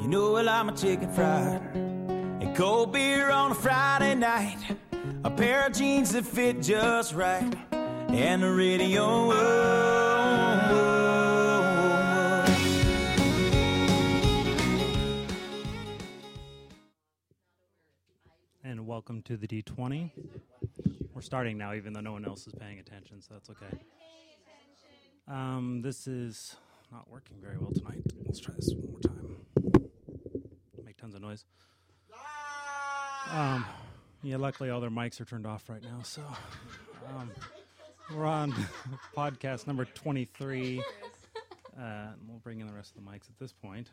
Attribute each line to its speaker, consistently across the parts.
Speaker 1: You know, well, I'm a chicken fried. And cold beer on a Friday night. A pair of jeans that fit just right. And the radio. oh, oh, oh, oh.
Speaker 2: And welcome to the D20. We're starting now, even though no one else is paying attention, so that's okay. Um, this is not working very well tonight. Let's try this one more time. Make tons of noise. Um, yeah, luckily all their mics are turned off right now, so um, we're on podcast number 23. Uh, and we'll bring in the rest of the mics at this point.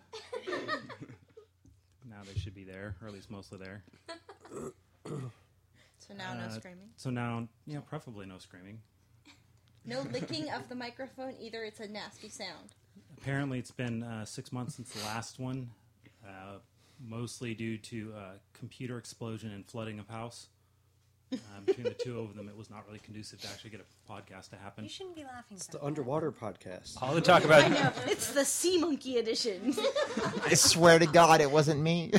Speaker 2: now they should be there, or at least mostly there.
Speaker 3: So now
Speaker 2: Uh,
Speaker 3: no screaming.
Speaker 2: So now, yeah, preferably no screaming.
Speaker 3: No licking of the microphone either. It's a nasty sound.
Speaker 2: Apparently, it's been uh, six months since the last one, uh, mostly due to uh, computer explosion and flooding of house. Uh, between the two of them, it was not really conducive to actually get a podcast to happen.
Speaker 4: You shouldn't be laughing.
Speaker 5: It's the underwater podcast.
Speaker 6: All the talk about.
Speaker 3: it's the Sea Monkey edition.
Speaker 7: I swear to God, it wasn't me.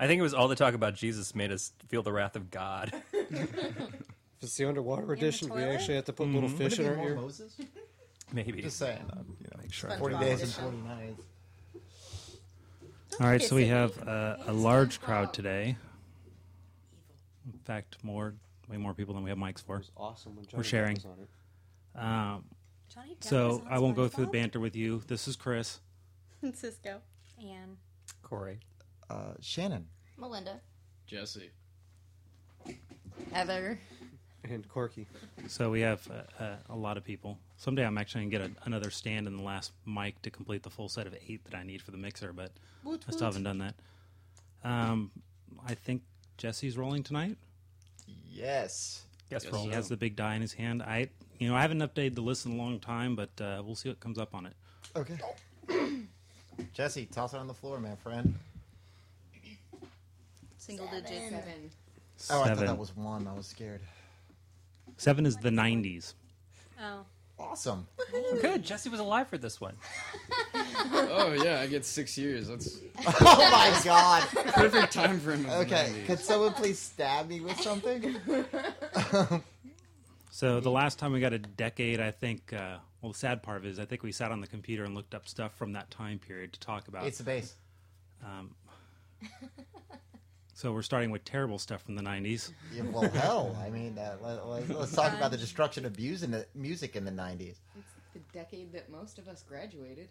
Speaker 6: I think it was all the talk about Jesus made us feel the wrath of God.
Speaker 5: If it's the underwater edition, we
Speaker 4: toilet?
Speaker 5: actually have to put
Speaker 7: Mm-hmm.
Speaker 5: little fish in our ear.
Speaker 7: Moses?
Speaker 6: Maybe.
Speaker 7: Just saying. um, you know, make sure.
Speaker 3: SpongeBob
Speaker 7: 40 days and
Speaker 3: edition.
Speaker 7: 40 nights.
Speaker 2: All right, so we
Speaker 3: Yes, it
Speaker 2: have uh, a large crowd today. In fact, more, way more people than we have mics for.
Speaker 5: Awesome. When Johnny
Speaker 2: We're sharing.
Speaker 5: Depp was on it.
Speaker 2: Um,
Speaker 4: Johnny Depp
Speaker 2: so
Speaker 4: is on
Speaker 2: I won't go through
Speaker 4: SpongeBob?
Speaker 2: the banter with you. This is Chris.
Speaker 3: Cisco,
Speaker 4: And
Speaker 6: Corey.
Speaker 7: Uh, Shannon.
Speaker 3: Melinda,
Speaker 8: Jesse.
Speaker 3: Heather.
Speaker 5: And Corky.
Speaker 2: So we have uh, uh, a lot of people. Someday I'm actually going to get a, another stand and the last mic to complete the full set of eight that I need for the mixer, but I still haven't done that. Um, I think Jesse's rolling tonight.
Speaker 7: Yes.
Speaker 6: Guess
Speaker 8: Yes.
Speaker 6: roll.
Speaker 2: He has the big die in his hand. I, you know, I haven't updated the list in a long time, but uh, we'll see what comes up on it.
Speaker 7: Okay. Jesse, toss it on the floor, man, friend.
Speaker 3: Single digit seven.
Speaker 7: Oh, I
Speaker 2: Seven.
Speaker 7: thought that was one. I was scared.
Speaker 2: Seven is the 90s.
Speaker 4: oh,
Speaker 7: Awesome.
Speaker 6: Good. Jesse was alive for this one.
Speaker 8: Oh yeah, I get six years. That's
Speaker 7: Oh my God.
Speaker 8: perfect time for him.
Speaker 7: Okay. Could someone please stab me with something?
Speaker 2: So the last time we got a decade, I think. Uh, well, the sad part of it is I think we sat on the computer and looked up stuff from that time period to talk about. Um,
Speaker 7: It's the base.
Speaker 2: so we're starting with terrible stuff from the 90s.
Speaker 7: Yeah, well, hell. I mean, uh, let, let, let's talk about the destruction of muse in the, music in the 90s.
Speaker 9: It's the decade that most of us graduated.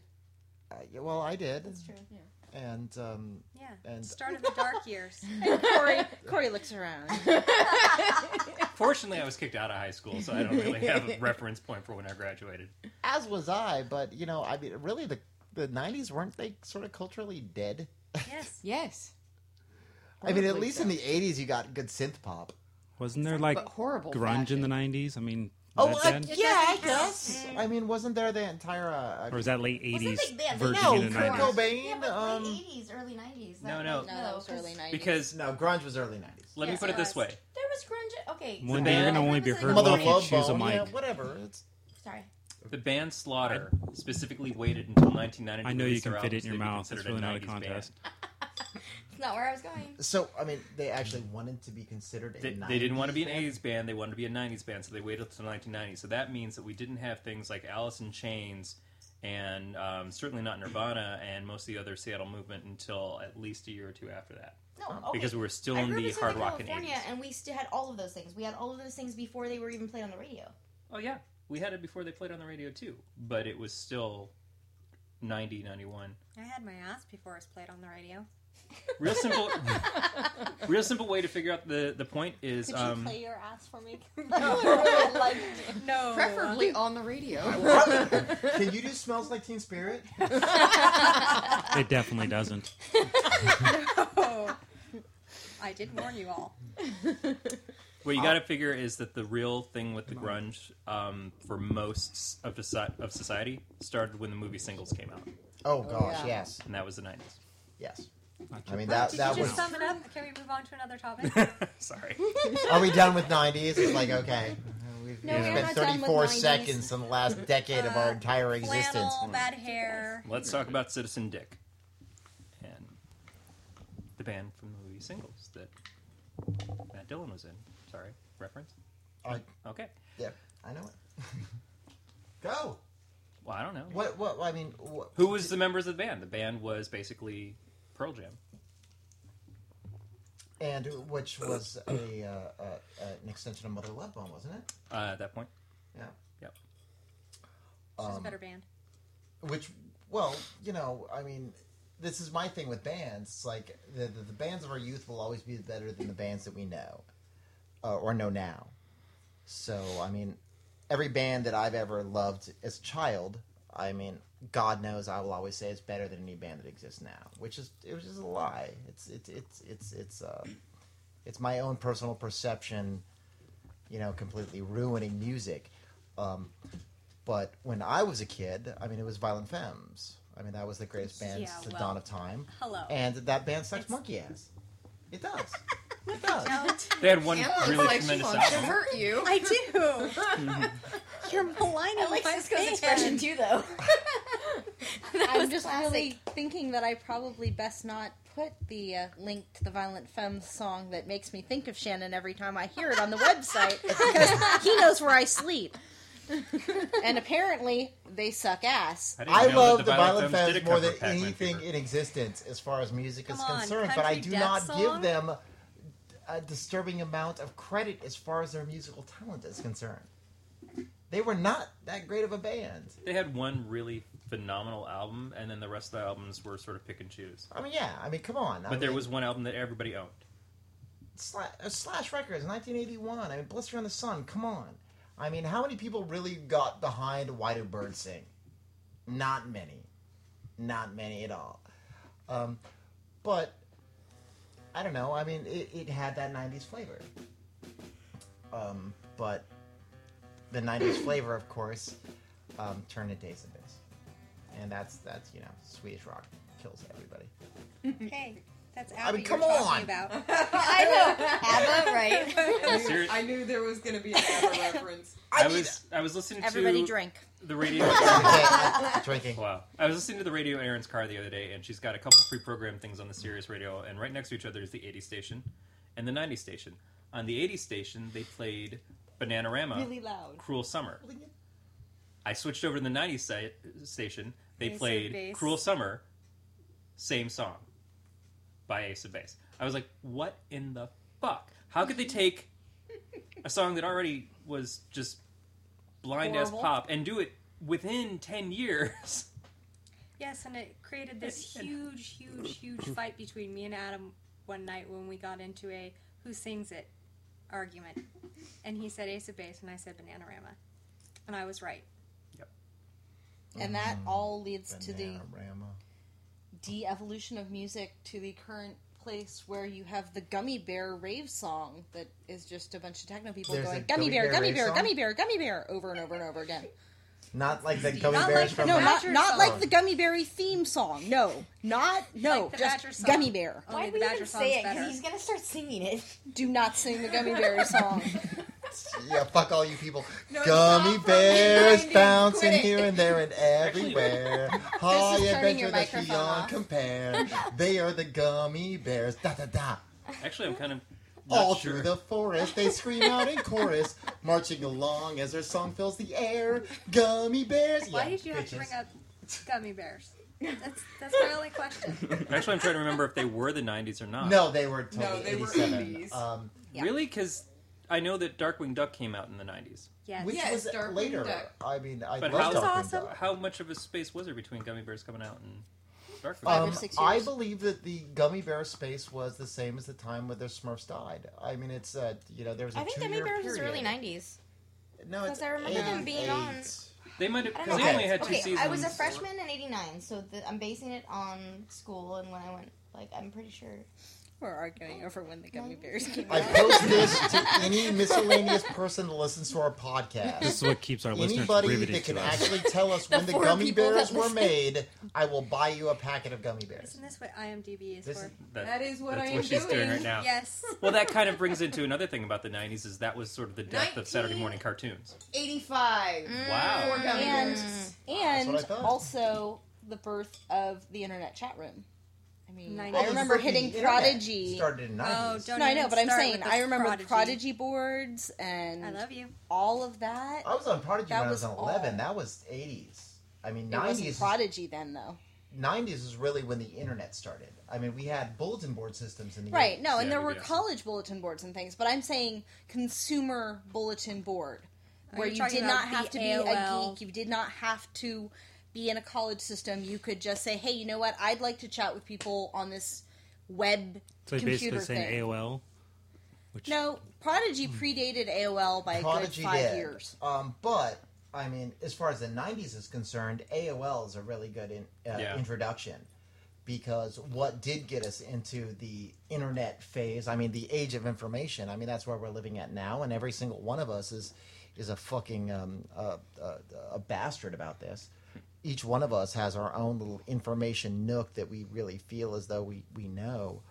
Speaker 7: Uh, yeah, well, I did. That's true.
Speaker 9: Yeah.
Speaker 7: And um,
Speaker 4: yeah.
Speaker 7: And-
Speaker 4: Start of the dark years.
Speaker 3: Corey, Corey looks around.
Speaker 6: Fortunately, I was kicked out of high school, so I don't really have a reference point for when I graduated.
Speaker 7: as was I, but you know, I mean, really, the the '90s weren't they sort of culturally dead?
Speaker 4: Yes.
Speaker 9: Yes.
Speaker 7: I mean, at
Speaker 9: Horribly
Speaker 7: least in the '80s, you got good synth pop.
Speaker 2: Wasn't there like
Speaker 9: But horrible.
Speaker 2: grunge in
Speaker 9: fashion.
Speaker 2: the 90s? I mean,
Speaker 7: Oh,
Speaker 2: was
Speaker 7: I-
Speaker 2: that bad?
Speaker 7: yeah, I guess. I mean, wasn't there the entire uh,
Speaker 2: Or was that late 80s
Speaker 10: like that-
Speaker 2: verging
Speaker 7: no
Speaker 2: into
Speaker 7: Kurt
Speaker 2: 90s?
Speaker 7: Cobain?
Speaker 10: Yeah, but
Speaker 7: um,
Speaker 10: late 80s, early 90s.
Speaker 6: No,
Speaker 10: That-
Speaker 6: no.
Speaker 3: No, that was
Speaker 10: 'cause
Speaker 3: early 90s.
Speaker 6: Because
Speaker 7: no, grunge was early '90s.
Speaker 6: let me
Speaker 4: Yes,
Speaker 6: put it
Speaker 4: it
Speaker 6: this
Speaker 4: was.
Speaker 6: way.
Speaker 10: There was grunge. Okay.
Speaker 2: One
Speaker 6: day you're
Speaker 2: gonna
Speaker 10: I
Speaker 2: only be
Speaker 10: remember
Speaker 2: heard
Speaker 10: the-
Speaker 7: Mother
Speaker 2: Well,
Speaker 7: of
Speaker 2: if
Speaker 7: Love
Speaker 2: you choose a
Speaker 7: Bone, yeah,
Speaker 2: mic.
Speaker 7: whatever. It's,
Speaker 10: Sorry.
Speaker 6: The band Slaughter specifically waited until 1990. to
Speaker 2: I know you
Speaker 6: release their
Speaker 2: can fit
Speaker 6: album
Speaker 2: it in
Speaker 6: so
Speaker 2: your
Speaker 6: they could
Speaker 2: mouth.
Speaker 6: consider
Speaker 2: It's really not a
Speaker 6: 90s band.
Speaker 2: contest.
Speaker 10: It's not where I was going.
Speaker 7: so, I mean, they actually wanted to be considered. A
Speaker 6: They,
Speaker 7: 90s
Speaker 6: they didn't want to be an
Speaker 7: band.
Speaker 6: 80s band, they wanted to be a 90s band, so they waited until 1990. So that means that we didn't have things like Alice in Chains and um, certainly not Nirvana and most of the other Seattle movement until at least a year or two after that.
Speaker 10: No,
Speaker 7: Um,
Speaker 10: okay.
Speaker 6: Because we were still
Speaker 10: I
Speaker 6: in
Speaker 10: grew up
Speaker 6: the
Speaker 10: in
Speaker 6: hard
Speaker 10: Southern
Speaker 6: rock and 80s.
Speaker 10: California, and we still had all of those things. We had all of those things before they were even played on the radio.
Speaker 6: Oh, yeah. We had it before they played on the radio, too. But it was still 90, 91.
Speaker 4: I had my ass before it was played on the radio.
Speaker 6: Real simple, real simple way to figure out the, the point is um,
Speaker 10: your ass for me?
Speaker 4: No.
Speaker 9: Preferably on the radio.
Speaker 7: Can you do "Smells Like Teen Spirit"?
Speaker 2: It definitely doesn't.
Speaker 4: Oh. I did warn you all.
Speaker 7: Uh,
Speaker 6: What you got to figure is that the real thing with the grunge um, for most of, soci- of society started when the movie singles came out,
Speaker 7: Oh gosh,
Speaker 9: yeah.
Speaker 7: yes,
Speaker 6: and that was the 90s.
Speaker 7: yes. I mean that
Speaker 11: Did
Speaker 7: that
Speaker 11: you
Speaker 7: was.
Speaker 11: just sum it up? Can we move on to another topic?
Speaker 6: Sorry.
Speaker 7: Are we done with '90s? It's like okay, Uh, we've
Speaker 11: No, we're
Speaker 7: spent
Speaker 11: not done with Uh,
Speaker 7: 34
Speaker 11: 90s.
Speaker 7: seconds in the last decade of our entire existence. Hmm.
Speaker 11: Flannel, bad hair.
Speaker 6: Let's talk about Citizen Dick and the band from the movie Singles that Matt Dillon was in. Sorry, reference.
Speaker 7: I-
Speaker 6: okay.
Speaker 7: Yeah, I know it. Go.
Speaker 6: Well, I don't know.
Speaker 7: What? What? I mean, what,
Speaker 6: Who was the members of the band? The band was basically Pearl Jam.
Speaker 7: and uh, which was a uh, uh, uh, an extension of Mother Love Bone, wasn't it?
Speaker 6: Uh, at that point,
Speaker 7: Yeah.
Speaker 6: Yep.
Speaker 11: She's a
Speaker 7: Um,
Speaker 11: better band.
Speaker 7: Which, well, you know, I mean, this is my thing with bands. It's like the, the, the bands of our youth will always be better than the bands that we know uh, or know now. So, I mean, every band that I've ever loved as a child, I mean, God knows I will always say it's better than any band that exists now, which is it was just a lie. It's it's it's it's it's uh, it's my own personal perception, you know, completely ruining music. Um, but when I was a kid, I mean, it was Violent Femmes. I mean, that was the greatest band
Speaker 11: Yeah,
Speaker 7: since the
Speaker 11: well,
Speaker 7: dawn of time.
Speaker 11: hello.
Speaker 7: And that band sucks monkey ass. It does. It does.
Speaker 6: They had one
Speaker 9: Anna looks
Speaker 6: really
Speaker 9: like she
Speaker 6: tremendous
Speaker 9: wants to
Speaker 6: album.
Speaker 9: hurt you.
Speaker 11: I do. You're maligning
Speaker 10: I like
Speaker 11: my
Speaker 10: Cisco's
Speaker 11: band.
Speaker 10: expression too, though.
Speaker 3: I'm just really thinking that I probably best not put the uh, link to the Violent Femmes song that makes me think of Shannon every time I hear it on the website because he knows where I sleep. and apparently, they suck ass.
Speaker 6: didn't
Speaker 7: I
Speaker 6: know
Speaker 7: love
Speaker 6: that
Speaker 7: the Violent
Speaker 6: Femmes
Speaker 7: Femmes
Speaker 6: did a
Speaker 7: more
Speaker 6: cover
Speaker 7: than
Speaker 6: of Pac-Man
Speaker 7: anything in existence as far as music is
Speaker 11: Come on,
Speaker 7: concerned, but I
Speaker 11: country
Speaker 7: do
Speaker 11: death
Speaker 7: not
Speaker 11: song?
Speaker 7: give them a disturbing amount of credit as far as their musical talent is concerned. They were not that great of a band.
Speaker 6: They had one really phenomenal album, and then the rest of the albums were sort of pick and choose.
Speaker 7: I mean, yeah, I mean, come on. I
Speaker 6: But there
Speaker 7: mean,
Speaker 6: was one album that everybody owned.
Speaker 7: Slash, Slash Records, 1981. I mean, Blister on the Sun, come on. I mean, how many people really got behind Why Do Birds Sing? Not many. Not many at all. Um, but, I don't know. I mean, it, it had that 90s flavor. Um, but the 90s flavor, of course, um, turned to Days of Biz. And that's, that's, you know, Swedish rock kills everybody.
Speaker 11: Hey, that's
Speaker 7: I
Speaker 11: out
Speaker 7: mean,
Speaker 11: what
Speaker 7: come
Speaker 11: you're
Speaker 7: on.
Speaker 11: talking about. I know. ABBA, right?
Speaker 9: I knew,
Speaker 6: Ser-
Speaker 9: I knew there was going to be an ABBA reference.
Speaker 6: I, was I was listening
Speaker 3: Everybody
Speaker 6: to
Speaker 3: drink.
Speaker 6: the radio.
Speaker 7: Drinking.
Speaker 6: Wow. I was listening to the radio in Aaron's car the other day, and she's got a couple pre-programmed things on the Sirius radio, and right next to each other is the 80s station and the 90s station. On the 80s station, they played Bananarama,
Speaker 3: Really loud.
Speaker 6: Cruel Summer. I switched over to the 90s si- station. They
Speaker 11: Ace of
Speaker 6: played
Speaker 11: Base.
Speaker 6: Cruel Summer, same song by Ace of Base. I was like, what in the fuck? How could they take a song that already was just blind ass
Speaker 11: Horrible.
Speaker 6: pop and do it within 10 years?
Speaker 11: Yes, and it created this huge, huge, huge fight between me and Adam one night when we got into a who sings it argument. And he said Ace of Base, and I said Bananarama. And I was right.
Speaker 3: And that
Speaker 7: Um,
Speaker 3: all leads to the
Speaker 7: Bananarama.
Speaker 3: de-evolution of music to the current place where you have the gummy bear rave song that is just a bunch of techno people
Speaker 7: There's a
Speaker 3: going gummy
Speaker 7: Gummy
Speaker 3: bear,
Speaker 7: Bear
Speaker 3: gummy
Speaker 7: rave
Speaker 3: bear,
Speaker 7: song?
Speaker 3: gummy bear, gummy bear over and over and over again.
Speaker 7: Not like the gummy
Speaker 11: Not
Speaker 7: bears
Speaker 11: like the
Speaker 7: from
Speaker 3: No, not
Speaker 11: Badger
Speaker 3: not
Speaker 11: song.
Speaker 3: like the gummy berry theme song. No, not no,
Speaker 11: Like the Badger
Speaker 3: just
Speaker 11: song.
Speaker 3: gummy bear.
Speaker 11: Only
Speaker 10: Why
Speaker 11: the
Speaker 10: would we
Speaker 11: Badger
Speaker 10: even
Speaker 11: song's
Speaker 10: say it?
Speaker 11: better.
Speaker 10: Because he's gonna start singing it.
Speaker 3: Do not sing the gummy berry song.
Speaker 7: Yeah, fuck all you people.
Speaker 9: No, it's
Speaker 7: Gummy
Speaker 9: not from
Speaker 7: bears
Speaker 9: the 90s.
Speaker 7: bouncing
Speaker 9: Quit it.
Speaker 7: here and there and everywhere. High
Speaker 3: turning
Speaker 7: adventure
Speaker 3: your
Speaker 7: that's
Speaker 3: microphone
Speaker 7: beyond
Speaker 3: off.
Speaker 7: compare. They are the gummy bears. Da da da.
Speaker 6: Actually, I'm kind of not
Speaker 7: All
Speaker 6: sure.
Speaker 7: through the forest, they scream out in chorus, marching along as their song fills the air. Gummy bears.
Speaker 11: Why
Speaker 7: Yeah,
Speaker 11: did you have to
Speaker 7: bitches.
Speaker 11: bring up gummy bears? That's, that's my only question.
Speaker 6: Actually, I'm trying to remember if they were the 90s or not.
Speaker 7: No, they were totally
Speaker 9: No, they were
Speaker 7: 87.
Speaker 9: 80s.
Speaker 7: Um,
Speaker 3: Yeah.
Speaker 6: Really? Because I know that Darkwing Duck came out in the 90s.
Speaker 11: Yes.
Speaker 7: which
Speaker 9: Yeah,
Speaker 7: was
Speaker 9: it's Darkwing
Speaker 7: later.
Speaker 9: Duck.
Speaker 7: I mean, I
Speaker 6: But
Speaker 7: love
Speaker 6: how-
Speaker 7: Darkwing
Speaker 11: It's awesome.
Speaker 7: Duck.
Speaker 6: How much of a space was there between Gummy Bears coming out and Darkwing
Speaker 3: Five or
Speaker 7: Um,
Speaker 6: Duck?
Speaker 3: six
Speaker 7: I
Speaker 3: years.
Speaker 7: believe that the gummy bear space was the same as the time when the Smurfs died. I mean, it's uh, you know, there was a
Speaker 10: I think Gummy
Speaker 7: two-year
Speaker 10: Bears was
Speaker 7: period.
Speaker 10: early '90s.
Speaker 7: No,
Speaker 10: 'cause
Speaker 7: it's
Speaker 10: I remember them
Speaker 7: 88.
Speaker 10: being on-
Speaker 6: They might have.
Speaker 10: I don't
Speaker 6: Because
Speaker 10: know.
Speaker 6: they only had two
Speaker 10: okay,
Speaker 6: seasons.
Speaker 10: I was a freshman in '89, so the, I'm basing it on school and when I went. Like, I'm pretty sure.
Speaker 3: We're arguing over when the gummy bears came
Speaker 7: I
Speaker 3: out.
Speaker 7: post this to any miscellaneous person that listens to our podcast.
Speaker 2: This is what keeps our listeners
Speaker 7: Anybody
Speaker 2: riveted
Speaker 7: that can
Speaker 2: to us.
Speaker 7: actually tell us when
Speaker 2: The
Speaker 7: the,
Speaker 2: four
Speaker 7: gummy
Speaker 2: people
Speaker 7: bears
Speaker 2: that
Speaker 7: were
Speaker 2: listen.
Speaker 7: made, I will buy you a packet of gummy bears.
Speaker 11: Isn't this what IMDb is
Speaker 7: This
Speaker 11: for?
Speaker 7: is-
Speaker 6: That-
Speaker 9: That is what
Speaker 6: that's
Speaker 9: I am
Speaker 6: what she's doing.
Speaker 9: doing.
Speaker 6: right now.
Speaker 11: Yes.
Speaker 6: Well, that kind of brings into another thing about the '90s is that was sort of the death of Saturday morning cartoons.
Speaker 10: 85.
Speaker 9: Mm.
Speaker 7: Oh.
Speaker 6: Wow.
Speaker 10: Four gummy
Speaker 3: And,
Speaker 10: bears.
Speaker 3: and
Speaker 6: That's what I thought.
Speaker 3: also the birth of the internet chat room. I mean,
Speaker 10: Nice.
Speaker 3: I
Speaker 10: Well,
Speaker 3: remember
Speaker 10: the freaking
Speaker 3: hitting
Speaker 10: internet
Speaker 3: Prodigy.
Speaker 7: started in the Oh, 90s. don't
Speaker 3: no, I know,
Speaker 11: even
Speaker 3: but I'm
Speaker 11: start
Speaker 3: saying
Speaker 11: with
Speaker 3: I
Speaker 11: this
Speaker 3: remember Prodigy.
Speaker 11: Prodigy.
Speaker 3: boards and
Speaker 11: I love you.
Speaker 3: all of that.
Speaker 7: I was on Prodigy
Speaker 3: That
Speaker 7: when I was
Speaker 3: was
Speaker 7: on 11. That was 80s. I mean,
Speaker 3: It wasn't
Speaker 7: 90s.
Speaker 3: Prodigy then, though.
Speaker 7: 90s is really when the internet started. I mean, we had bulletin board systems in the
Speaker 3: Right,
Speaker 7: 80s.
Speaker 3: no, and there were college bulletin boards and things, but I'm saying consumer bulletin board,
Speaker 11: Oh,
Speaker 3: where
Speaker 11: you're
Speaker 3: you
Speaker 11: talking
Speaker 3: did
Speaker 11: about
Speaker 3: not
Speaker 11: the
Speaker 3: have to be a
Speaker 11: AOL.
Speaker 3: geek, you did not have to be in a college system. You could just say, hey, you know what? I'd like to chat with people on this web
Speaker 2: So you're
Speaker 3: computer
Speaker 2: basically
Speaker 3: thing.
Speaker 2: saying AOL.
Speaker 3: No, Prodigy
Speaker 2: Hmm.
Speaker 3: predated AOL by
Speaker 7: Prodigy
Speaker 3: a good five
Speaker 7: did.
Speaker 3: years.
Speaker 7: Um, but I mean, as far as the '90s is concerned, AOL is a really good in, uh,
Speaker 6: Yeah.
Speaker 7: introduction because what did get us into the internet phase? I mean, the age of information. I mean, that's where we're living at now, and every single one of us is is a fucking um, uh, uh, a bastard about this. Each one of us has our own little information nook that we really feel as though we we know.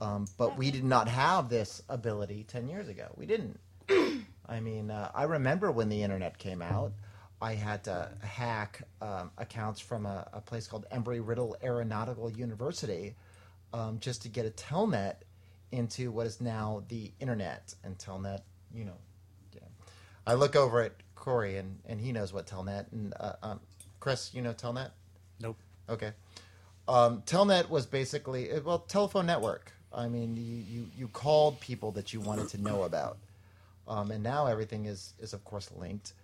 Speaker 7: Um, but
Speaker 3: Mm-hmm.
Speaker 7: we did not have this ability 10 years ago. We didn't. I mean, uh, I remember when the internet came out. I had to hack um, accounts from a, a place called Embry Riddle Aeronautical University um, just to get a telnet into what is now the internet. And telnet, you know, yeah. I look over at Corey and, and he knows what telnet. And uh, um, Chris, you know telnet?
Speaker 2: Nope.
Speaker 7: Okay. Um, telnet was basically uh, well telephone network. I mean, you, you, you called people that you wanted to know about, um, and now everything is is of course linked.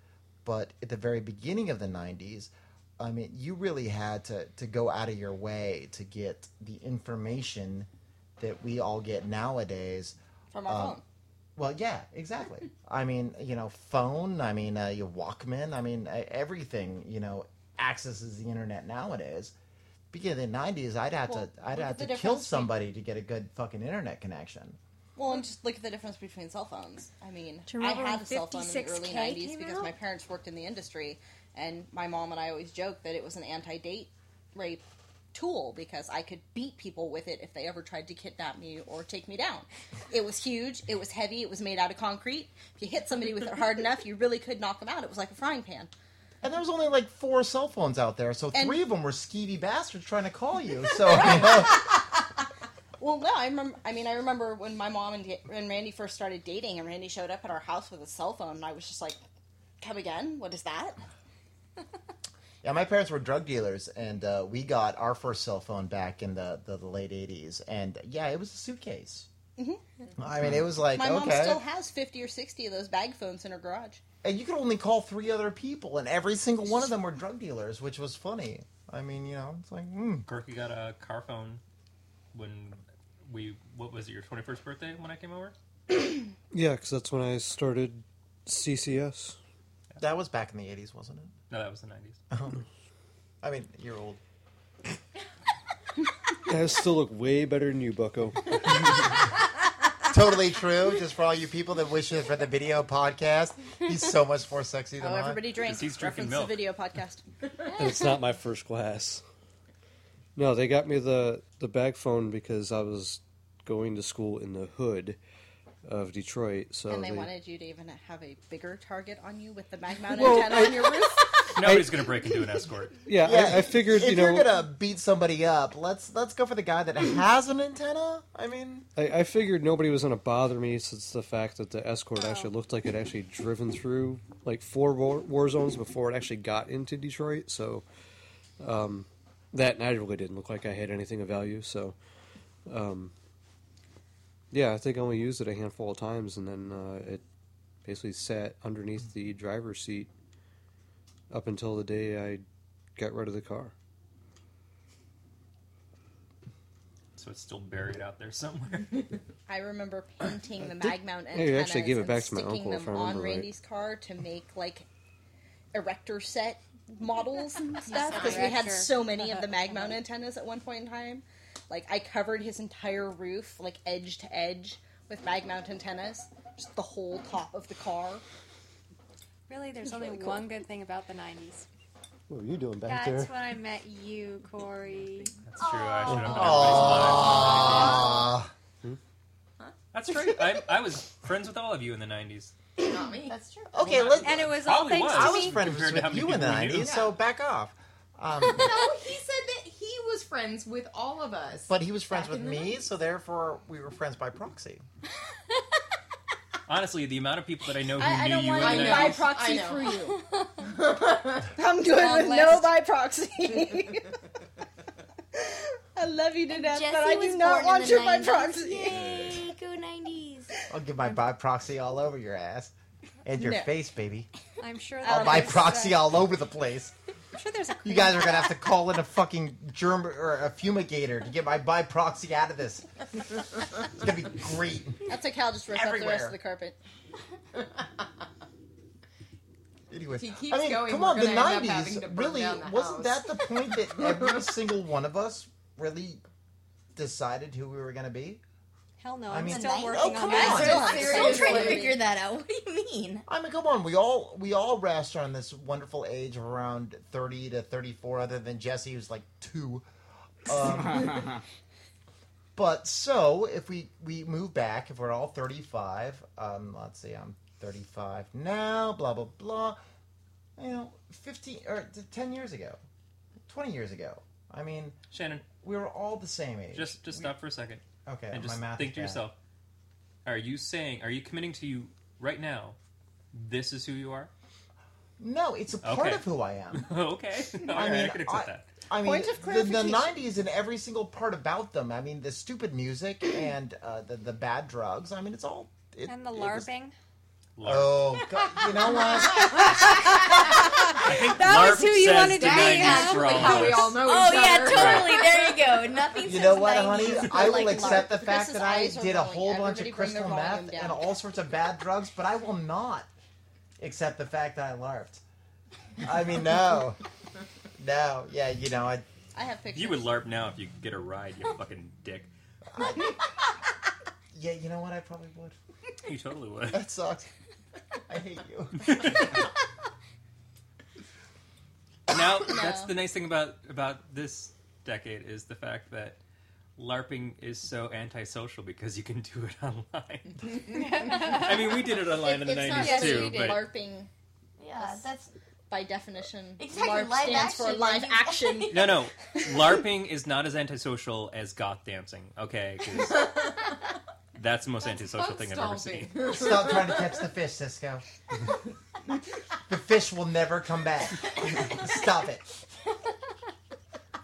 Speaker 7: But at the very beginning of the '90s, I mean, you really had to to go out of your way to get the information that we all get nowadays
Speaker 3: From our
Speaker 7: um,
Speaker 3: phone.
Speaker 7: Well, yeah, exactly. I mean, you know, phone. I mean, uh, your Walkman. I mean, uh, everything. You know, accesses the internet nowadays. Beginning of the '90s, I'd have
Speaker 3: Well,
Speaker 7: to,
Speaker 3: look
Speaker 7: I'd have
Speaker 3: at the
Speaker 7: to kill
Speaker 3: difference between-
Speaker 7: somebody to get a good fucking internet connection.
Speaker 3: Well, and just look at the difference between cell phones. I mean,
Speaker 11: Do you
Speaker 3: I
Speaker 11: remember
Speaker 3: had
Speaker 11: when
Speaker 3: a cell phone in the
Speaker 11: 56K
Speaker 3: early '90s
Speaker 11: came
Speaker 3: because
Speaker 11: out?
Speaker 3: my parents worked in the industry, and my mom and I always joked that it was an anti-date rape tool because I could beat people with it if they ever tried to kidnap me or take me down. It was huge. It was heavy. It was made out of concrete. If you hit somebody with it hard enough, you really could knock them out. It was like a frying pan.
Speaker 7: And there was only like four cell phones out there, so
Speaker 3: And-
Speaker 7: three of them were skeevy bastards trying to call you. So you know,
Speaker 3: Well, no, I remember. I mean, I remember when my mom and, and Randy first started dating, and Randy showed up at our house with a cell phone, and I was just like, "Come again? What is that?"
Speaker 7: Yeah, my parents were drug dealers, and uh, we got our first cell phone back in the, the, the late '80s. And yeah, it was a suitcase.
Speaker 3: hmm
Speaker 5: Mm-hmm.
Speaker 7: I mean, it was like
Speaker 3: my mom
Speaker 7: okay,
Speaker 3: still has fifty or sixty of those bag phones in her garage.
Speaker 7: and you could only call three other people, and every single one of them were drug dealers, which was funny. I mean, you know, it's like hmm.
Speaker 6: Corky got a car phone when we what was it your 21st birthday when I came over?
Speaker 5: Yeah, because that's when I started CCS.
Speaker 7: That was back in the '80s, wasn't it?
Speaker 6: No, that was the 90s.
Speaker 7: Uh-huh. I mean, you're old.
Speaker 5: I still look way better than you, Bucko.
Speaker 7: totally true. Just for all you people that wish it for the video podcast, he's so much more sexy than
Speaker 3: Oh,
Speaker 7: I.
Speaker 3: everybody drinks. Reference the video podcast.
Speaker 5: and it's not my first glass. No, they got me the the bag phone because I was going to school in the hood of Detroit. So
Speaker 3: and they
Speaker 5: they-
Speaker 3: wanted you to even have a bigger target on you with the mag mount
Speaker 6: Well,
Speaker 3: antenna
Speaker 6: I-
Speaker 3: on your roof.
Speaker 6: Nobody's gonna break into an escort.
Speaker 5: Yeah, I- I figured,
Speaker 7: if
Speaker 5: you know-
Speaker 7: you're gonna beat somebody up, let's let's go for the guy that has an antenna. I mean,
Speaker 5: I, I figured nobody was going to bother me since the fact that the escort actually looked like it actually driven through like four war, war zones before it actually got into Detroit. So um, that and I really didn't look like I had anything of value. So um, yeah, I think I only used it a handful of times, and then uh, it basically sat underneath the driver's seat up until the day I got rid of the car.
Speaker 6: So it's still buried out there somewhere.
Speaker 3: I remember painting the
Speaker 5: Uh,
Speaker 3: mag mount
Speaker 5: Yeah,
Speaker 3: antennas
Speaker 5: you actually gave it
Speaker 3: and
Speaker 5: back to my
Speaker 3: sticking
Speaker 5: uncle, if
Speaker 3: them
Speaker 5: I
Speaker 3: on
Speaker 5: remember right.
Speaker 3: Randy's car to make like erector set models and stuff because we had
Speaker 11: Erector.
Speaker 3: so many of the mag mount antennas at one point in time. Like I covered his entire roof, like edge to edge, with mag mount antennas, just the whole top of the car.
Speaker 11: Really, there's
Speaker 3: It's
Speaker 11: only
Speaker 3: really cool.
Speaker 11: one good thing about the 90s.
Speaker 5: What were you doing back there?
Speaker 11: That's when I met you, Corey. That's
Speaker 6: true. I should have
Speaker 7: Aww.
Speaker 6: That's true. I, I was friends with all of you in the 90s.
Speaker 4: Not me.
Speaker 10: That's true.
Speaker 7: Okay, let's.
Speaker 11: And it was all
Speaker 6: Probably
Speaker 11: thanks to
Speaker 6: was.
Speaker 7: I was
Speaker 11: me.
Speaker 7: friends
Speaker 6: Compared to how
Speaker 7: with you
Speaker 6: many
Speaker 7: in the
Speaker 6: people we knew.
Speaker 7: nineties, so back off. Um,
Speaker 4: no, he said that he was friends with all of us.
Speaker 7: but he was friends
Speaker 4: Back
Speaker 7: with
Speaker 4: in the
Speaker 7: me, so therefore we were friends by proxy.
Speaker 6: Honestly, the amount of people that I know who
Speaker 3: I, I
Speaker 6: knew
Speaker 3: don't
Speaker 6: you
Speaker 3: want
Speaker 6: in
Speaker 3: any
Speaker 6: the
Speaker 4: know.
Speaker 3: by
Speaker 6: 90s.
Speaker 4: I
Speaker 3: proxy
Speaker 4: know.
Speaker 3: through you. I'm doing
Speaker 11: Long
Speaker 3: with no
Speaker 11: list.
Speaker 3: by proxy. I love you to death,
Speaker 10: Jesse
Speaker 3: but I
Speaker 10: was
Speaker 3: do not
Speaker 10: born in
Speaker 3: want
Speaker 10: the
Speaker 3: your by
Speaker 10: 90s.
Speaker 3: proxy.
Speaker 10: Yay, go 90s.
Speaker 7: I'll give my by proxy all over your ass and your
Speaker 3: No.
Speaker 7: face, baby.
Speaker 11: I'm sure
Speaker 3: I'll
Speaker 11: that
Speaker 7: All by
Speaker 11: there's,
Speaker 7: proxy
Speaker 11: uh,
Speaker 7: all over the place.
Speaker 11: I'm sure there's a
Speaker 7: You guys are gonna have to call in a fucking germ or a fumigator to get my by proxy out of this. It's gonna be great.
Speaker 3: That's okay. I'll just rip up the rest
Speaker 7: Everywhere.
Speaker 3: of the carpet.
Speaker 7: Anyway,
Speaker 4: If he keeps
Speaker 7: I mean,
Speaker 4: going,
Speaker 7: come
Speaker 4: we're
Speaker 7: on, the
Speaker 4: gonna end up having to burn
Speaker 7: really
Speaker 4: down the
Speaker 7: wasn't
Speaker 4: house.
Speaker 7: that the point that every single one of us really decided who we were gonna be?
Speaker 11: Hell no,
Speaker 7: I
Speaker 11: I'm
Speaker 7: mean-
Speaker 11: still
Speaker 10: Oh,
Speaker 11: working on
Speaker 7: come on.
Speaker 11: that.
Speaker 10: I'm
Speaker 4: Seriously.
Speaker 10: still trying to figure that out. What do you mean?
Speaker 7: I mean, come on, we all we all rest on this wonderful age of around thirty to thirty-four, other than Jesse, who's like two. Um, but so if we we move back, if we're all thirty-five, um, let's see, I'm thirty-five now, blah blah blah. You know, fifteen or t- ten years ago, twenty years ago. I mean,
Speaker 6: Shannon,
Speaker 7: we were all the same age.
Speaker 6: just just
Speaker 7: We-
Speaker 6: stop for a second
Speaker 7: Okay,
Speaker 6: and
Speaker 7: my
Speaker 6: just
Speaker 7: math
Speaker 6: think
Speaker 7: is
Speaker 6: to
Speaker 7: bad.
Speaker 6: yourself: Are you saying? Are you committing to you right now? This is who you are.
Speaker 7: No, it's a part
Speaker 6: Okay.
Speaker 7: of who I am.
Speaker 6: okay, all right, I,
Speaker 7: mean,
Speaker 6: can accept
Speaker 7: I-
Speaker 6: that.
Speaker 7: I mean,
Speaker 3: Point of
Speaker 7: the, the
Speaker 3: clarification.
Speaker 7: '90s and every single part about them. I mean, the stupid music and uh, the the bad drugs. I mean, it's all. It,
Speaker 11: And the
Speaker 7: it was-
Speaker 11: LARPing.
Speaker 7: oh, God, you know what?
Speaker 6: I think
Speaker 11: That was
Speaker 6: LARP
Speaker 11: who you
Speaker 6: says
Speaker 11: wanted to
Speaker 6: the
Speaker 11: be,
Speaker 6: 90s
Speaker 11: huh?
Speaker 6: for all
Speaker 4: Like
Speaker 6: of
Speaker 4: how we
Speaker 6: us.
Speaker 4: all know
Speaker 10: Oh,
Speaker 4: each
Speaker 10: yeah,
Speaker 4: other.
Speaker 10: totally. There you go. Nothing
Speaker 7: You
Speaker 10: says
Speaker 7: know what,
Speaker 10: 90s,
Speaker 7: honey?
Speaker 10: but
Speaker 7: I will
Speaker 10: like
Speaker 7: accept the
Speaker 10: LARP.
Speaker 7: fact
Speaker 3: Chris's
Speaker 7: that I
Speaker 3: eyes are
Speaker 7: did a
Speaker 3: rolling.
Speaker 7: whole bunch
Speaker 3: Everybody
Speaker 7: of
Speaker 3: bring their
Speaker 7: crystal
Speaker 3: volume
Speaker 7: meth
Speaker 3: down.
Speaker 7: and all sorts of bad drugs, but I will not accept the fact that I LARPed. I mean, no, no, yeah, you know, I
Speaker 3: I have pictures.
Speaker 6: You would LARP now if you could get a ride, you fucking dick.
Speaker 7: yeah, you know what? I probably would.
Speaker 6: You totally would.
Speaker 7: That sucks. I hate you.
Speaker 6: Now that's the nice thing about about this decade is the fact that LARPing is so antisocial because you can do it online. I mean, we did it online in the
Speaker 3: It's not
Speaker 6: nineties
Speaker 3: yes,
Speaker 6: too,
Speaker 3: you did.
Speaker 6: but
Speaker 3: LARPing
Speaker 10: Yeah, that's
Speaker 3: by definition.
Speaker 10: Exactly,
Speaker 3: LARP
Speaker 10: live
Speaker 3: stands for
Speaker 10: action.
Speaker 3: live action.
Speaker 6: no, no, LARPing is not as antisocial as goth dancing. Okay, 'Cause that's the most antisocial thing I've ever seen.
Speaker 7: Stop trying to catch the fish, Cisco. the fish will never come back. Stop it.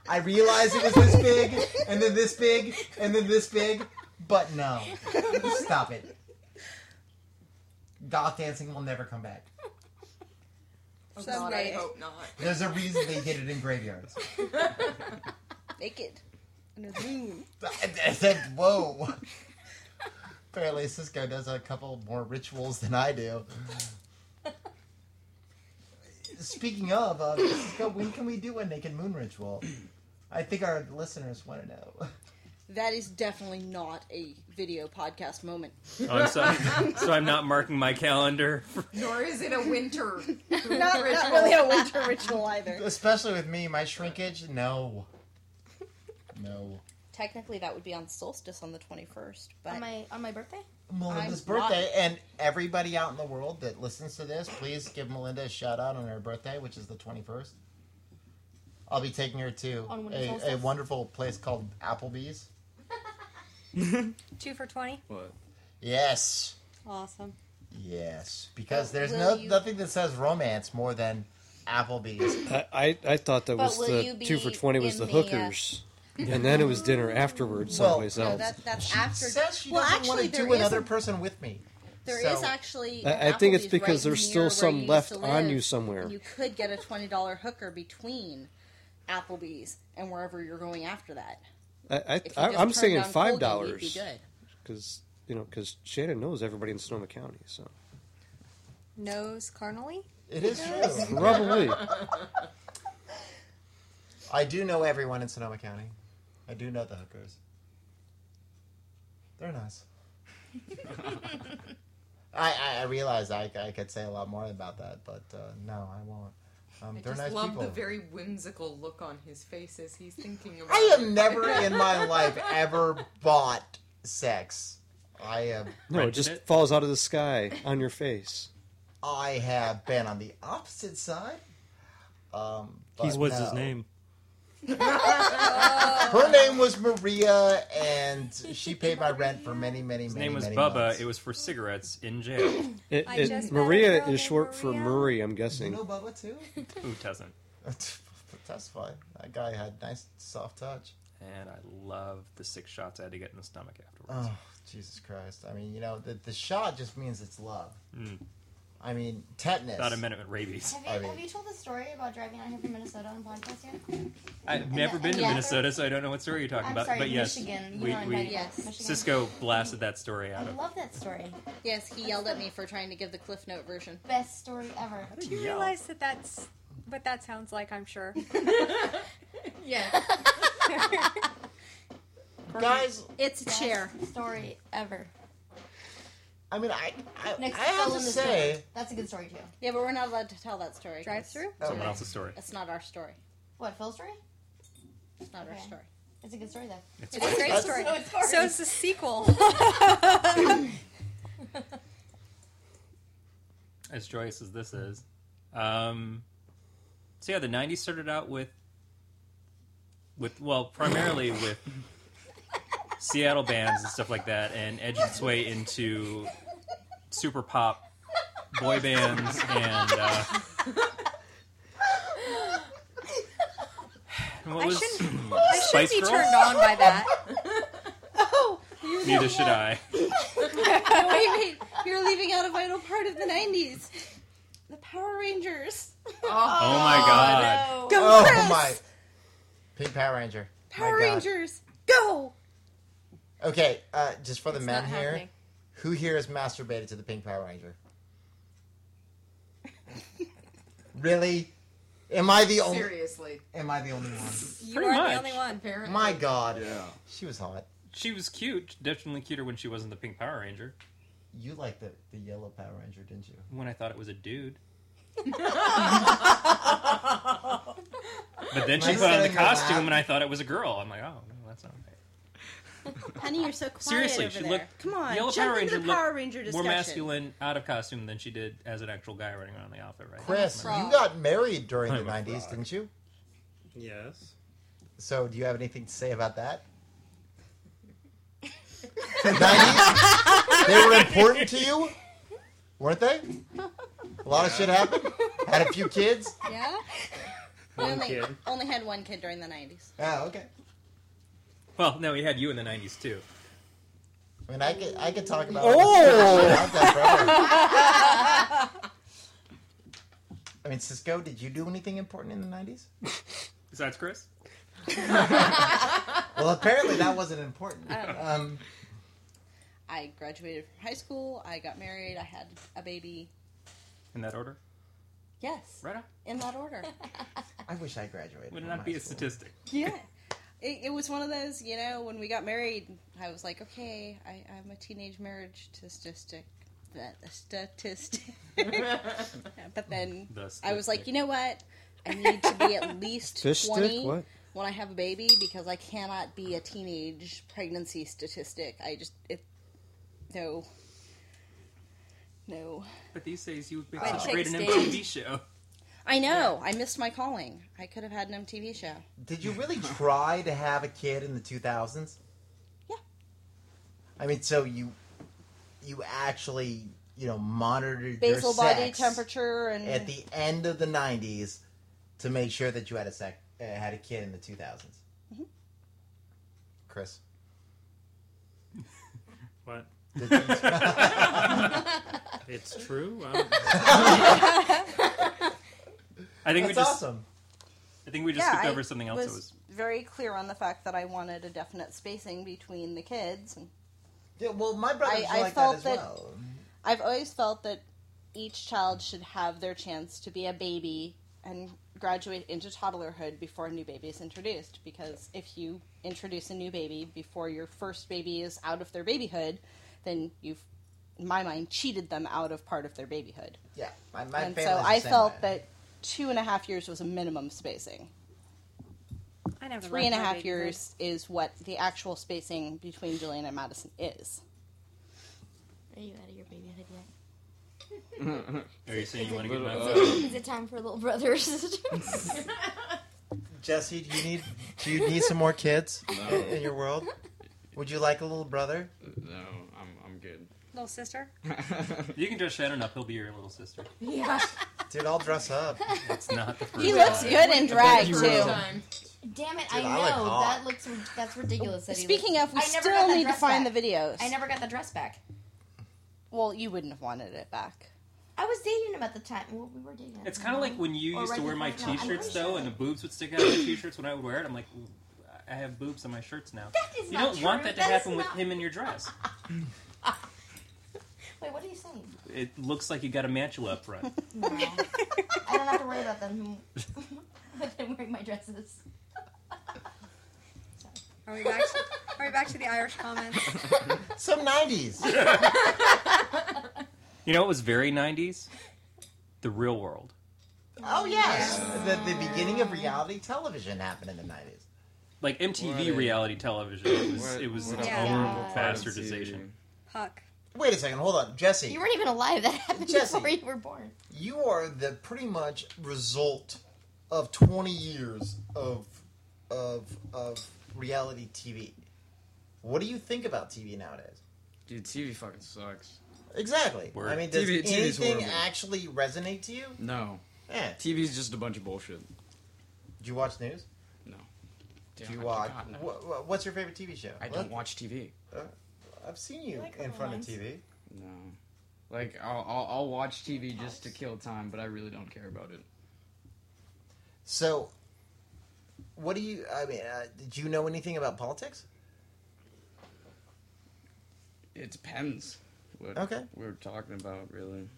Speaker 7: I realized it was this big, and then this big, and then this big, but no. Stop it. Goth dancing will never come back.
Speaker 4: Oh,
Speaker 3: Someday.
Speaker 4: God, I hope not.
Speaker 7: There's a reason they did it in graveyards.
Speaker 3: Naked. Under the moon.
Speaker 7: I said, whoa. Apparently, Cisco does a couple more rituals than I do. Speaking of, uh, Cisco, when can we do a naked moon ritual? I think our listeners want to know.
Speaker 3: That is definitely not a video podcast moment.
Speaker 6: Oh, I'm sorry. so I'm not marking my calendar.
Speaker 4: Nor is it a winter.
Speaker 3: Not, not really a winter ritual either.
Speaker 7: Especially with me, my shrinkage, no. No.
Speaker 3: Technically, that would be on solstice on the 21st, but
Speaker 10: on my on my birthday.
Speaker 7: Melinda's
Speaker 3: I'm
Speaker 7: birthday, and everybody out in the world that listens to this, please give Melinda a shout out on her birthday, which is the 21st. I'll be taking her to
Speaker 10: On winter
Speaker 7: a, a
Speaker 10: solstice?
Speaker 7: wonderful place called Applebee's.
Speaker 11: Two for 20.
Speaker 8: What?
Speaker 7: Yes,
Speaker 11: Awesome.
Speaker 7: yes, because
Speaker 3: But
Speaker 7: there's
Speaker 3: will
Speaker 7: no
Speaker 3: you-
Speaker 7: nothing that says romance more than Applebee's.
Speaker 5: I, I, I thought that
Speaker 3: But
Speaker 5: was
Speaker 3: will
Speaker 5: the
Speaker 3: you be
Speaker 5: two for twenty was the
Speaker 3: in the, uh,
Speaker 5: hookers, and then it was dinner afterwards
Speaker 7: Well,
Speaker 5: someplace
Speaker 3: no,
Speaker 5: else.
Speaker 3: that, that's after.
Speaker 7: says she
Speaker 3: well,
Speaker 7: doesn't
Speaker 3: actually,
Speaker 7: want to
Speaker 3: there
Speaker 7: do
Speaker 3: is
Speaker 7: another
Speaker 3: a-
Speaker 7: person with me.
Speaker 3: There is
Speaker 7: So,
Speaker 3: actually.
Speaker 5: I-
Speaker 3: an
Speaker 5: I think it's
Speaker 3: Applebee's
Speaker 5: because
Speaker 3: right
Speaker 5: there's
Speaker 3: near
Speaker 5: still
Speaker 3: where
Speaker 5: some
Speaker 3: you used
Speaker 5: left
Speaker 3: to
Speaker 5: on
Speaker 3: live,
Speaker 5: you somewhere.
Speaker 3: and You could get a twenty dollar hooker between Applebee's and wherever you're going after that.
Speaker 5: I,
Speaker 3: If you
Speaker 5: I,
Speaker 3: just
Speaker 5: I am
Speaker 3: turned
Speaker 5: saying
Speaker 3: down
Speaker 5: five
Speaker 3: Colgate, you'd
Speaker 5: dollars
Speaker 3: be good.
Speaker 5: because you know because Shannon knows everybody in Sonoma County, so
Speaker 11: Nose carnally?
Speaker 7: It is true.
Speaker 5: probably.
Speaker 7: I do know everyone in Sonoma County. I do know the hookers. They're nice. I, I, I realize I, I could say a lot more about that, but uh, no, I won't. Um,
Speaker 9: I
Speaker 7: they're
Speaker 9: just
Speaker 7: nice
Speaker 9: love
Speaker 7: people.
Speaker 9: the very whimsical look on his face as he's thinking about
Speaker 7: I
Speaker 9: it.
Speaker 7: have never in my life ever bought sex. I have.
Speaker 5: No, it just falls out of the sky on your face.
Speaker 7: I have been on the opposite side. Um,
Speaker 2: He
Speaker 7: but
Speaker 2: was his
Speaker 7: no.
Speaker 2: name.
Speaker 7: Her name was Maria, and she paid my rent for many, many,
Speaker 6: His
Speaker 7: many,
Speaker 6: name was
Speaker 7: many
Speaker 6: Bubba.
Speaker 7: months.
Speaker 6: It was for cigarettes in jail.
Speaker 5: It,
Speaker 7: I
Speaker 5: it,
Speaker 7: just
Speaker 5: Maria is short for Murray, I'm guessing.
Speaker 7: You know Bubba too?
Speaker 6: Who doesn't?
Speaker 7: That's fine. That guy had nice soft touch.
Speaker 6: And I love the six shots I had to get in the stomach afterwards.
Speaker 7: Oh, Jesus Christ! I mean, you know, the, the shot just means it's love.
Speaker 6: Mm.
Speaker 7: I mean, tetanus.
Speaker 6: Thought I meant it meant rabies.
Speaker 10: Have you,
Speaker 6: I
Speaker 10: have you told the story about driving out here from Minnesota on podcast yet?
Speaker 6: I've never been to
Speaker 10: Yeah.
Speaker 6: Minnesota, so I don't know what story you're talking
Speaker 10: I'm
Speaker 6: about.
Speaker 10: sorry,
Speaker 6: but yes,
Speaker 10: Michigan. You
Speaker 6: we,
Speaker 10: know I'm
Speaker 6: we
Speaker 10: right, yes, Michigan.
Speaker 6: Cisco blasted that story out of.
Speaker 10: love that story.
Speaker 3: Yes, he yelled at me for trying to give the Cliff Note version.
Speaker 10: Best story ever.
Speaker 11: Do you realize that that's what that sounds like? I'm sure.
Speaker 10: Yeah.
Speaker 7: Guys,
Speaker 3: it's a chair.
Speaker 10: Story ever.
Speaker 7: I mean, I I,
Speaker 10: Next
Speaker 7: I have
Speaker 10: fill
Speaker 7: to
Speaker 10: in the
Speaker 7: say,
Speaker 10: story. that's a good story too.
Speaker 3: Yeah, but we're not allowed to tell that story.
Speaker 10: Drive through?
Speaker 6: Someone else's story.
Speaker 3: It's not our story.
Speaker 10: What Phil's story?
Speaker 3: It's not our
Speaker 10: Okay.
Speaker 3: story.
Speaker 10: It's a good story though.
Speaker 6: It's
Speaker 11: It's a great
Speaker 10: That's-
Speaker 11: story.
Speaker 10: So it's hard.
Speaker 11: So it's a sequel.
Speaker 6: as joyous as this is. Um, so yeah, the '90s started out with, with well, primarily with Seattle bands and stuff like that, and edged its way into super pop boy bands and uh, what
Speaker 11: I
Speaker 6: was
Speaker 11: shouldn't, I
Speaker 6: Spice
Speaker 11: shouldn't be
Speaker 6: Girls?
Speaker 11: turned on by that.
Speaker 3: Oh, you
Speaker 6: Neither should I.
Speaker 3: no, wait, wait. You're leaving out a vital part of the 90s. The Power Rangers.
Speaker 10: Oh,
Speaker 6: Oh my god!
Speaker 3: Go,
Speaker 7: oh
Speaker 3: Chris!
Speaker 7: my, Pink Power Ranger. My
Speaker 3: Power
Speaker 7: God.
Speaker 3: Rangers, go!
Speaker 7: Okay, uh, just for the
Speaker 11: It's
Speaker 7: men
Speaker 11: not
Speaker 7: here,
Speaker 11: happening.
Speaker 7: who here has masturbated to the Pink Power Ranger? really? Am I the only?
Speaker 9: Seriously.
Speaker 7: Am I the only one?
Speaker 11: You
Speaker 6: Pretty
Speaker 11: are
Speaker 6: much.
Speaker 11: the only one.
Speaker 9: Apparently.
Speaker 7: My God,
Speaker 8: Yeah.
Speaker 7: she was hot.
Speaker 6: She was cute, definitely cuter when she wasn't the Pink Power Ranger.
Speaker 7: You liked the the yellow Power Ranger, didn't you?
Speaker 6: When I thought it was a dude. But then she
Speaker 7: Nice
Speaker 6: put on the
Speaker 7: saying her
Speaker 6: costume,
Speaker 7: laugh.
Speaker 6: and I thought it was a girl. I'm like, oh no, that's not right.
Speaker 3: Honey, you're so quiet
Speaker 6: Seriously,
Speaker 3: over
Speaker 6: she
Speaker 3: there.
Speaker 6: looked.
Speaker 3: Come on,
Speaker 6: Yellow
Speaker 3: jump
Speaker 6: Power
Speaker 3: into
Speaker 6: Ranger
Speaker 3: the
Speaker 6: looked
Speaker 3: Power Ranger discussion.
Speaker 6: more masculine out of costume than she did as an actual guy running around the outfit. Right?
Speaker 7: Chris,
Speaker 3: I'm a
Speaker 7: you
Speaker 3: frog.
Speaker 7: got married during the
Speaker 6: I'm a
Speaker 7: nineties,
Speaker 6: frog.
Speaker 7: didn't you?
Speaker 2: Yes.
Speaker 7: So, do you have anything to say about that? Nineties, they were important to you, weren't they? A lot of shit happened. Had a few kids.
Speaker 3: Yeah?
Speaker 8: One
Speaker 3: only,
Speaker 8: kid.
Speaker 3: only had one kid during the 90s.
Speaker 7: Oh, okay.
Speaker 6: Well, no, he had you in the '90s too.
Speaker 7: I mean, I could I could talk about.
Speaker 5: Oh!
Speaker 7: I mean, Cisco, did you do anything important in the nineties?
Speaker 6: Besides Chris,
Speaker 7: Well, apparently that wasn't important. Um,
Speaker 3: I graduated from high school, I got married, I had a baby.
Speaker 6: in that order,
Speaker 3: Yes,
Speaker 6: right? On.
Speaker 3: in that order.
Speaker 7: I wish I graduated.
Speaker 6: Would it
Speaker 7: from
Speaker 6: not
Speaker 7: high
Speaker 6: be a
Speaker 7: school.
Speaker 6: statistic?
Speaker 3: Yeah. It, it was one of those, you know, when we got married, I was like, okay, I, I'm a teenage marriage statistic. That a statistic. but then
Speaker 6: The
Speaker 3: I was like,
Speaker 6: statistic.
Speaker 3: you know what? I need to be at least
Speaker 5: Fish
Speaker 3: 20
Speaker 5: stick? What?
Speaker 3: when I have a baby because I cannot be a teenage pregnancy statistic. I just, it, no. No.
Speaker 6: But these days, you would make
Speaker 11: But
Speaker 6: such
Speaker 11: it
Speaker 6: great an
Speaker 11: takes
Speaker 6: MTV show.
Speaker 3: I know. I missed my calling. I could have had an MTV show.
Speaker 7: Did you really try to have a kid in the 2000s?
Speaker 3: Yeah.
Speaker 7: I mean, so you you actually you know monitored
Speaker 3: Basal
Speaker 7: your
Speaker 3: body
Speaker 7: sex
Speaker 3: temperature and.
Speaker 7: at the end of the 90s to make sure that you had a sec uh, had a kid in the 2000s.
Speaker 3: Mhm.
Speaker 7: Chris,
Speaker 2: What?
Speaker 7: did you-
Speaker 2: It's true. Um,
Speaker 6: I think we
Speaker 7: that's
Speaker 6: just.
Speaker 7: awesome.
Speaker 6: I think we just
Speaker 3: Yeah,
Speaker 6: skipped
Speaker 3: I
Speaker 6: over something else.
Speaker 3: was,
Speaker 6: that was
Speaker 3: very clear on the fact that I wanted a definite spacing between the kids. And
Speaker 7: Yeah, well, my brother
Speaker 3: I-
Speaker 7: was
Speaker 3: I
Speaker 7: like
Speaker 3: felt
Speaker 7: that as
Speaker 3: that-
Speaker 7: well.
Speaker 3: I've always felt that each child should have their chance to be a baby
Speaker 12: and graduate into toddlerhood before a new baby is introduced. Because if you introduce a new baby before your first baby is out of their babyhood, then you've, in my mind, cheated them out of part of their babyhood.
Speaker 7: Yeah, my, my
Speaker 12: and so
Speaker 7: family's the
Speaker 12: I
Speaker 7: same
Speaker 12: felt
Speaker 7: way.
Speaker 12: that two and a half years was a minimum spacing.
Speaker 11: I never
Speaker 12: Three and
Speaker 11: loved
Speaker 12: a
Speaker 11: my
Speaker 12: half
Speaker 11: babyhood.
Speaker 12: years is what the actual spacing between Julian and Madison is.
Speaker 10: Are you out of your babyhood yet?
Speaker 6: Are you saying you want to get
Speaker 10: Is
Speaker 6: my
Speaker 10: it- is it time for little brother or sister?
Speaker 7: Jesse, do you need do you need some more kids
Speaker 8: No.
Speaker 7: in, in your world? Would you like a little brother?
Speaker 8: uh, No, I'm, I'm good.
Speaker 11: Little sister.
Speaker 6: you can dress Shannon up. He'll be your little sister.
Speaker 11: Yeah.
Speaker 7: Dude, I'll dress up.
Speaker 6: It's not the first
Speaker 12: He looks
Speaker 6: time.
Speaker 12: good in drag too.
Speaker 10: Damn it!
Speaker 6: Dude,
Speaker 10: I
Speaker 6: I like
Speaker 10: know
Speaker 6: hot.
Speaker 10: that looks rid- that's ridiculous. That he
Speaker 12: Speaking
Speaker 10: looks-
Speaker 12: of, we
Speaker 10: I never
Speaker 12: still
Speaker 10: got that
Speaker 12: need to
Speaker 10: dress
Speaker 12: find
Speaker 10: back.
Speaker 12: the videos.
Speaker 10: I never got the dress back.
Speaker 12: Well, you wouldn't have wanted it back.
Speaker 10: I was dating him at the time. Well, we were dating. at
Speaker 6: It's
Speaker 10: the
Speaker 6: kind of
Speaker 10: time.
Speaker 6: like when you
Speaker 10: Or
Speaker 6: used to
Speaker 10: right
Speaker 6: wear my
Speaker 10: before- no, I'm pretty
Speaker 6: T-shirts
Speaker 10: sure
Speaker 6: though, and the boobs would stick out of my T-shirts when I would wear it. I'm like, "Ooh, I have boobs on my shirts now.
Speaker 10: is
Speaker 6: you
Speaker 10: not
Speaker 6: don't want
Speaker 10: true.
Speaker 6: that to
Speaker 10: That is
Speaker 6: happen with
Speaker 10: not-
Speaker 6: him in your dress.
Speaker 10: Wait, what are you saying?
Speaker 6: It looks like you got a mantua up front.
Speaker 10: No. I don't have to worry about them. I've been wearing my dresses.
Speaker 11: Are we back? To, are we back to the Irish comments?
Speaker 7: Some nineties.
Speaker 6: You know, it was very '90s. The real world.
Speaker 7: Oh yes, The, the beginning of reality television happened in the nineties.
Speaker 6: like
Speaker 7: What
Speaker 6: MTV
Speaker 7: a-
Speaker 6: reality television. It was,
Speaker 7: what-
Speaker 6: it was
Speaker 7: what
Speaker 6: its
Speaker 7: a
Speaker 6: own
Speaker 7: horrible part of
Speaker 6: bastardization.
Speaker 11: Puck.
Speaker 7: Wait a second, hold on, Jesse.
Speaker 10: You weren't even alive. That happened
Speaker 7: Jesse.
Speaker 10: before you were born.
Speaker 7: you are the pretty much result of 20 years of of of reality TV. What do you think about TV nowadays?
Speaker 8: Dude, TV fucking sucks.
Speaker 7: Exactly.
Speaker 8: Word.
Speaker 7: I mean, does
Speaker 8: TV is
Speaker 7: anything
Speaker 8: horrible.
Speaker 7: actually resonate to you?
Speaker 8: No.
Speaker 7: Yeah.
Speaker 8: TV's just a bunch of bullshit.
Speaker 7: Do you watch news?
Speaker 8: No.
Speaker 7: Do you
Speaker 8: Damn,
Speaker 7: watch?
Speaker 8: God, no.
Speaker 7: wha- wha- what's your favorite TV show?
Speaker 8: I
Speaker 7: What?
Speaker 8: don't watch TV.
Speaker 7: Uh, I've seen you in front of TV.
Speaker 8: No. Like I'll, I'll I'll watch TV just to kill time, but I really don't care about it.
Speaker 7: So, what do you? I mean, uh, did you know anything about politics?
Speaker 8: It depends. What
Speaker 7: Okay.
Speaker 8: We're talking about really.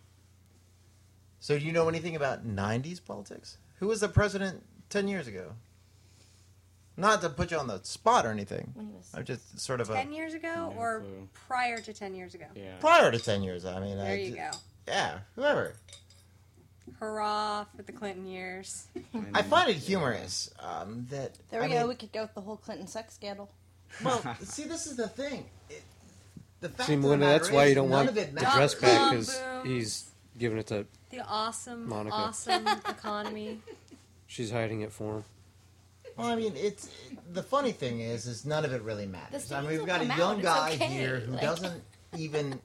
Speaker 7: So, do you know anything about 90s politics? Who was the president 10 years ago? Not to put you on the spot or anything.
Speaker 10: When he was
Speaker 7: I'm just sort of a.
Speaker 11: ten years ago, or prior to ten years ago?
Speaker 8: Yeah.
Speaker 7: Prior to 10 years, I mean. I
Speaker 11: There you
Speaker 7: ju-
Speaker 11: go.
Speaker 7: Yeah, whoever.
Speaker 11: Hurrah for the Clinton years.
Speaker 7: I find it humorous um, that.
Speaker 12: There we
Speaker 7: I
Speaker 12: go.
Speaker 7: mean-
Speaker 12: we could go with the whole Clinton sex scandal.
Speaker 7: well, see, this is the thing. It, the fact
Speaker 5: See,
Speaker 7: of the
Speaker 5: Melinda,
Speaker 7: matter
Speaker 5: that's why
Speaker 7: is,
Speaker 5: you don't
Speaker 7: none
Speaker 5: want
Speaker 7: of
Speaker 5: the
Speaker 7: it matters.
Speaker 5: dress back because he's giving it to.
Speaker 11: The awesome,
Speaker 5: Monica.
Speaker 11: awesome economy.
Speaker 5: She's hiding it for him.
Speaker 7: Well, I mean, it's the funny thing is, is none of it really matters.
Speaker 10: The
Speaker 7: I mean, we've
Speaker 10: things
Speaker 7: got a
Speaker 10: will come
Speaker 7: young
Speaker 10: out, it's
Speaker 7: guy
Speaker 10: okay,
Speaker 7: here who
Speaker 10: like-
Speaker 7: doesn't even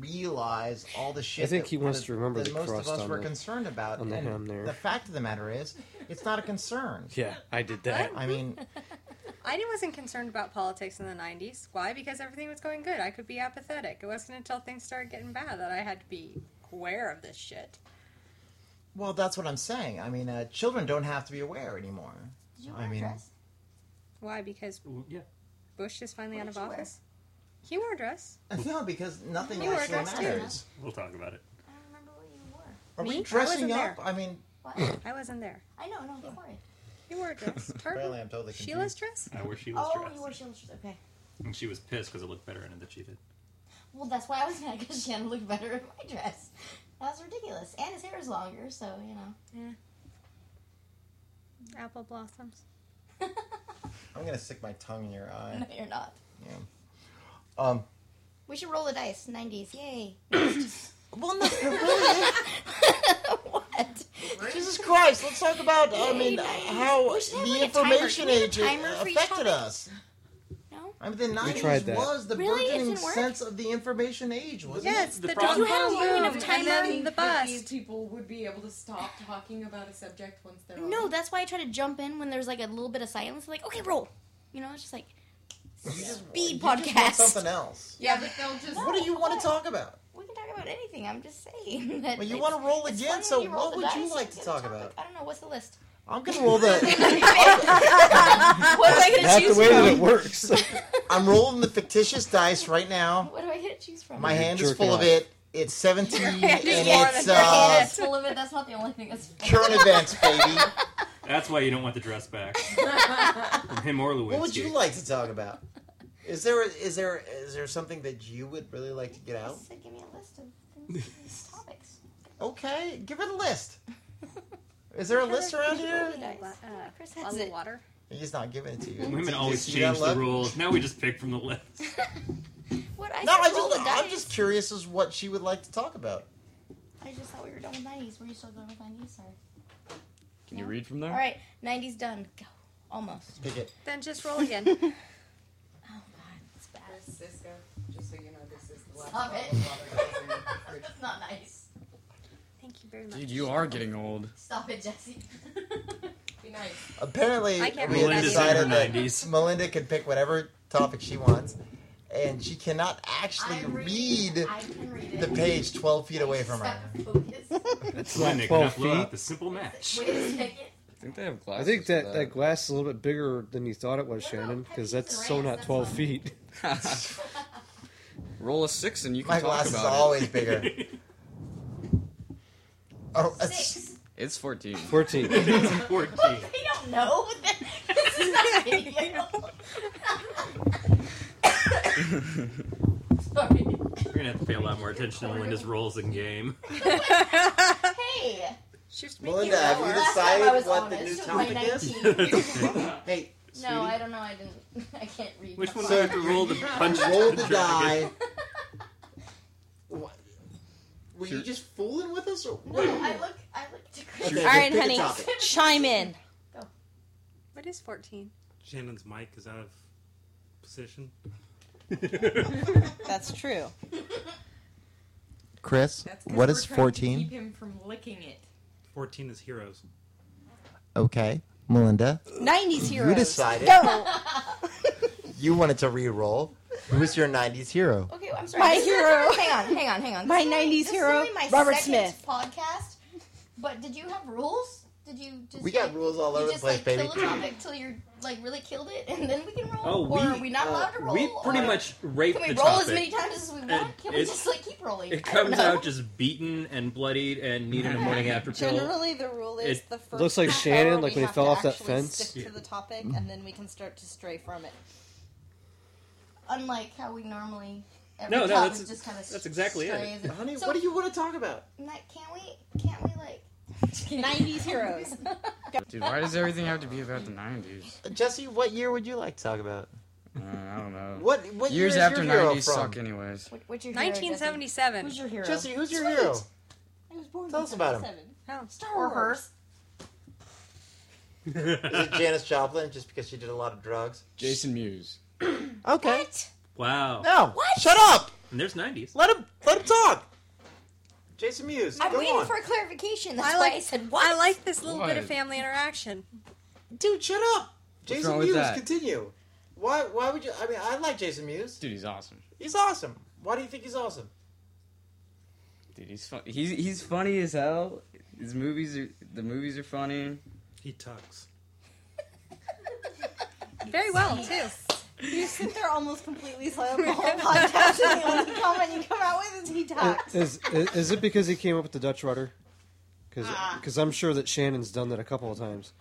Speaker 7: realize all the shit.
Speaker 5: I think
Speaker 7: that-
Speaker 5: he wants
Speaker 7: that-
Speaker 5: to remember
Speaker 7: that
Speaker 5: the
Speaker 7: most
Speaker 5: crust
Speaker 7: of us
Speaker 5: on
Speaker 7: were
Speaker 5: the-
Speaker 7: concerned about.
Speaker 5: on the
Speaker 7: and
Speaker 5: ham there.
Speaker 7: the fact of the matter is, it's not a concern.
Speaker 5: Yeah, I did that.
Speaker 7: I mean,
Speaker 11: I wasn't concerned about politics in the '90s. Why? Because everything was going good. I could be apathetic. It wasn't until things started getting bad that I had to be aware of this shit.
Speaker 7: well, that's what I'm saying. I mean, uh, children don't have to be aware anymore.
Speaker 11: you
Speaker 7: I mean,
Speaker 11: Why? Because
Speaker 6: yeah.
Speaker 11: Bush is finally
Speaker 10: What
Speaker 11: out
Speaker 10: did
Speaker 11: of
Speaker 10: you wear?
Speaker 11: office. He wore a dress.
Speaker 7: no, because nothing
Speaker 11: You were
Speaker 7: actually
Speaker 11: dressed too.
Speaker 7: matters.
Speaker 6: We'll talk about it.
Speaker 7: Are
Speaker 11: Me? I
Speaker 7: we
Speaker 11: wasn't
Speaker 7: dressing
Speaker 11: there.
Speaker 7: up? I mean,
Speaker 10: What?
Speaker 11: I wasn't there.
Speaker 10: I know, no, don't worry.
Speaker 11: You wore a dress.
Speaker 7: apparently,
Speaker 11: Turtle.
Speaker 7: I'm totally confused.
Speaker 11: Sheila's dress.
Speaker 6: I wore Sheila's
Speaker 10: Oh,
Speaker 6: dress,
Speaker 10: you wore Sheila's dress. Okay.
Speaker 6: and she was pissed because it looked better in it than she did.
Speaker 10: Well, that's why I was mad because Shannon looked better in my dress. That was ridiculous. And his hair is longer, so you know.
Speaker 11: Apple blossoms.
Speaker 7: I'm gonna stick my tongue in your eye.
Speaker 10: No, you're not.
Speaker 7: Yeah. Um.
Speaker 10: We should roll the dice. Nineties, yay!
Speaker 7: Well, no, no, really.
Speaker 10: what?
Speaker 7: Jesus Christ, let's talk about, I mean, how
Speaker 10: We should have,
Speaker 7: the
Speaker 10: like, a timer.
Speaker 7: information
Speaker 10: Can we have a
Speaker 7: age
Speaker 10: timer for each
Speaker 7: affected
Speaker 10: topic?
Speaker 7: us.
Speaker 10: No?
Speaker 7: I mean, the 90s
Speaker 5: tried that.
Speaker 7: was the
Speaker 10: Really? It
Speaker 7: burgeoning
Speaker 10: didn't work?
Speaker 7: sense of the information age, wasn't
Speaker 11: Yes,
Speaker 7: it?
Speaker 11: the,
Speaker 6: problem-
Speaker 11: dog boom boom,
Speaker 10: moment of time
Speaker 11: and then
Speaker 10: learning
Speaker 11: the bus.
Speaker 9: people would be able to stop talking about a subject once they're on.
Speaker 10: No, that's why I try to jump in when there's like a little bit of silence. like, okay, roll. You know, it's just like speed
Speaker 7: You just want
Speaker 10: podcast.
Speaker 7: something else.
Speaker 9: Yeah, but they'll just.
Speaker 7: What do you want to talk about?
Speaker 10: we can talk about anything. I'm just saying. That
Speaker 7: Well, you
Speaker 10: it's-
Speaker 7: want to roll
Speaker 10: it's
Speaker 7: again,
Speaker 10: fun
Speaker 7: so
Speaker 10: when you roll
Speaker 7: what
Speaker 10: the
Speaker 7: would you
Speaker 10: dice
Speaker 7: like
Speaker 10: and
Speaker 7: to
Speaker 10: get a
Speaker 7: talk
Speaker 10: topic.
Speaker 7: about?
Speaker 10: I don't know. What's the list?
Speaker 7: I'm going to roll the.
Speaker 10: What am I gonna
Speaker 5: Not
Speaker 10: choose
Speaker 5: the way that it
Speaker 10: from?
Speaker 5: works.
Speaker 7: I'm rolling the fictitious dice right now.
Speaker 10: What do I get to choose from?
Speaker 7: My hand is
Speaker 5: jerking
Speaker 7: full of
Speaker 5: off.
Speaker 7: it. It's 17 and
Speaker 10: Yeah,
Speaker 7: it's
Speaker 10: your hand
Speaker 7: uh,
Speaker 10: is full of it. That's not the only thing that's
Speaker 7: current events, baby.
Speaker 6: That's why you don't want the dress back from him or Lewinsky.
Speaker 7: What would you like to talk about? Is there is there is there something that you would really like to get out?
Speaker 10: Give me a list of things, topics.
Speaker 7: Okay, give it a list. Is there a list around here?
Speaker 10: Uh,
Speaker 11: Chris has it. water.
Speaker 7: He's not giving it to you. You
Speaker 6: Women always
Speaker 7: just- you
Speaker 6: change
Speaker 7: gotta
Speaker 6: the
Speaker 7: look.
Speaker 6: rules. Now we just pick from the list.
Speaker 10: What I
Speaker 7: No,
Speaker 10: said,
Speaker 7: I
Speaker 10: roll
Speaker 7: just,
Speaker 10: the
Speaker 7: I'm
Speaker 10: dice.
Speaker 7: just curious as what she would like to talk about.
Speaker 10: I just thought we were done with nineties. Were you still done with nineties? Or
Speaker 8: Can you read from there?
Speaker 10: all right, nineties done. Go almost.
Speaker 7: Pick it.
Speaker 11: Then just roll again.
Speaker 10: Oh, It's bad.
Speaker 9: Cisco, just so you know, this is the last
Speaker 10: Stop
Speaker 9: bottle
Speaker 10: it.
Speaker 9: of water that was in the fridge.
Speaker 10: That's not nice.
Speaker 11: Thank you very much.
Speaker 8: Dude, you are getting old.
Speaker 10: Stop it, Jesse. Be nice.
Speaker 7: Apparently,
Speaker 11: I can't
Speaker 7: we
Speaker 11: read
Speaker 7: had
Speaker 11: that
Speaker 7: decided
Speaker 6: either.
Speaker 7: that Melinda can pick whatever topic she wants, and she cannot actually read,
Speaker 10: I can read it.
Speaker 7: the page 12 feet away from her.
Speaker 5: It's
Speaker 6: When
Speaker 5: not
Speaker 6: they
Speaker 5: twelve
Speaker 6: can blow
Speaker 5: feet.
Speaker 6: out the simple match.
Speaker 10: Wait a second.
Speaker 8: I think they have
Speaker 5: I
Speaker 8: glasses.
Speaker 5: think
Speaker 8: for
Speaker 5: that, that glass is a little bit bigger than you thought it was, Shannon, because that's so not twelve feet.
Speaker 8: Roll a six and you can
Speaker 7: My
Speaker 8: talk
Speaker 7: glass is
Speaker 8: about
Speaker 7: always
Speaker 8: it.
Speaker 7: bigger. Oh, that's-
Speaker 8: It's fourteen.
Speaker 5: 14.
Speaker 6: fourteen.
Speaker 10: I don't know. this is not video. Sorry.
Speaker 6: You're gonna have to pay a lot more attention to Melinda's roles in game.
Speaker 10: Hey.
Speaker 11: She's
Speaker 7: Melinda, have you
Speaker 10: Last time I
Speaker 7: decided
Speaker 10: was
Speaker 7: what the
Speaker 10: honest,
Speaker 7: new
Speaker 10: it was
Speaker 7: topic
Speaker 10: like
Speaker 7: is?
Speaker 10: 19.
Speaker 7: Hey,
Speaker 10: No, I don't know. I didn't. I can't read.
Speaker 6: Which
Speaker 10: my
Speaker 6: one do I have
Speaker 10: phone.
Speaker 6: to roll to punch
Speaker 7: roll
Speaker 6: the
Speaker 7: the die.
Speaker 6: dragon?
Speaker 7: What- Were you just fooling with us? Or
Speaker 10: No, I look. I look to Chris.
Speaker 7: Okay,
Speaker 12: All right,
Speaker 7: pick a
Speaker 12: honey,
Speaker 7: topic.
Speaker 12: chime in.
Speaker 11: What is 14?
Speaker 2: Shannon's mic is out of position.
Speaker 12: That's true.
Speaker 7: Chris,
Speaker 9: That's 'cause
Speaker 7: what
Speaker 9: we're
Speaker 7: is
Speaker 9: trying to
Speaker 7: 14?
Speaker 9: Keep him from licking it.
Speaker 2: 14 is heroes.
Speaker 7: Okay, Melinda.
Speaker 12: 90s
Speaker 7: You
Speaker 12: heroes.
Speaker 7: decided.
Speaker 12: Go.
Speaker 7: You wanted to re-roll. Who was your '90s hero?
Speaker 10: Okay, well, I'm sorry.
Speaker 12: My
Speaker 10: This is-
Speaker 12: hero.
Speaker 10: hang on, hang on, hang on.
Speaker 12: My
Speaker 10: This is only-
Speaker 12: 90s
Speaker 10: this is
Speaker 12: hero,
Speaker 10: only my
Speaker 12: Robert
Speaker 10: second
Speaker 12: Smith.
Speaker 10: Podcast, but did you have rules? Did you just?
Speaker 7: We got
Speaker 10: like,
Speaker 7: rules all
Speaker 10: you
Speaker 7: over the
Speaker 10: just,
Speaker 7: place,
Speaker 10: like,
Speaker 7: baby.
Speaker 10: Kill a topic till you're like really killed it, and then we can roll.
Speaker 6: Oh,
Speaker 10: or are
Speaker 6: we,
Speaker 10: we not
Speaker 6: uh,
Speaker 10: allowed to roll?
Speaker 6: we pretty
Speaker 10: Or-
Speaker 6: much rape
Speaker 10: Can we
Speaker 6: the
Speaker 10: roll
Speaker 6: topic.
Speaker 10: as many times as we want? Can we
Speaker 6: it's-
Speaker 10: just like keep rolling?
Speaker 6: It
Speaker 10: I don't
Speaker 6: comes
Speaker 10: know.
Speaker 6: out just beaten and bloodied and needing a morning after pill.
Speaker 12: Generally, the rule is
Speaker 6: It
Speaker 12: the first.
Speaker 5: looks like
Speaker 12: half
Speaker 5: Shannon,
Speaker 12: hour
Speaker 5: like
Speaker 12: we
Speaker 5: when he
Speaker 12: have
Speaker 5: fell
Speaker 12: to
Speaker 5: off that
Speaker 12: actually
Speaker 5: fence.
Speaker 12: Stick to the topic, and then we can start to stray from it.
Speaker 10: Unlike how we normally. Every
Speaker 6: No, no,
Speaker 10: topic
Speaker 6: that's-
Speaker 10: just kind of
Speaker 6: that's exactly it.
Speaker 7: Honey,
Speaker 10: So-
Speaker 7: what do you want to talk about?
Speaker 10: Matt, can't we? Can't we like?
Speaker 12: 90s heroes.
Speaker 8: Dude, why does everything have to be about the nineties?
Speaker 7: Jesse, what year would you like to talk about?
Speaker 8: Uh, I don't know.
Speaker 7: What what
Speaker 8: Years
Speaker 7: year is
Speaker 8: after
Speaker 7: your hero
Speaker 8: nineties
Speaker 7: from?
Speaker 8: suck, anyways.
Speaker 10: What- What's your hero, Jesse?
Speaker 11: 1977.
Speaker 10: Who's your hero?
Speaker 7: Jesse, who's your
Speaker 10: Sweet.
Speaker 7: hero?
Speaker 10: I was born.
Speaker 7: Tell
Speaker 10: in
Speaker 7: us about him.
Speaker 10: 77.
Speaker 11: Oh,
Speaker 10: Star
Speaker 12: Or
Speaker 10: Wars.
Speaker 12: her.
Speaker 7: Is it Janice Joplin just because she did a lot of drugs?
Speaker 8: Jason Mewes.
Speaker 7: Okay.
Speaker 6: Wow.
Speaker 7: No. What? Shut up.
Speaker 6: And there's nineties.
Speaker 7: Let him let him talk. Jason Mewes.
Speaker 10: I'm
Speaker 7: go
Speaker 10: waiting
Speaker 7: on.
Speaker 10: for a clarification. That's
Speaker 11: I
Speaker 10: why
Speaker 11: like-
Speaker 10: I said what.
Speaker 11: I like this little bit of
Speaker 8: Why?
Speaker 11: family interaction.
Speaker 7: Dude, shut up. Jason
Speaker 8: wrong with
Speaker 7: Mewes,
Speaker 8: that?
Speaker 7: continue. Why why would you I mean I like Jason Mewes.
Speaker 8: Dude, he's awesome.
Speaker 7: He's awesome. Why do you think he's awesome?
Speaker 8: Dude, he's fun. He's he's funny as hell. His movies are the movies are funny.
Speaker 2: He tucks.
Speaker 11: Very well, too.
Speaker 12: You sit there almost completely silent the whole podcast, and the only comment you come out with is he
Speaker 7: Uh,
Speaker 12: talks.
Speaker 5: Is, is is it because he came up with the Dutch rudder? Because I'm sure that Shannon's done that a couple of times.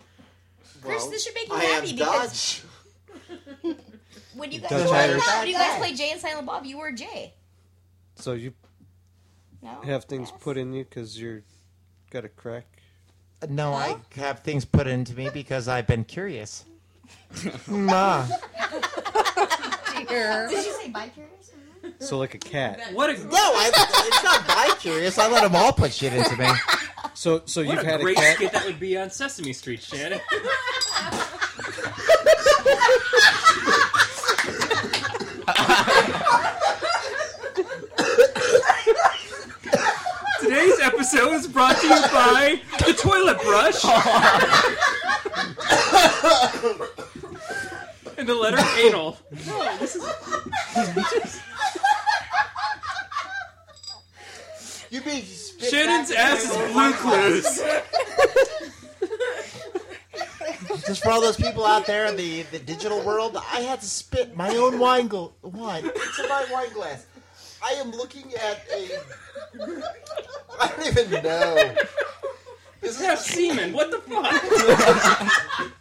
Speaker 10: Chris, this should make you
Speaker 7: I
Speaker 10: happy
Speaker 7: am
Speaker 10: because
Speaker 7: Dutch.
Speaker 10: when you guys
Speaker 5: Dutch
Speaker 10: were
Speaker 5: Irish.
Speaker 10: out, when you guys
Speaker 7: Dutch.
Speaker 10: played Jay and Silent Bob, you were Jay.
Speaker 5: So you
Speaker 10: No.
Speaker 5: have things
Speaker 10: Yes.
Speaker 5: put in you because you're got a crack.
Speaker 7: No, I have things put into me because I've been curious. Ma.
Speaker 10: Did you say bi curious?
Speaker 5: So like a cat.
Speaker 6: What a
Speaker 7: No, I, it's not bi curious. I let them all put shit into me.
Speaker 5: So so
Speaker 6: what
Speaker 5: you've
Speaker 6: a
Speaker 5: had a
Speaker 6: great
Speaker 5: cat.
Speaker 6: skit that would be on Sesame Street, Shannon. Today's episode is brought to you by the toilet brush and the letter anal.
Speaker 7: You being spit
Speaker 6: Shannon's
Speaker 7: back
Speaker 6: ass
Speaker 7: into
Speaker 6: is
Speaker 7: your
Speaker 6: blue
Speaker 7: mouth.
Speaker 6: clues.
Speaker 7: Just for all those people out there in the, the digital world, I had to spit my own wine, gl- wine into my wine glass. I am looking at a. I don't even know. This
Speaker 6: is semen. What the
Speaker 7: fuck?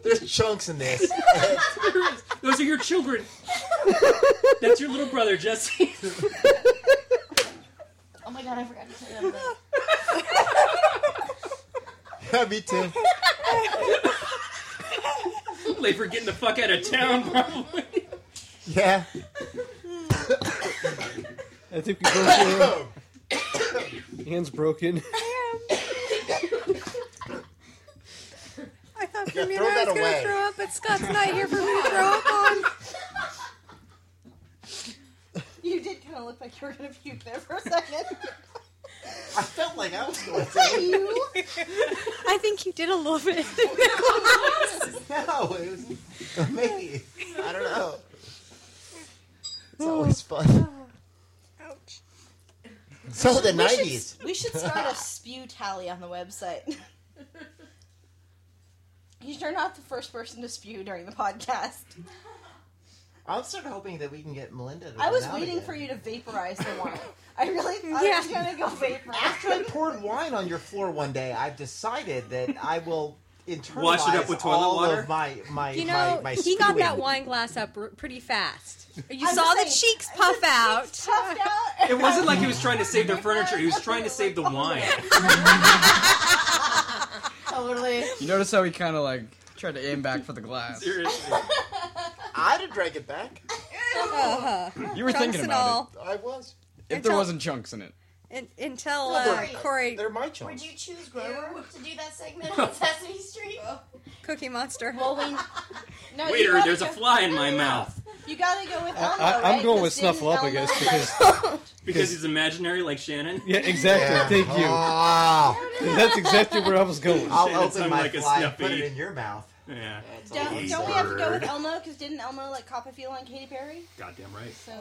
Speaker 7: There's chunks in this.
Speaker 6: Those are your children. That's your little brother, Jesse.
Speaker 10: Oh my god, I forgot to tell you that.
Speaker 7: Yeah, me too.
Speaker 6: Late for getting the fuck out of town, probably.
Speaker 7: Yeah.
Speaker 5: I think we both. Uh, hands broken.
Speaker 11: I thought for
Speaker 7: Yeah,
Speaker 11: me
Speaker 7: throw
Speaker 11: that I
Speaker 7: that
Speaker 11: was going
Speaker 7: away.
Speaker 11: to throw up, but Scott's not here for me to throw up on.
Speaker 13: You did kind of look like you were going to puke there for a second.
Speaker 7: I felt like I was going
Speaker 13: you?
Speaker 11: I think you did a little bit.
Speaker 7: No, it was maybe. I don't know. It's always fun.
Speaker 11: Ouch.
Speaker 7: So the
Speaker 3: We should-
Speaker 7: nineties.
Speaker 3: We should start a spew tally on the website. You're not the first person to spew during the podcast.
Speaker 7: I'm sort of hoping that we can get Melinda. To
Speaker 3: I was
Speaker 7: come out
Speaker 3: waiting
Speaker 7: again.
Speaker 3: for you to vaporize the wine. I really thought I was
Speaker 13: Yeah.
Speaker 3: gonna go vaporize.
Speaker 7: After I poured wine on your floor one day, I've decided that I will internalize
Speaker 6: Wash it up with toilet
Speaker 7: all
Speaker 6: water?
Speaker 7: of my my
Speaker 11: You
Speaker 7: my,
Speaker 11: know,
Speaker 7: my
Speaker 11: he got that
Speaker 7: spewing.
Speaker 11: wine glass up r- pretty fast. You
Speaker 10: I'm
Speaker 11: saw the
Speaker 10: saying,
Speaker 11: cheeks puff out.
Speaker 6: It wasn't like he was trying to save the furniture. He was trying to save the wine.
Speaker 10: Totally.
Speaker 8: You notice how he kind of like tried to aim back for the glass.
Speaker 7: I'd have drank it back.
Speaker 8: You were
Speaker 11: Chunks
Speaker 8: thinking
Speaker 11: Uh-huh.
Speaker 8: about
Speaker 11: and all.
Speaker 7: I was.
Speaker 8: If
Speaker 11: Until-
Speaker 8: there wasn't chunks in it.
Speaker 11: Un- until
Speaker 8: No,
Speaker 11: uh,
Speaker 8: they're-
Speaker 11: Corey,
Speaker 7: they're my
Speaker 10: Would you choose Grover to do that segment on Sesame Street?
Speaker 11: Cookie Monster.
Speaker 10: no,
Speaker 6: Waiter, there's a fly in my mouth.
Speaker 3: You gotta go with Elmo.
Speaker 5: I, I'm
Speaker 3: right?
Speaker 5: going with
Speaker 3: 'Cause didn't
Speaker 5: Snuffle Up, I
Speaker 3: Elmo
Speaker 5: guess,
Speaker 3: like-
Speaker 5: because
Speaker 6: Because he's imaginary like Shannon.
Speaker 5: yeah, exactly. Thank you.
Speaker 6: Ah.
Speaker 5: That's exactly where I was going.
Speaker 7: I'll
Speaker 6: Shit, it
Speaker 7: open
Speaker 6: sounded
Speaker 7: my
Speaker 6: like a
Speaker 7: fly and put
Speaker 6: snuffy.
Speaker 7: it in your mouth.
Speaker 6: Yeah.
Speaker 3: Don't, don't we have to go with Elmo? Because didn't Elmo like cop a feel on Katy Perry?
Speaker 6: Goddamn right.
Speaker 3: So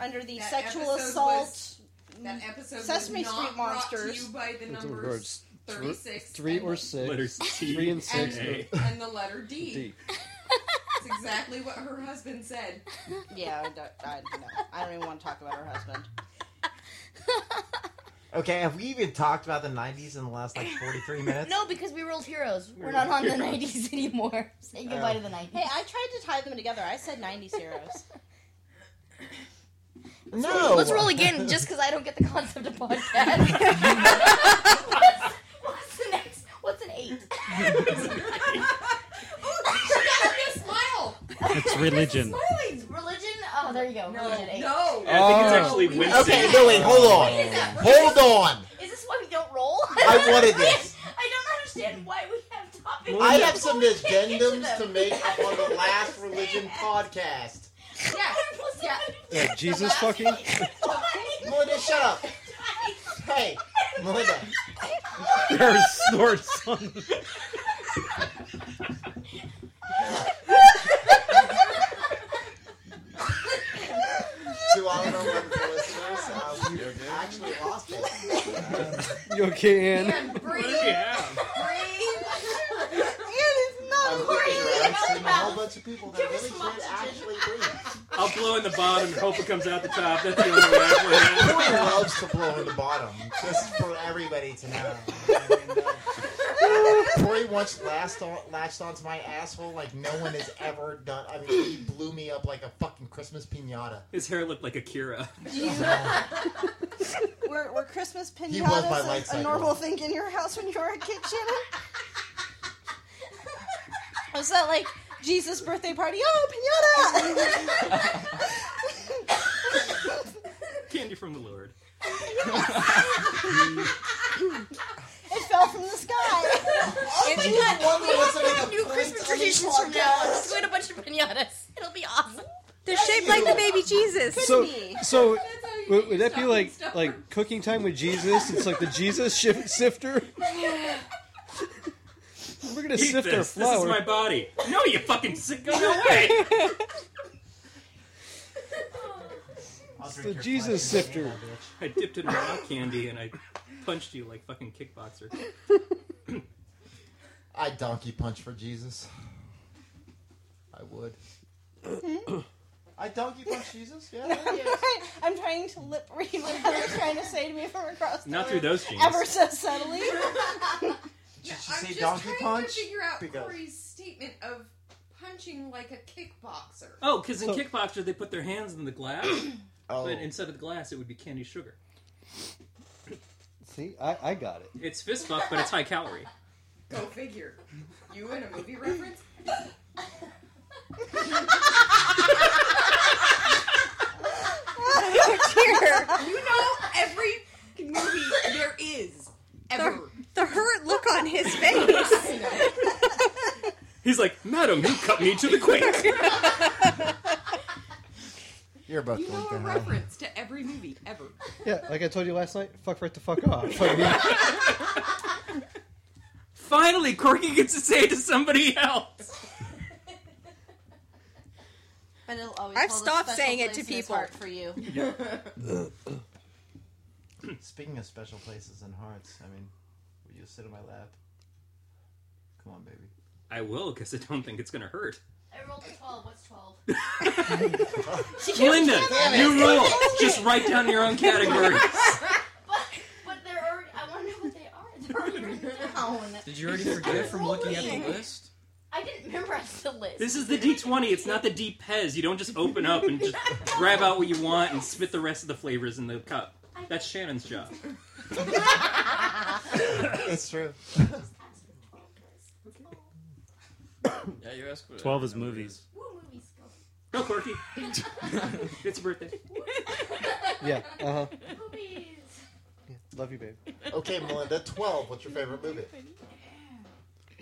Speaker 3: under the
Speaker 9: Oh. That
Speaker 3: sexual
Speaker 9: episode
Speaker 3: assault,
Speaker 9: was- That episode
Speaker 3: Sesame
Speaker 9: was not
Speaker 3: Street
Speaker 9: brought
Speaker 3: monsters.
Speaker 9: To you by the
Speaker 5: It's a
Speaker 9: numbers
Speaker 5: word. Thr-
Speaker 9: 36
Speaker 5: Three
Speaker 9: and
Speaker 5: or
Speaker 9: the-
Speaker 5: six.
Speaker 6: Letters T
Speaker 5: Three and six.
Speaker 6: and
Speaker 9: and, and the letter D.
Speaker 5: D.
Speaker 9: It's exactly what her husband said.
Speaker 3: yeah, I don't, I, no, I don't even want to talk about her husband.
Speaker 7: Okay, have we even talked about the nineties in the last like forty three minutes?
Speaker 10: No, because we were old heroes. We're not on the
Speaker 7: Heroes.
Speaker 10: 90s anymore. Say goodbye
Speaker 5: Oh.
Speaker 10: to the 90s.
Speaker 3: Hey, I tried to tie them together. I said '90s heroes.
Speaker 7: No.
Speaker 10: Let's roll again just because I don't get the concept of podcast. what's the next? What's an eight?
Speaker 9: Smile!
Speaker 2: It's religion.
Speaker 10: Smiling. Religion? Oh, there you go. Religion eight.
Speaker 9: No!
Speaker 6: I think it's
Speaker 5: Oh.
Speaker 6: actually Wednesday.
Speaker 7: Okay, no wait, hold on.
Speaker 10: What is that?
Speaker 7: Hold on.
Speaker 10: Is this why we don't roll?
Speaker 7: I wanted this.
Speaker 10: I don't understand why we have topics.
Speaker 7: I have some
Speaker 10: We can't get
Speaker 7: addendums to
Speaker 10: them.
Speaker 7: make on the last religion podcast.
Speaker 10: Yeah. yeah.
Speaker 5: Yeah, Jesus fucking.
Speaker 7: Melinda, shut up. Hey, Melinda.
Speaker 5: There are snorts on the
Speaker 7: To all of our wonderful listeners, uh, we actually lost it.
Speaker 5: You okay, Ann?
Speaker 6: Yeah.
Speaker 7: I'm looking around, seeing a whole bunch of people that really can't actually breathe.
Speaker 6: I'll blow in the bottom and hope it comes out the top. That's the only way I can.
Speaker 7: Corey loves to blow in the bottom, just for everybody to know. And, uh, Corey once last on, latched onto my asshole like no one has ever done. I mean, he blew me up like a fucking Christmas pinata.
Speaker 6: His hair looked like Akira.
Speaker 3: Were, were Christmas
Speaker 7: He was my
Speaker 3: pinatas a,
Speaker 7: light
Speaker 3: a
Speaker 7: cycle.
Speaker 3: normal thing in your house when you were a kid, Shannon? Was that like Jesus' birthday party? Oh, pinata!
Speaker 6: Candy from the Lord.
Speaker 3: it fell from the sky.
Speaker 7: Oh my god! One was like a
Speaker 10: New
Speaker 7: point
Speaker 10: Christmas
Speaker 7: on
Speaker 10: traditions
Speaker 7: the
Speaker 10: from now on.
Speaker 7: podcast.
Speaker 10: Let's go to a bunch of pinatas. It'll be awesome.
Speaker 11: They're shaped like the baby Jesus.
Speaker 5: So,
Speaker 3: be.
Speaker 5: so would, would that be like like cooking time with Jesus? It's like the Jesus shif- sifter. We're gonna
Speaker 6: Eat
Speaker 5: sift our
Speaker 6: this. This is
Speaker 5: flour.
Speaker 6: my body. No, you fucking sick. Go no way.
Speaker 7: I'll
Speaker 5: the
Speaker 7: drink your
Speaker 5: Jesus
Speaker 7: fucking
Speaker 5: sifter.
Speaker 7: banana, bitch.
Speaker 6: I dipped it in raw candy and I punched you like fucking kickboxer.
Speaker 7: I donkey punch for Jesus. I would. I donkey punch Jesus. Yeah.
Speaker 12: I'm trying to lip read what Heather's trying to say to me from across the
Speaker 6: Not
Speaker 12: room
Speaker 6: through those jeans.
Speaker 12: Ever so subtly.
Speaker 7: Did she say
Speaker 9: Just
Speaker 7: donkey
Speaker 9: trying
Speaker 7: punch?
Speaker 9: to figure out
Speaker 7: because
Speaker 9: Corey's statement of punching like a kickboxer.
Speaker 6: Oh, because in Kickboxer they put their hands in the glass,
Speaker 7: Oh.
Speaker 6: but instead of the glass, it would be candy sugar.
Speaker 5: See, I, I got it.
Speaker 6: It's fist bump, but it's high calorie.
Speaker 9: Go figure. You in a movie reference? you know every movie there is ever.
Speaker 4: The hurt look on his face.
Speaker 6: He's like, Madam, you cut me to the quick.
Speaker 7: You're both
Speaker 9: You
Speaker 7: going
Speaker 9: know a
Speaker 7: to hell.
Speaker 9: reference to every movie ever.
Speaker 5: Yeah, like I told you last night, fuck right the fuck off. I mean,
Speaker 6: Finally, Corky gets to say it to somebody else.
Speaker 10: But it'll always.
Speaker 4: I've
Speaker 10: hold a
Speaker 4: stopped
Speaker 10: special
Speaker 4: saying it
Speaker 10: place
Speaker 4: to
Speaker 10: in his
Speaker 4: people.
Speaker 10: heart for you.
Speaker 7: Speaking of special places and hearts, I mean, will you sit on my lap? Come on, baby.
Speaker 6: I will, because I don't think it's going to hurt.
Speaker 10: I rolled a twelve. What's twelve?
Speaker 6: Linda,
Speaker 10: Damn it.
Speaker 6: you rule. Just write down your own category.
Speaker 10: but, but they're already. I want to know what they are. They're already written down.
Speaker 6: Did you already forget from looking at the
Speaker 10: list? I didn't memorize the list.
Speaker 6: This is the D20. It's not the D-Pez. You don't just open up and just grab out what you want and spit the rest of the flavors in the cup. That's Shannon's job.
Speaker 7: That's true.
Speaker 8: Yeah, you asked what
Speaker 2: 12 is movies.
Speaker 10: Woo, movies go.
Speaker 6: Go, Corky. it's your birthday.
Speaker 5: yeah,
Speaker 7: uh-huh.
Speaker 5: uh huh.
Speaker 6: Uh-huh.
Speaker 10: Movies.
Speaker 5: Love you, babe.
Speaker 7: Okay, Melinda, 12. What's your favorite movie?
Speaker 6: Oh.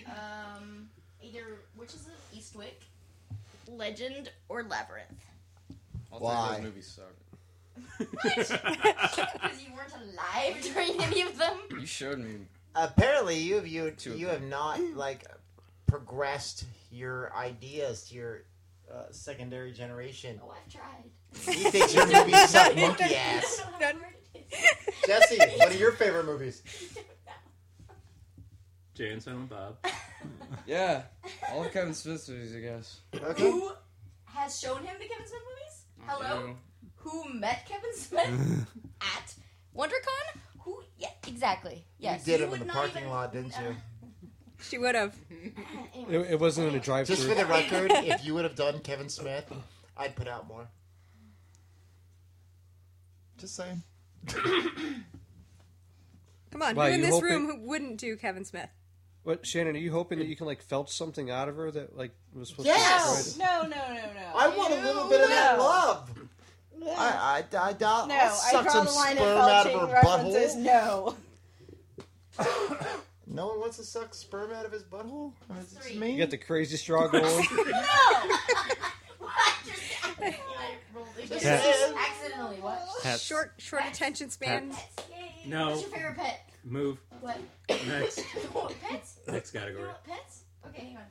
Speaker 10: Um, either Witches of Eastwick, Legend, or Labyrinth.
Speaker 8: All
Speaker 7: Why?
Speaker 8: three of those movies suck.
Speaker 10: Because you weren't alive during any of them.
Speaker 8: You showed me.
Speaker 7: Apparently, you have, you,
Speaker 8: Two of
Speaker 7: you have not, like, progressed your ideas to your uh, secondary generation.
Speaker 10: Oh, I've tried.
Speaker 7: He thinks your movies suck monkey ass.
Speaker 10: I don't know where it is.
Speaker 7: Jesse, what are your favorite movies?
Speaker 6: Jay and Silent Bob.
Speaker 8: Yeah, all of Kevin Smith's movies, I guess.
Speaker 7: Okay.
Speaker 10: Who has shown him the Kevin Smith movies? Hello?
Speaker 8: You.
Speaker 10: Who met Kevin Smith at WonderCon? Who? Yeah, exactly. Yes.
Speaker 7: you did them
Speaker 10: would
Speaker 7: in the
Speaker 10: not
Speaker 7: parking
Speaker 10: even-
Speaker 7: lot, didn't you?
Speaker 4: she would have.
Speaker 5: It,
Speaker 10: Anyway.
Speaker 5: it wasn't in a drive
Speaker 7: Just for
Speaker 5: through.
Speaker 7: the record, if you would have done Kevin Smith, I'd put out more. Just saying.
Speaker 4: Come on,
Speaker 5: Wow,
Speaker 4: who in
Speaker 5: you
Speaker 4: this
Speaker 5: hope
Speaker 4: room who wouldn't do Kevin Smith?
Speaker 5: What, Shannon, are you hoping that you can, like, felch something out of her that, like, was supposed
Speaker 7: Yes!
Speaker 5: to
Speaker 14: No, no, no, no.
Speaker 7: I want a little bit of that
Speaker 14: No.
Speaker 7: love. I, I, I, doubt.
Speaker 14: No,
Speaker 7: I'll
Speaker 14: I
Speaker 7: suck
Speaker 14: draw
Speaker 7: some
Speaker 14: the line at
Speaker 7: sperm out of
Speaker 14: felching
Speaker 7: her
Speaker 14: references.
Speaker 7: butthole.
Speaker 14: No.
Speaker 7: No one wants to suck sperm out of his butthole. Or Is it just
Speaker 5: You
Speaker 7: me?
Speaker 5: got the crazy straw going.
Speaker 10: I rolled again.
Speaker 5: Cat.
Speaker 10: Accidentally, what?
Speaker 5: Pets.
Speaker 4: Short, short attention span.
Speaker 10: Yay.
Speaker 6: No.
Speaker 10: What's your favorite pet?
Speaker 6: Move.
Speaker 10: What?
Speaker 6: Next.
Speaker 10: Pets?
Speaker 6: Next
Speaker 10: You
Speaker 6: category.
Speaker 10: want pets? Okay, hang on.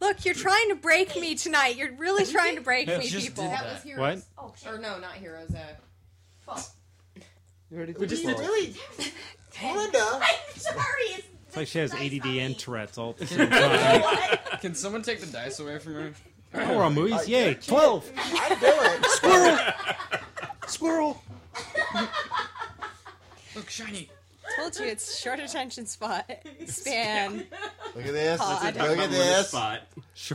Speaker 4: Look, you're trying to break me tonight. You're really trying to break me, people.
Speaker 9: That was Heroes.
Speaker 10: Oh, shit.
Speaker 9: Or no, not Heroes. Uh,
Speaker 10: Fuck.
Speaker 5: You already
Speaker 6: We just
Speaker 5: did
Speaker 6: did-
Speaker 5: that.
Speaker 7: Really? Melinda?
Speaker 10: I'm sorry. It's,
Speaker 2: It's like she has ADD and Tourette's all at the same time.
Speaker 10: what?
Speaker 8: Can someone take the dice away from her?
Speaker 2: oh, we're on movies? Yay, 12!
Speaker 7: I do it.
Speaker 5: Squirrel! Squirrel!
Speaker 8: Look, shiny.
Speaker 4: Told you it's short attention spot span.
Speaker 7: Look at
Speaker 14: Oh,
Speaker 7: this.
Speaker 4: Paw, I don't-
Speaker 7: Look
Speaker 6: I'm
Speaker 7: at
Speaker 6: on the
Speaker 7: this.
Speaker 6: Spot.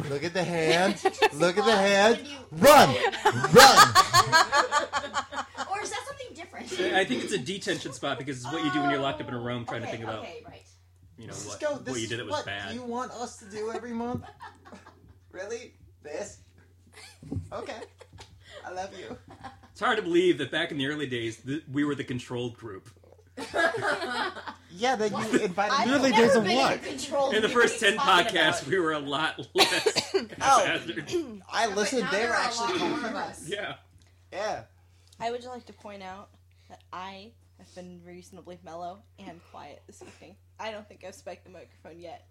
Speaker 7: Look at the hand. Look at the hand. Run! Run!
Speaker 10: Or is that something different?
Speaker 6: I think it's a detention spot because it's what you do when you're locked up in a room trying
Speaker 10: okay,
Speaker 6: to think about
Speaker 10: Okay, right.
Speaker 6: you know
Speaker 7: This is
Speaker 6: what,
Speaker 7: go-
Speaker 6: what
Speaker 7: this
Speaker 6: you did
Speaker 7: is
Speaker 6: that was
Speaker 7: what
Speaker 6: bad.
Speaker 7: You want us to do every month? really? This? Okay. I love you.
Speaker 6: It's hard to believe that back in the early days th- we were the controlled group.
Speaker 7: Yeah, that you invited
Speaker 10: I've
Speaker 7: me.
Speaker 5: Really
Speaker 10: never
Speaker 5: doesn't
Speaker 10: been
Speaker 5: want.
Speaker 10: control
Speaker 6: In the
Speaker 10: freak.
Speaker 6: first ten
Speaker 10: What are you talking
Speaker 6: podcasts,
Speaker 10: about? Oh.
Speaker 6: we were a lot less. haphazard.
Speaker 7: oh, I
Speaker 9: but
Speaker 7: listened.
Speaker 9: now
Speaker 7: They
Speaker 9: there
Speaker 7: were
Speaker 9: are a
Speaker 7: actually
Speaker 9: lot more
Speaker 7: cool.
Speaker 9: of us.
Speaker 6: yeah.
Speaker 7: Yeah.
Speaker 12: I would like to point out that I have been reasonably mellow and quiet this evening. I don't think I've spiked the microphone yet.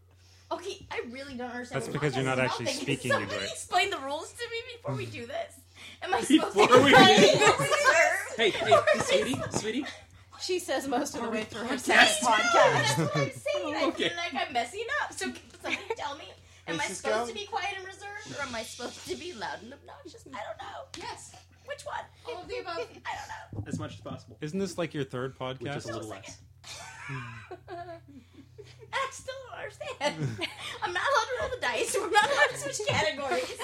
Speaker 10: Okay, I really don't understand.
Speaker 2: That's
Speaker 10: what
Speaker 2: because
Speaker 10: the
Speaker 2: you're
Speaker 10: fuck
Speaker 2: not
Speaker 10: is
Speaker 2: actually
Speaker 10: happening.
Speaker 2: speaking
Speaker 10: Can
Speaker 2: into
Speaker 10: somebody
Speaker 2: it.
Speaker 10: explain the rules to me before we do this? Am I supposed
Speaker 6: Before
Speaker 10: to
Speaker 6: we-
Speaker 10: explain the rules?
Speaker 6: Hey, hey, sweetie, sweetie.
Speaker 12: She says most of the way through her
Speaker 10: I
Speaker 12: sex
Speaker 10: know,
Speaker 12: podcast.
Speaker 10: That's what I'm saying. I
Speaker 6: Okay.
Speaker 10: feel like I'm messing up. So can somebody tell me Am I
Speaker 8: Cisco?
Speaker 10: supposed to be quiet and reserved, or am I supposed to be loud and obnoxious? I don't know. Yes. Which one? All of the above. I don't know.
Speaker 6: as much as possible.
Speaker 8: Isn't this like your third podcast?
Speaker 6: Just a little less.
Speaker 10: I still don't understand. I'm not allowed to roll the dice. We're not allowed to switch categories.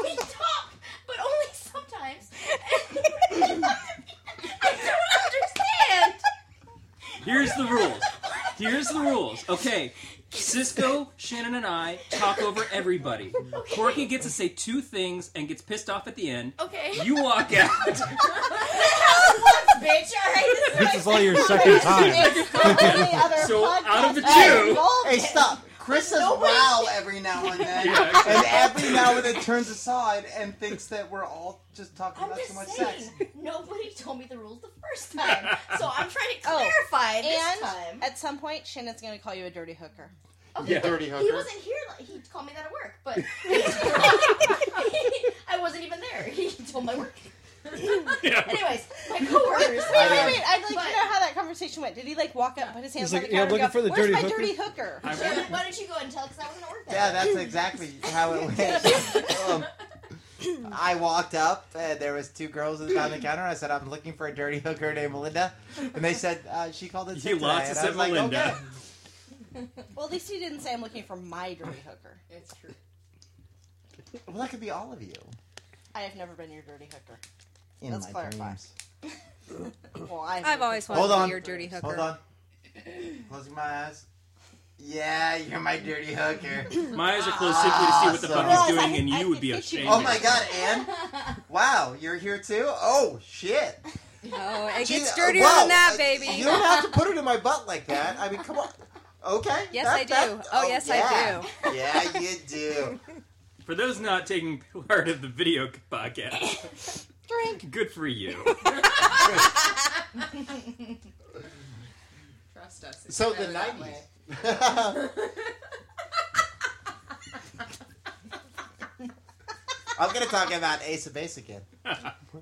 Speaker 10: we talk, but only sometimes. I don't understand.
Speaker 6: Here's the rules. Here's the rules. Okay. Cisco, Shannon, and I talk over everybody. Corky gets to say two things and gets pissed off at the end.
Speaker 10: Okay.
Speaker 6: You walk out.
Speaker 10: bitch. All right.
Speaker 8: This is only your second time.
Speaker 6: so out of the
Speaker 7: Hey,
Speaker 6: two,
Speaker 7: hey, stop. Chris says
Speaker 8: nobody-
Speaker 7: wow every now and then,
Speaker 8: Yeah, exactly.
Speaker 7: and every now and then turns aside and thinks that we're all just talking
Speaker 10: I'm
Speaker 7: about so much
Speaker 10: just
Speaker 7: sex.
Speaker 10: saying. Nobody told me the rules the first time, so I'm trying to
Speaker 3: Oh,
Speaker 10: clarify this
Speaker 3: and
Speaker 10: time.
Speaker 3: at some point, Shannon's going to call you a dirty hooker.
Speaker 10: Okay,
Speaker 3: Yeah.
Speaker 10: but
Speaker 3: Dirty
Speaker 10: He
Speaker 3: hooker.
Speaker 10: wasn't here. like- He called me that at work, but I wasn't even there. He told my work. Anyways, my
Speaker 3: Wait,
Speaker 10: coworkers.
Speaker 3: wait, wait! I'd like to know how that conversation went. Did he like walk up, put his hands
Speaker 7: He's
Speaker 3: on
Speaker 7: like,
Speaker 3: the
Speaker 7: "Yeah,
Speaker 3: counter, and
Speaker 7: looking
Speaker 3: go,
Speaker 7: for the
Speaker 3: "Where's
Speaker 7: dirty
Speaker 3: my
Speaker 7: hooker?"
Speaker 3: dirty hooker?"
Speaker 7: I-
Speaker 10: Shannon, why don't you go and tell? Because I wasn't at work. That
Speaker 7: Yeah,
Speaker 10: day.
Speaker 7: that's exactly how it went. Um, I walked up, and there was two girls at the behind the counter. I said, "I'm looking for a dirty hooker named Melinda," and they said uh, she called in sick
Speaker 6: You lost
Speaker 7: today.
Speaker 6: us
Speaker 7: And I
Speaker 6: at
Speaker 7: was like,
Speaker 6: Melinda.
Speaker 7: "Okay."
Speaker 3: Well, at least he didn't say I'm looking for my dirty hooker.
Speaker 9: It's true.
Speaker 7: Well, that could be all of you.
Speaker 3: I have never been your dirty hooker.
Speaker 7: In
Speaker 3: Let's
Speaker 7: my
Speaker 3: clarify.
Speaker 7: dreams.
Speaker 3: well, I've,
Speaker 11: I've always
Speaker 7: Hold on. Hold on. Closing my eyes. Yeah, you're my dirty hooker.
Speaker 6: My eyes are closed simply to see what the fuck he's
Speaker 7: Awesome.
Speaker 6: doing, and you would be ashamed.
Speaker 7: Oh my god, Anne! Wow, you're here too? Oh shit!
Speaker 11: Oh, it
Speaker 7: Gee,
Speaker 11: gets
Speaker 7: uh,
Speaker 11: dirtier
Speaker 7: wow,
Speaker 11: than that,
Speaker 7: uh,
Speaker 11: baby.
Speaker 7: You don't have to put it in my butt like that. I mean, come on. Okay.
Speaker 11: Yes,
Speaker 7: that-
Speaker 11: I do.
Speaker 7: that-
Speaker 11: oh, yes,
Speaker 7: yeah.
Speaker 11: I do.
Speaker 7: Yeah, you do.
Speaker 6: For those not taking part of the video podcast,
Speaker 3: drink.
Speaker 6: Good for you.
Speaker 9: Trust us. it's
Speaker 7: So the
Speaker 9: better that
Speaker 7: nineties. I'm gonna talk about Ace of Base again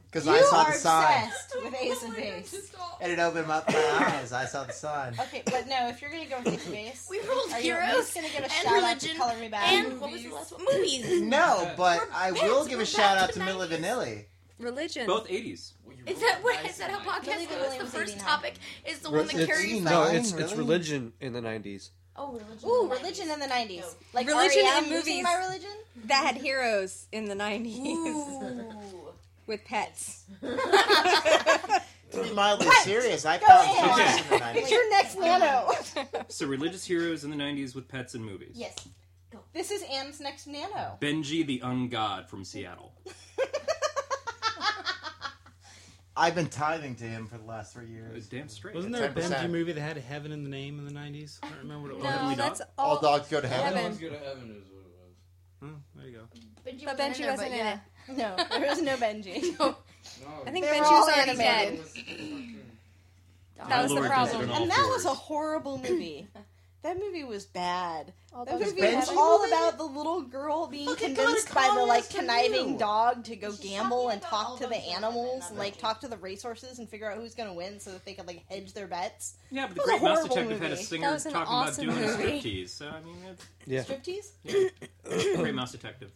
Speaker 7: because I
Speaker 3: You
Speaker 7: saw
Speaker 3: are
Speaker 7: the sign
Speaker 3: obsessed with Ace of Base.
Speaker 7: and it opened up my eyes. I saw the sign.
Speaker 3: Okay, but no, if you're gonna go with Ace of Base,
Speaker 10: We rolled
Speaker 3: are you at
Speaker 10: heroes
Speaker 3: least gonna give a
Speaker 10: and
Speaker 3: shout out to
Speaker 10: religion
Speaker 3: Color Me Bad?
Speaker 10: and what was the last one? Movies.
Speaker 7: No, but I will
Speaker 10: back-
Speaker 7: give
Speaker 10: we're
Speaker 7: a shout
Speaker 10: back
Speaker 7: out
Speaker 10: to
Speaker 7: to Mila Vanilli.
Speaker 10: Religion.
Speaker 6: Both 80s.
Speaker 10: Is that what? Is that how podcast goes? The first topic is the one that carries.
Speaker 5: no,
Speaker 10: the-
Speaker 5: it's it's religion in the nineties.
Speaker 10: Oh, religion.
Speaker 3: Ooh, religion in the '90s. Like E
Speaker 11: religion
Speaker 3: REM,
Speaker 11: in
Speaker 3: Losing
Speaker 11: movies
Speaker 3: My religion.
Speaker 11: that had heroes in the 90s with pets.
Speaker 7: To be mildly serious, I
Speaker 3: Go
Speaker 7: found
Speaker 3: ahead.
Speaker 7: Jesus in the 90s.
Speaker 3: It's your next nano.
Speaker 6: So religious heroes in the 90s with pets and movies.
Speaker 3: Yes. This is Anne's next nano.
Speaker 6: Benji the Ungod from Seattle.
Speaker 7: I've been tithing to him for the last three years.
Speaker 6: damn straight.
Speaker 2: Wasn't there a Benji movie that had heaven in the name in the nineties? I don't remember what it was.
Speaker 11: No, Heavenly Dog? that's
Speaker 7: all
Speaker 11: all
Speaker 7: dogs go to
Speaker 11: heaven.
Speaker 7: heaven.
Speaker 11: Heaven.
Speaker 8: Go to heaven is what it was.
Speaker 2: Oh, there you go.
Speaker 10: Benji
Speaker 11: But Benji wasn't in it.
Speaker 3: No, there was no Benji.
Speaker 11: I think
Speaker 3: They were
Speaker 11: Benji
Speaker 3: all
Speaker 11: was already
Speaker 3: animated.
Speaker 11: dead.
Speaker 6: My
Speaker 3: That was the
Speaker 6: lord, does it
Speaker 3: problem.
Speaker 6: on all
Speaker 3: And that was a
Speaker 6: fours.
Speaker 3: horrible movie. that movie was bad. that
Speaker 10: those
Speaker 3: movie was
Speaker 10: Benji
Speaker 3: all
Speaker 10: movies?
Speaker 3: about the little girl being
Speaker 10: Look, it got a
Speaker 3: convinced by the like
Speaker 10: communist in
Speaker 3: conniving
Speaker 10: you.
Speaker 3: dog to go gamble and
Speaker 10: about all
Speaker 3: talk to the
Speaker 10: those things
Speaker 3: animals
Speaker 10: that
Speaker 3: and
Speaker 10: they
Speaker 3: like talk to the racehorses and figure out who's going to win so that they could like hedge their bets.
Speaker 6: Yeah, but
Speaker 3: It
Speaker 6: the
Speaker 3: was
Speaker 6: Great
Speaker 3: a
Speaker 6: Mouse
Speaker 3: horrible
Speaker 6: Detective had a
Speaker 3: movie.
Speaker 6: singer
Speaker 3: That was an
Speaker 6: talking about
Speaker 3: awesome
Speaker 6: doing a
Speaker 3: movie.
Speaker 6: striptease. So I mean, it's
Speaker 5: Yeah.
Speaker 3: Striptease?
Speaker 6: Great Mouse Detective.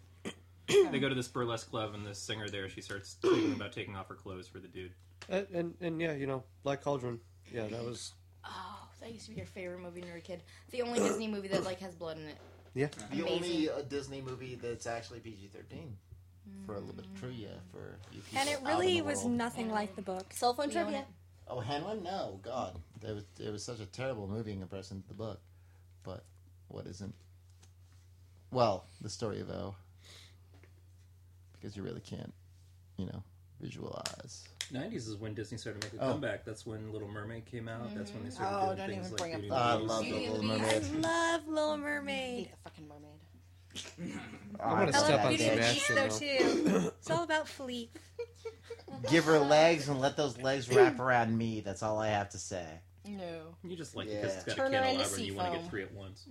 Speaker 6: they go to this burlesque club, and this singer there, she starts thinking about taking off her clothes for the dude.
Speaker 5: And, and and yeah, you know, Black Cauldron. Yeah, that was
Speaker 10: Oh, that used to be your favorite movie, nerd kid. The only Disney movie that like has blood in it.
Speaker 5: yeah.
Speaker 7: The
Speaker 10: Amazing.
Speaker 7: only uh, Disney movie that's actually PG 13 for a little bit of trivia for you people
Speaker 11: Mm. And it
Speaker 7: out in
Speaker 11: really
Speaker 7: the
Speaker 11: was
Speaker 7: world.
Speaker 11: nothing like the book.
Speaker 3: Cell phone
Speaker 11: We own
Speaker 3: trivia.
Speaker 11: it.
Speaker 7: Oh, Hanlon? No, God. It was, it was such a terrible movie in comparison to the book. But what isn't? Well, the story of O. Because you really can't, you know, visualize.
Speaker 6: 90s is when Disney started making a
Speaker 7: Oh.
Speaker 6: comeback. That's when Little Mermaid came out. That's when they
Speaker 11: Mm.
Speaker 6: started
Speaker 3: Oh,
Speaker 6: doing
Speaker 3: don't
Speaker 6: things
Speaker 3: even
Speaker 6: like
Speaker 3: bring up
Speaker 6: Beauty
Speaker 7: that. I
Speaker 6: and the
Speaker 7: love
Speaker 6: Beast.
Speaker 7: the Little
Speaker 11: I
Speaker 7: Mermaid.
Speaker 11: love Little Mermaid.
Speaker 3: The fucking mermaid.
Speaker 5: I wanna
Speaker 11: I
Speaker 5: step
Speaker 11: love
Speaker 5: on
Speaker 11: Beauty and the Beast
Speaker 5: Sebastian,
Speaker 11: though
Speaker 5: though.
Speaker 11: too. It's all about Philippe.
Speaker 7: Give her legs and let those legs wrap around me. That's all I have to say.
Speaker 3: No.
Speaker 6: You just like
Speaker 7: Yeah.
Speaker 6: it because it's got
Speaker 7: Turn
Speaker 6: a
Speaker 7: her into
Speaker 6: candelabra and you want to
Speaker 7: seafoam.
Speaker 6: get three at once.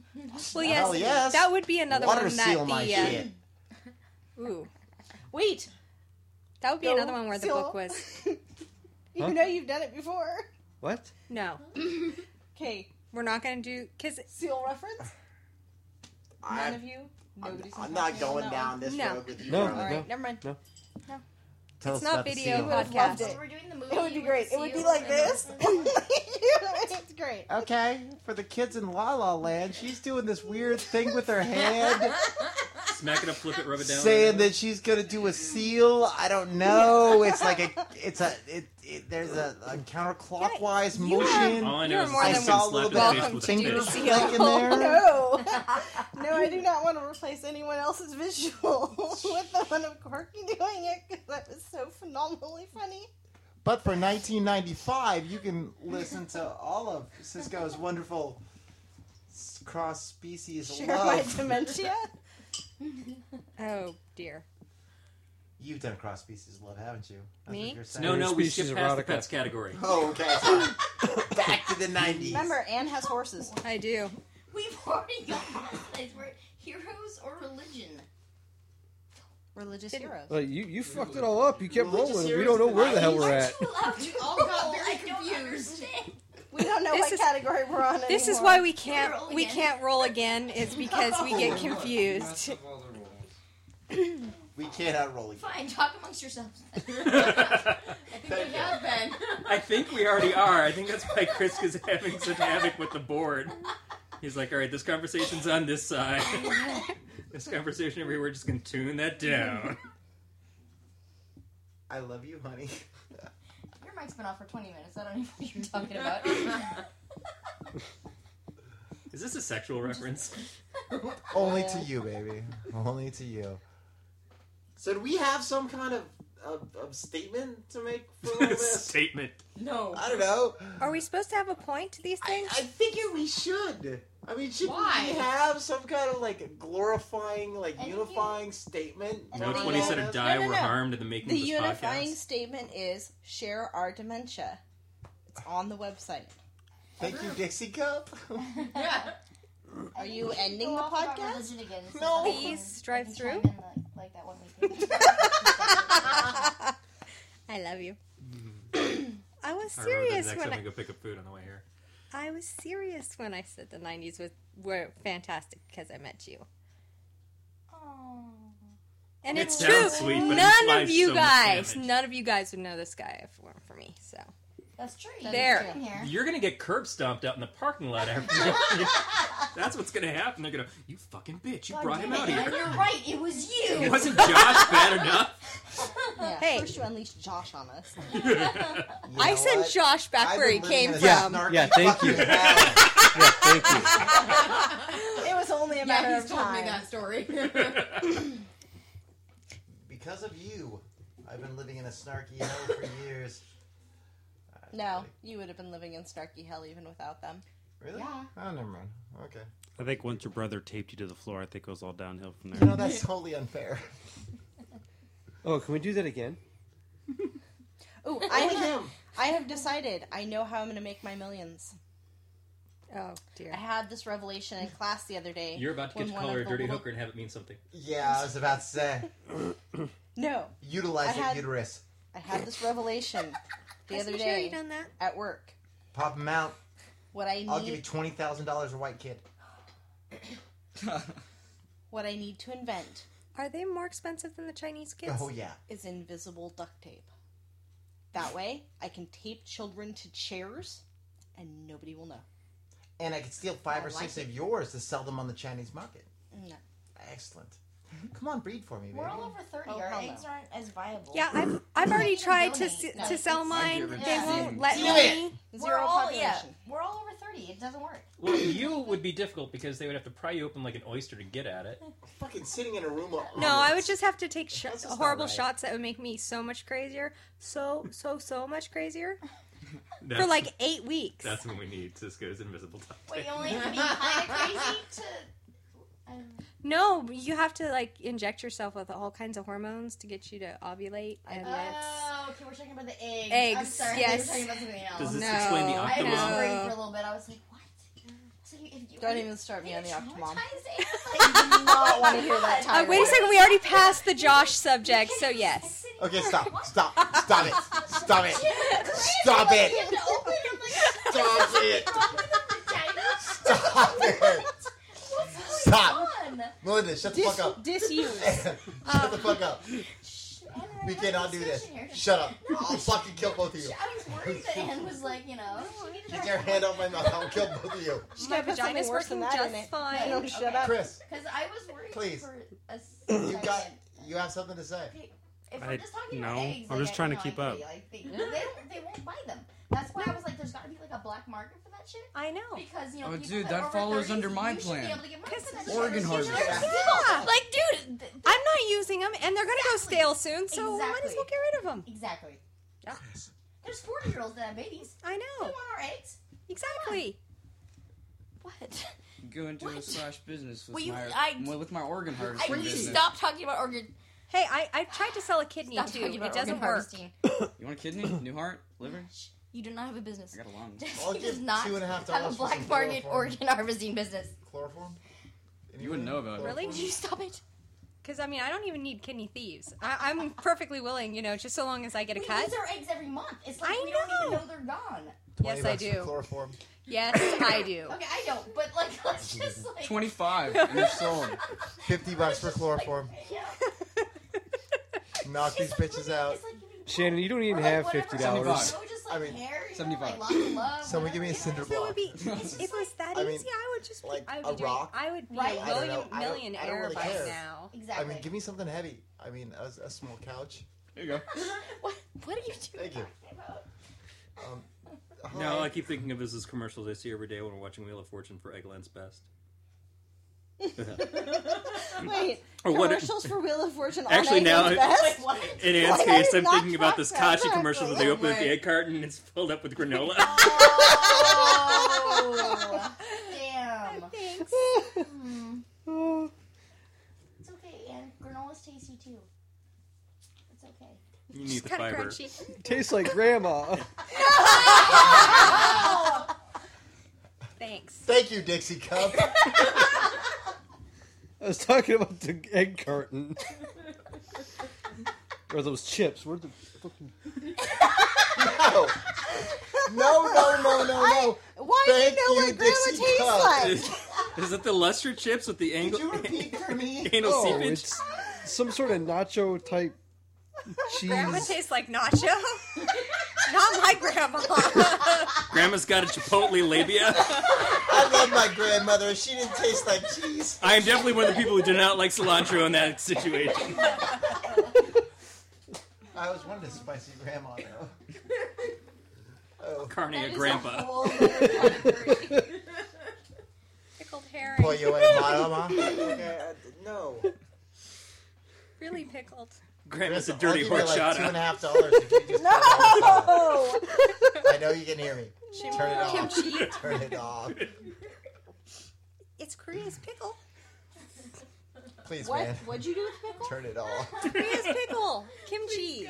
Speaker 11: Well, yes,
Speaker 7: Hell yes.
Speaker 11: that would be another
Speaker 7: Water
Speaker 11: one that
Speaker 7: seal
Speaker 11: the
Speaker 7: my
Speaker 11: uh,
Speaker 7: shit.
Speaker 11: ooh,
Speaker 3: Wait.
Speaker 11: that would be
Speaker 3: No,
Speaker 11: another one where the
Speaker 3: seal.
Speaker 11: book was
Speaker 3: You
Speaker 5: Huh?
Speaker 3: know you've done it before.
Speaker 5: What?
Speaker 11: no.
Speaker 3: Okay.
Speaker 11: We're not gonna do because
Speaker 3: Seal reference? None
Speaker 7: I-
Speaker 3: of you?
Speaker 7: I'm,
Speaker 10: Nobody's
Speaker 7: I'm not
Speaker 10: talking about
Speaker 7: going
Speaker 10: that
Speaker 7: down
Speaker 10: one.
Speaker 7: this
Speaker 11: No.
Speaker 7: road with you.
Speaker 11: No,
Speaker 7: Charlie.
Speaker 11: All right, no, never mind. no. No.
Speaker 7: Tell
Speaker 11: it's
Speaker 7: us about
Speaker 11: not
Speaker 7: the
Speaker 11: video
Speaker 7: seal.
Speaker 11: podcast.
Speaker 7: Loved
Speaker 10: it.
Speaker 11: We're doing the
Speaker 10: movie
Speaker 11: It would be
Speaker 10: with
Speaker 11: great.
Speaker 10: the
Speaker 11: It would be
Speaker 10: seal
Speaker 11: like
Speaker 10: and
Speaker 11: this.
Speaker 10: it's great.
Speaker 7: Okay, for the kids in La La Land, she's doing this weird thing with her hand,
Speaker 6: Smack it up, flip it, rub it down.
Speaker 7: saying that she's gonna do a seal. I don't know. It's like a, it's a, it, it there's a, a counterclockwise
Speaker 6: you
Speaker 7: motion.
Speaker 6: are- All I know you are is more I than saw a little bit of welcome Facebook
Speaker 7: finger
Speaker 6: to
Speaker 7: flick
Speaker 6: seal.
Speaker 7: in there.
Speaker 10: No, no, I do not want to replace anyone else's visual with the one of Corky doing it because that was so phenomenally funny.
Speaker 7: But for 1995, you can listen to all of Cisco's wonderful cross species
Speaker 10: Share my
Speaker 7: love.
Speaker 10: dementia.
Speaker 11: oh dear.
Speaker 7: You've done cross species love, haven't you? That's
Speaker 11: Me?
Speaker 7: what you're saying.
Speaker 6: No, no, we skipped past the pets category.
Speaker 7: Oh, okay. sorry. Back to the 90s.
Speaker 10: Remember, Anne has horses.
Speaker 11: I do.
Speaker 10: We've already gone past place where heroes or religion. Religious heroes.
Speaker 5: Like, you you fucked it all up. You kept
Speaker 10: Religious
Speaker 5: rolling. We
Speaker 10: heroes
Speaker 5: don't know where
Speaker 10: that
Speaker 5: the hell
Speaker 10: I-
Speaker 5: we're at.
Speaker 10: You all got very confused. We don't know
Speaker 11: This
Speaker 10: what
Speaker 11: is-
Speaker 10: category we're on
Speaker 11: This is
Speaker 10: anymore.
Speaker 11: why we can't
Speaker 10: Roll
Speaker 11: we
Speaker 10: again.
Speaker 11: can't roll again. Is because we get confused.
Speaker 7: We cannot roll again.
Speaker 10: Fine, talk amongst yourselves.
Speaker 6: Thank
Speaker 10: we
Speaker 6: you.
Speaker 10: have been.
Speaker 6: I think we already are. I think that's why Chris is having such havoc with the board. He's like, all right, this conversation's on this side. this conversation over here, we're just going to tune that down.
Speaker 7: I love you, honey.
Speaker 10: Your mic's been off for 20 minutes. I don't even know what you're talking about.
Speaker 6: Is this a sexual reference?
Speaker 7: Only to you, baby. Only to you. So, do we have some kind of, of, of statement to make for all this?
Speaker 6: Statement.
Speaker 10: No.
Speaker 7: I don't know.
Speaker 11: Are we supposed to have a point to these things?
Speaker 7: I figure we should. I mean, shouldn't
Speaker 10: Why?
Speaker 7: we have some kind of like glorifying, like
Speaker 10: Anything-
Speaker 7: unifying statement?
Speaker 6: No,
Speaker 7: about
Speaker 6: it's when he
Speaker 7: all
Speaker 6: said a
Speaker 7: this?
Speaker 6: die were harmed in the making
Speaker 3: The
Speaker 6: of this
Speaker 3: unifying
Speaker 6: podcast.
Speaker 3: statement is share our dementia. It's on the website.
Speaker 7: Thank you, Dixie Cup.
Speaker 10: yeah.
Speaker 3: Are you ending the
Speaker 10: Go off about
Speaker 3: podcast?
Speaker 10: religion again. This is
Speaker 3: No.
Speaker 10: something
Speaker 11: Please drive
Speaker 10: can
Speaker 11: through.
Speaker 10: chime in, like- like that one we did.
Speaker 11: I love you. I was
Speaker 6: I remember the
Speaker 11: serious
Speaker 6: next
Speaker 11: when
Speaker 6: time
Speaker 11: I,
Speaker 6: we go pick up food on the way here.
Speaker 11: I was serious when I said the '90s was were fantastic because I met you. And
Speaker 6: It
Speaker 11: it's true.
Speaker 6: sounds sweet, but it
Speaker 11: none
Speaker 6: implies
Speaker 11: of you
Speaker 6: so much
Speaker 11: guys,
Speaker 6: damage.
Speaker 11: none of you guys would know this guy if it weren't for me. So
Speaker 10: That's true.
Speaker 11: There.
Speaker 6: You're going to get curb stomped out in the parking lot after That's what's going to happen. They're going to, you fucking bitch, you brought him out here.
Speaker 10: And you're right. It was you.
Speaker 6: It wasn't Josh bad enough.
Speaker 3: Yeah,
Speaker 11: Hey.
Speaker 3: first you unleashed Josh on us.
Speaker 11: I sent Josh back
Speaker 3: I've
Speaker 11: where he
Speaker 3: been living
Speaker 11: came
Speaker 3: in a
Speaker 11: from.
Speaker 3: snarky
Speaker 5: Yeah, thank you. yeah, thank you.
Speaker 10: It was only a matter
Speaker 9: Yeah,
Speaker 10: of
Speaker 9: he's told me
Speaker 10: time.
Speaker 9: that story.
Speaker 7: Because of you, I've been living in a snarky hell for years.
Speaker 3: No, you would have been living in snarky hell even without them.
Speaker 7: Really?
Speaker 3: Yeah.
Speaker 7: Oh, never mind. Okay.
Speaker 2: I think once your brother taped you to the floor, I think it was all downhill from there.
Speaker 7: You know that's totally unfair.
Speaker 5: Oh, can we do that again?
Speaker 3: Ooh, I have, I have decided. I know how I'm going to make my millions.
Speaker 11: Oh dear!
Speaker 3: I had this revelation in class the other day.
Speaker 6: You're about to get
Speaker 3: when
Speaker 6: to
Speaker 3: one
Speaker 6: call her
Speaker 3: of
Speaker 6: a
Speaker 3: the
Speaker 6: dirty
Speaker 3: little-
Speaker 6: hooker and have it mean something.
Speaker 7: Yeah, I was about to say.
Speaker 3: No, I
Speaker 7: Utilize that
Speaker 3: had-
Speaker 7: uterus.
Speaker 3: I had this revelation the
Speaker 11: Has
Speaker 3: other
Speaker 11: Michelle
Speaker 3: day
Speaker 11: done that?
Speaker 3: at work.
Speaker 7: Pop them out.
Speaker 3: What I need,
Speaker 7: I'll give you twenty thousand dollars a white kid.
Speaker 3: what I need to invent
Speaker 11: Are they more expensive than the Chinese kids?
Speaker 7: Oh yeah.
Speaker 3: is invisible duct tape. That way, I can tape children to chairs, and nobody will know.
Speaker 7: And I could steal five
Speaker 3: I
Speaker 7: or
Speaker 3: like
Speaker 7: six
Speaker 3: it.
Speaker 7: of yours to sell them on the Chinese market.
Speaker 11: Mm,
Speaker 3: No.
Speaker 7: Excellent. Come on, breed for me,
Speaker 10: Mm-hmm.
Speaker 7: baby.
Speaker 10: We're all over 30.
Speaker 3: Oh,
Speaker 10: Our
Speaker 3: hell
Speaker 10: eggs
Speaker 3: no.
Speaker 10: aren't as viable.
Speaker 11: Yeah, I've I've already tried to
Speaker 10: donate.
Speaker 11: s- to sell mine.
Speaker 10: it's-
Speaker 11: They
Speaker 10: Yeah.
Speaker 11: won't let
Speaker 7: Do
Speaker 11: me.
Speaker 10: we're
Speaker 3: Zero
Speaker 10: all, yeah,
Speaker 3: population.
Speaker 10: we're all over 30. It doesn't work.
Speaker 6: Well, you would be difficult because they would have to pry you open like an oyster to get at it.
Speaker 7: Fucking sitting in a room. of-
Speaker 11: No, I would just have to take sh-
Speaker 7: not
Speaker 11: horrible
Speaker 7: right.
Speaker 11: shots that would make me so much crazier, so so so much crazier
Speaker 6: That's-
Speaker 11: for like eight weeks.
Speaker 6: That's when we need Cisco's invisible top.
Speaker 10: Wait, you only have to be kind of crazy to. Um,
Speaker 11: No, you have to like inject yourself with all kinds of hormones to get you to ovulate, and that's
Speaker 10: oh, okay, we're talking about the eggs. I'm
Speaker 11: Eggs,
Speaker 10: sorry,
Speaker 11: yes.
Speaker 10: we're talking about something else.
Speaker 6: Does this
Speaker 11: No,
Speaker 6: explain the
Speaker 10: I
Speaker 6: octopus?
Speaker 10: was
Speaker 11: know.
Speaker 10: worried for a little bit. I was like, what? So you, if you,
Speaker 3: Don't even start me on the Octomom.
Speaker 10: Octomom.
Speaker 3: Not want to hear that.
Speaker 11: Uh,
Speaker 3: tirade.
Speaker 11: wait a second, we already passed the Josh subject, so yes.
Speaker 7: Okay, stop, stop, stop it, stop it, stop
Speaker 10: You
Speaker 7: it,
Speaker 10: have to open them like
Speaker 7: stop it,
Speaker 10: wrong with the vagina.
Speaker 7: stop it.
Speaker 10: What's going
Speaker 7: Stop.
Speaker 10: on?
Speaker 7: No, Melinda, shut the
Speaker 3: Dis-
Speaker 7: fuck up.
Speaker 3: disuse.
Speaker 7: shut the fuck up. We cannot do this.
Speaker 10: discussion here.
Speaker 7: Shut up. I'll fucking kill both of you.
Speaker 10: I was worried that Anne was like, you know, she needed
Speaker 7: Get
Speaker 10: her-
Speaker 7: your hand off my mouth. I'll kill both of you.
Speaker 3: She's
Speaker 10: My
Speaker 3: gotta put something
Speaker 10: vagina's
Speaker 3: worse than
Speaker 10: working
Speaker 3: that in
Speaker 10: just
Speaker 3: it.
Speaker 10: fine.
Speaker 3: No, shut up.
Speaker 7: Chris,
Speaker 10: Because I was worried
Speaker 7: Please.
Speaker 10: for a
Speaker 7: you
Speaker 10: second.
Speaker 7: got. You have something to say.
Speaker 10: If
Speaker 2: I-
Speaker 10: we're just talking
Speaker 2: no,
Speaker 10: about eggs,
Speaker 2: I'm
Speaker 10: like,
Speaker 2: just
Speaker 10: I-
Speaker 2: trying to
Speaker 10: you know,
Speaker 2: keep
Speaker 10: I
Speaker 2: up.
Speaker 10: feel like they, they, don't, they won't buy them. That's why I was like, there's got to be like a black market for that shit.
Speaker 11: I know.
Speaker 10: Because you know,
Speaker 8: Oh,
Speaker 10: people
Speaker 8: dude,
Speaker 10: that,
Speaker 8: that
Speaker 10: are over
Speaker 8: follows
Speaker 10: 30s,
Speaker 8: under my
Speaker 10: you should
Speaker 8: plan.
Speaker 10: Be able to get money for that shit.
Speaker 8: Organ
Speaker 10: You
Speaker 8: harvest.
Speaker 10: know?
Speaker 11: Yeah, like dude, th- I'm not using them, and they're gonna
Speaker 10: Exactly.
Speaker 11: go stale soon, so we might as
Speaker 10: Exactly.
Speaker 11: well get rid of them.
Speaker 10: Exactly.
Speaker 11: Yeah.
Speaker 10: There's 40 year olds that have babies.
Speaker 11: I
Speaker 10: They
Speaker 11: know.
Speaker 10: want our eggs.
Speaker 11: Exactly.
Speaker 10: What?
Speaker 8: Go into a slash business with
Speaker 10: Will you-
Speaker 8: my
Speaker 10: I-
Speaker 8: with my organ
Speaker 10: I
Speaker 8: harvesting
Speaker 10: need to
Speaker 8: business.
Speaker 10: stop talking about organ.
Speaker 11: Hey, I I tried to sell a kidney
Speaker 10: Stop
Speaker 11: too.
Speaker 10: talking about
Speaker 11: It doesn't
Speaker 10: organ
Speaker 11: work.
Speaker 10: harvesting.
Speaker 8: You want a kidney, new heart, liver?
Speaker 10: You do not have a business.
Speaker 8: I got a lung.
Speaker 10: Jesse
Speaker 7: give
Speaker 10: does not
Speaker 7: two and a half
Speaker 10: have
Speaker 7: dollars
Speaker 10: a
Speaker 7: for
Speaker 10: black
Speaker 7: some
Speaker 10: market
Speaker 7: chloroform.
Speaker 10: organ harvesting business.
Speaker 7: Chloroform.
Speaker 8: You wouldn't know about it.
Speaker 11: Really?
Speaker 10: Would you stop it?
Speaker 11: Because I mean, I don't even need kidney thieves. I, I'm perfectly willing, you know, just so long as I get a
Speaker 10: we
Speaker 11: cut.
Speaker 10: use our eggs every month. It's like
Speaker 11: I
Speaker 10: we don't
Speaker 11: know.
Speaker 10: even know they're gone.
Speaker 11: Yes, I do.
Speaker 7: Chloroform.
Speaker 11: Yes, I do.
Speaker 10: Okay, I don't. But like, let's just like.
Speaker 8: Twenty five and you're sold.
Speaker 7: Fifty bucks for chloroform.
Speaker 10: Yeah.
Speaker 7: Knock these bitches out.
Speaker 5: Shannon, you don't even
Speaker 10: Or, like,
Speaker 5: have
Speaker 10: whatever,
Speaker 5: fifty
Speaker 10: like,
Speaker 5: dollars.
Speaker 10: so just like
Speaker 7: I mean,
Speaker 10: hair, you know,
Speaker 8: 75.
Speaker 10: like lots of love.
Speaker 7: Someone give me a
Speaker 10: whatever.
Speaker 7: cinder
Speaker 11: So it would
Speaker 7: block.
Speaker 11: be if it was that
Speaker 7: I mean,
Speaker 11: easy. I would just be,
Speaker 7: like
Speaker 11: I would
Speaker 7: a
Speaker 11: be doing,
Speaker 7: rock?
Speaker 11: I would be
Speaker 10: Right.
Speaker 11: a
Speaker 10: I don't
Speaker 11: million,
Speaker 7: know. I don't- I don't
Speaker 11: millionaire
Speaker 7: really
Speaker 11: by
Speaker 7: care.
Speaker 11: now.
Speaker 7: I
Speaker 10: Exactly.
Speaker 7: mean, give me something heavy. I mean, a, a small couch.
Speaker 8: There you go.
Speaker 10: what, what are you doing?
Speaker 7: Thank you. Um,
Speaker 6: No,
Speaker 7: hi.
Speaker 6: I keep thinking of this as commercials I see every day when we're watching Wheel of Fortune for Eggland's Best.
Speaker 3: Wait,
Speaker 5: Oh,
Speaker 6: Or what-
Speaker 3: commercials for Wheel of Fortune. on
Speaker 6: Actually, now
Speaker 3: Eggland's
Speaker 6: it-
Speaker 3: Best?
Speaker 6: in Anne's
Speaker 3: Why
Speaker 6: case,
Speaker 3: did
Speaker 6: I'm
Speaker 3: not
Speaker 6: thinking about
Speaker 3: track
Speaker 6: this
Speaker 3: that?
Speaker 6: Kashi commercial that they open with the
Speaker 8: Right.
Speaker 6: egg carton and it's filled up with granola.
Speaker 10: Oh, damn.
Speaker 11: Thanks.
Speaker 10: Hmm. It's okay, and granola's tasty too. It's okay.
Speaker 6: you need the
Speaker 11: Kind of
Speaker 6: fiber.
Speaker 11: crunchy.
Speaker 5: Tastes like grandma.
Speaker 11: Thanks.
Speaker 7: Thank you, Dixie Cup.
Speaker 5: I was talking about the egg carton. or those chips. Where the fucking
Speaker 7: no. No, no, no, no, no.
Speaker 3: Why
Speaker 7: Thank
Speaker 3: do you know Oh, what
Speaker 7: you,
Speaker 3: grandma
Speaker 7: Dixie
Speaker 3: tastes
Speaker 7: Cup.
Speaker 3: like?
Speaker 6: is, is it the luster chips with the angle?
Speaker 7: Did you repeat for me?
Speaker 6: Anal
Speaker 3: Oh,
Speaker 5: No,
Speaker 6: seepage?
Speaker 5: Oh, it's some sort of nacho type
Speaker 11: Grandma
Speaker 5: cheese.
Speaker 11: tastes like nacho. Not my grandma.
Speaker 6: Grandma's got a Chipotle labia.
Speaker 7: I love my grandmother. She didn't taste like cheese.
Speaker 6: I am definitely one of the people who do not like cilantro in that situation.
Speaker 7: I always wanted a spicy grandma, though. Oh,
Speaker 6: Carne
Speaker 10: That
Speaker 6: a
Speaker 10: is
Speaker 6: grandpa.
Speaker 10: a whole other category.
Speaker 11: Pickled herring.
Speaker 7: boy, you ain't mama. Okay, uh, no.
Speaker 11: Really pickled.
Speaker 6: Grandma's a
Speaker 7: I'll
Speaker 6: dirty
Speaker 7: give you like two
Speaker 6: horchata.
Speaker 7: and a half dollars if you just no! I know you can hear me. Turn it off.
Speaker 11: Kimchi.
Speaker 7: Turn it off.
Speaker 11: It's Korea's pickle.
Speaker 7: Please,
Speaker 3: What?
Speaker 7: man.
Speaker 3: What'd you do with pickle? Oh.
Speaker 7: Turn it off.
Speaker 11: Korea's pickle. Kimchi.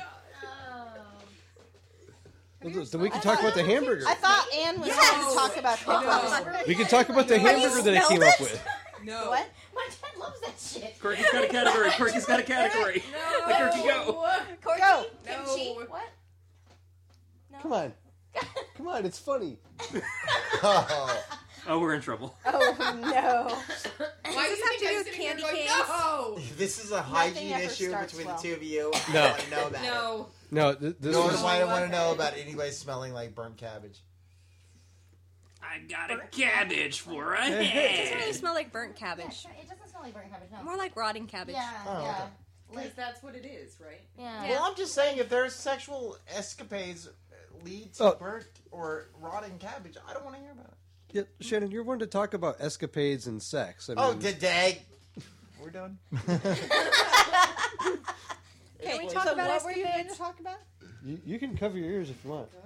Speaker 5: Then we can talk about the hamburger.
Speaker 3: I thought Anne was going to talk about pickles.
Speaker 5: We can talk about the
Speaker 11: Have you
Speaker 5: hamburger that I
Speaker 11: smelled
Speaker 5: came up
Speaker 11: it?
Speaker 5: with.
Speaker 9: No.
Speaker 3: What?
Speaker 10: My dad loves that shit.
Speaker 6: Quirky's got a category. Quirky's got a category.
Speaker 9: No.
Speaker 6: Let Quirky go.
Speaker 10: Corky,
Speaker 5: Go.
Speaker 10: kimchi,
Speaker 9: No.
Speaker 10: what?
Speaker 5: Come on. Come on, it's funny.
Speaker 7: Oh,
Speaker 6: Oh, we're in trouble.
Speaker 3: Oh no!
Speaker 9: Why
Speaker 11: Does
Speaker 9: do
Speaker 11: this
Speaker 9: you
Speaker 11: have to do
Speaker 9: think I'm sitting
Speaker 11: with
Speaker 9: here
Speaker 11: candy
Speaker 9: going, No.
Speaker 7: this is a
Speaker 3: Nothing
Speaker 7: hygiene
Speaker 3: ever
Speaker 7: issue
Speaker 3: starts
Speaker 7: between
Speaker 3: well.
Speaker 7: the two of you. I
Speaker 5: No.
Speaker 7: want to know about it.
Speaker 9: No.
Speaker 5: No, th- this
Speaker 7: Nor
Speaker 5: was
Speaker 7: do I want to know about anybody smelling like burnt cabbage.
Speaker 6: I got a cabbage for a
Speaker 11: It doesn't really
Speaker 6: head.
Speaker 11: smell like burnt
Speaker 10: Yeah,
Speaker 11: cabbage.
Speaker 10: sure, it doesn't smell like burnt cabbage. No.
Speaker 11: More like rotting cabbage.
Speaker 10: Yeah,
Speaker 7: Oh,
Speaker 10: yeah.
Speaker 7: okay.
Speaker 9: Because
Speaker 10: Like,
Speaker 9: that's what it is, right?
Speaker 10: yeah.
Speaker 7: Well, I'm just saying, if their sexual escapades uh, lead to
Speaker 5: Oh.
Speaker 7: burnt or rotting cabbage, I don't want to hear about it.
Speaker 5: Yeah, Shannon, you're one to talk about escapades and sex. I mean,
Speaker 7: Oh, good day. We're done.
Speaker 11: Can we
Speaker 7: So
Speaker 11: talk about
Speaker 3: what were you going
Speaker 11: escapades?
Speaker 3: to talk about?
Speaker 5: You, you can cover your ears if you want.
Speaker 9: Go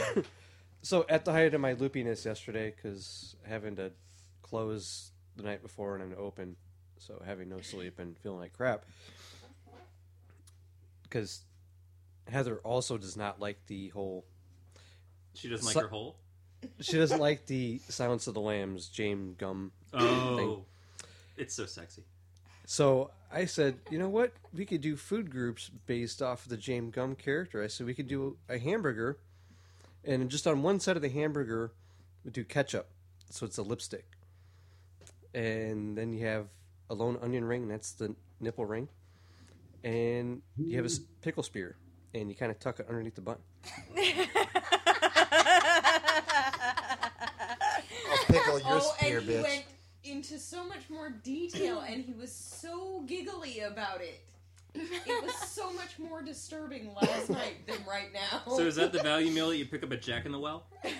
Speaker 9: ahead.
Speaker 5: So, at the height of my loopiness yesterday, because having to close the night before and then open, so having no sleep and feeling like crap, because Heather also does not like the whole.
Speaker 6: She doesn't like
Speaker 5: So-
Speaker 6: her hole.
Speaker 5: She doesn't like the Silence of the Lambs, James Gum
Speaker 6: Oh, it's so sexy.
Speaker 5: So I said, you know what? We could do food groups based off of the James Gum character. I said we could do a hamburger, and just on one side of the hamburger, we do ketchup, so it's a lipstick, and then you have a lone onion ring. That's the nipple ring, and you have a s- pickle spear, and you kind of tuck it underneath the bun.
Speaker 7: I'll pickle your
Speaker 9: oh,
Speaker 7: spear,
Speaker 9: and he
Speaker 7: bitch.
Speaker 9: went into so much more detail, and he was so giggly about it. It was so much more disturbing last night than right now.
Speaker 6: So is that the value meal that you pick up at Jack in the Well?
Speaker 9: nice?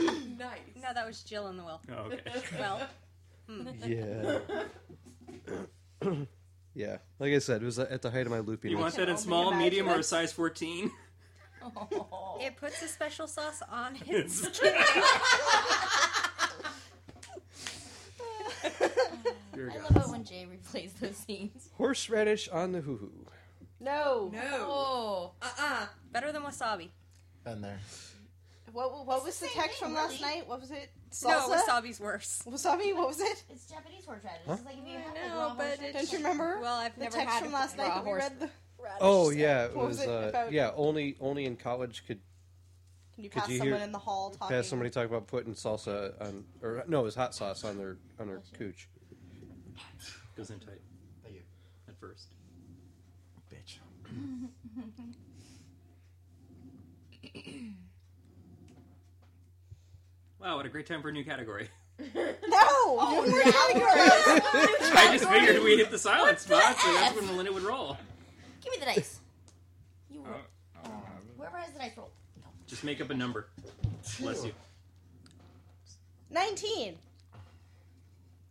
Speaker 11: No, that was Jill in the will.
Speaker 6: Oh, okay.
Speaker 11: Well, hmm.
Speaker 5: Yeah. yeah, like I said, it was at the height of my loopiness.
Speaker 6: You want that in small, medium, or a size 14?
Speaker 11: it puts a special sauce on his
Speaker 6: It's-
Speaker 11: skin.
Speaker 5: Here we
Speaker 9: I
Speaker 5: go.
Speaker 9: love it when Jay replays those scenes.
Speaker 5: Horseradish on the hoo hoo.
Speaker 9: No.
Speaker 11: No.
Speaker 9: Oh.
Speaker 11: Uh uh Better than wasabi.
Speaker 7: Been there.
Speaker 3: What, what was the
Speaker 9: Same
Speaker 3: text
Speaker 9: thing,
Speaker 3: from last
Speaker 9: really.
Speaker 3: night? What was it?
Speaker 11: No,
Speaker 3: Salsa?
Speaker 11: wasabi's worse.
Speaker 3: Wasabi? What was it?
Speaker 9: It's Japanese horseradish.
Speaker 5: Huh?
Speaker 9: It's like if you have like,
Speaker 11: No,
Speaker 9: raw
Speaker 11: but
Speaker 9: horseradish.
Speaker 3: Don't you remember?
Speaker 11: Well, I've
Speaker 3: the
Speaker 11: never
Speaker 3: text
Speaker 11: had
Speaker 3: from last night
Speaker 11: raw
Speaker 3: that we
Speaker 11: horse-
Speaker 3: read. The...
Speaker 5: Oh yeah, it
Speaker 3: What
Speaker 5: was,
Speaker 3: was it
Speaker 5: uh,
Speaker 3: about?
Speaker 5: yeah. Only only in college could
Speaker 3: Can you
Speaker 5: Could
Speaker 3: pass
Speaker 5: you
Speaker 3: someone
Speaker 5: hear-
Speaker 3: in the hall talking?
Speaker 5: pass somebody talk about putting salsa on or no, it was hot sauce on their on their cooch.
Speaker 6: Goes in tight.
Speaker 7: Thank you.
Speaker 6: At first.
Speaker 7: Bitch.
Speaker 6: Wow, what a great time for a new category.
Speaker 3: No!
Speaker 10: Oh,
Speaker 3: no more categories!
Speaker 6: I just figured we hit the silent spot, so that's when Melinda would roll.
Speaker 9: Give me the dice. You
Speaker 6: Uh,
Speaker 9: whoever has the dice roll.
Speaker 6: Just make up a number. Bless you.
Speaker 3: 19.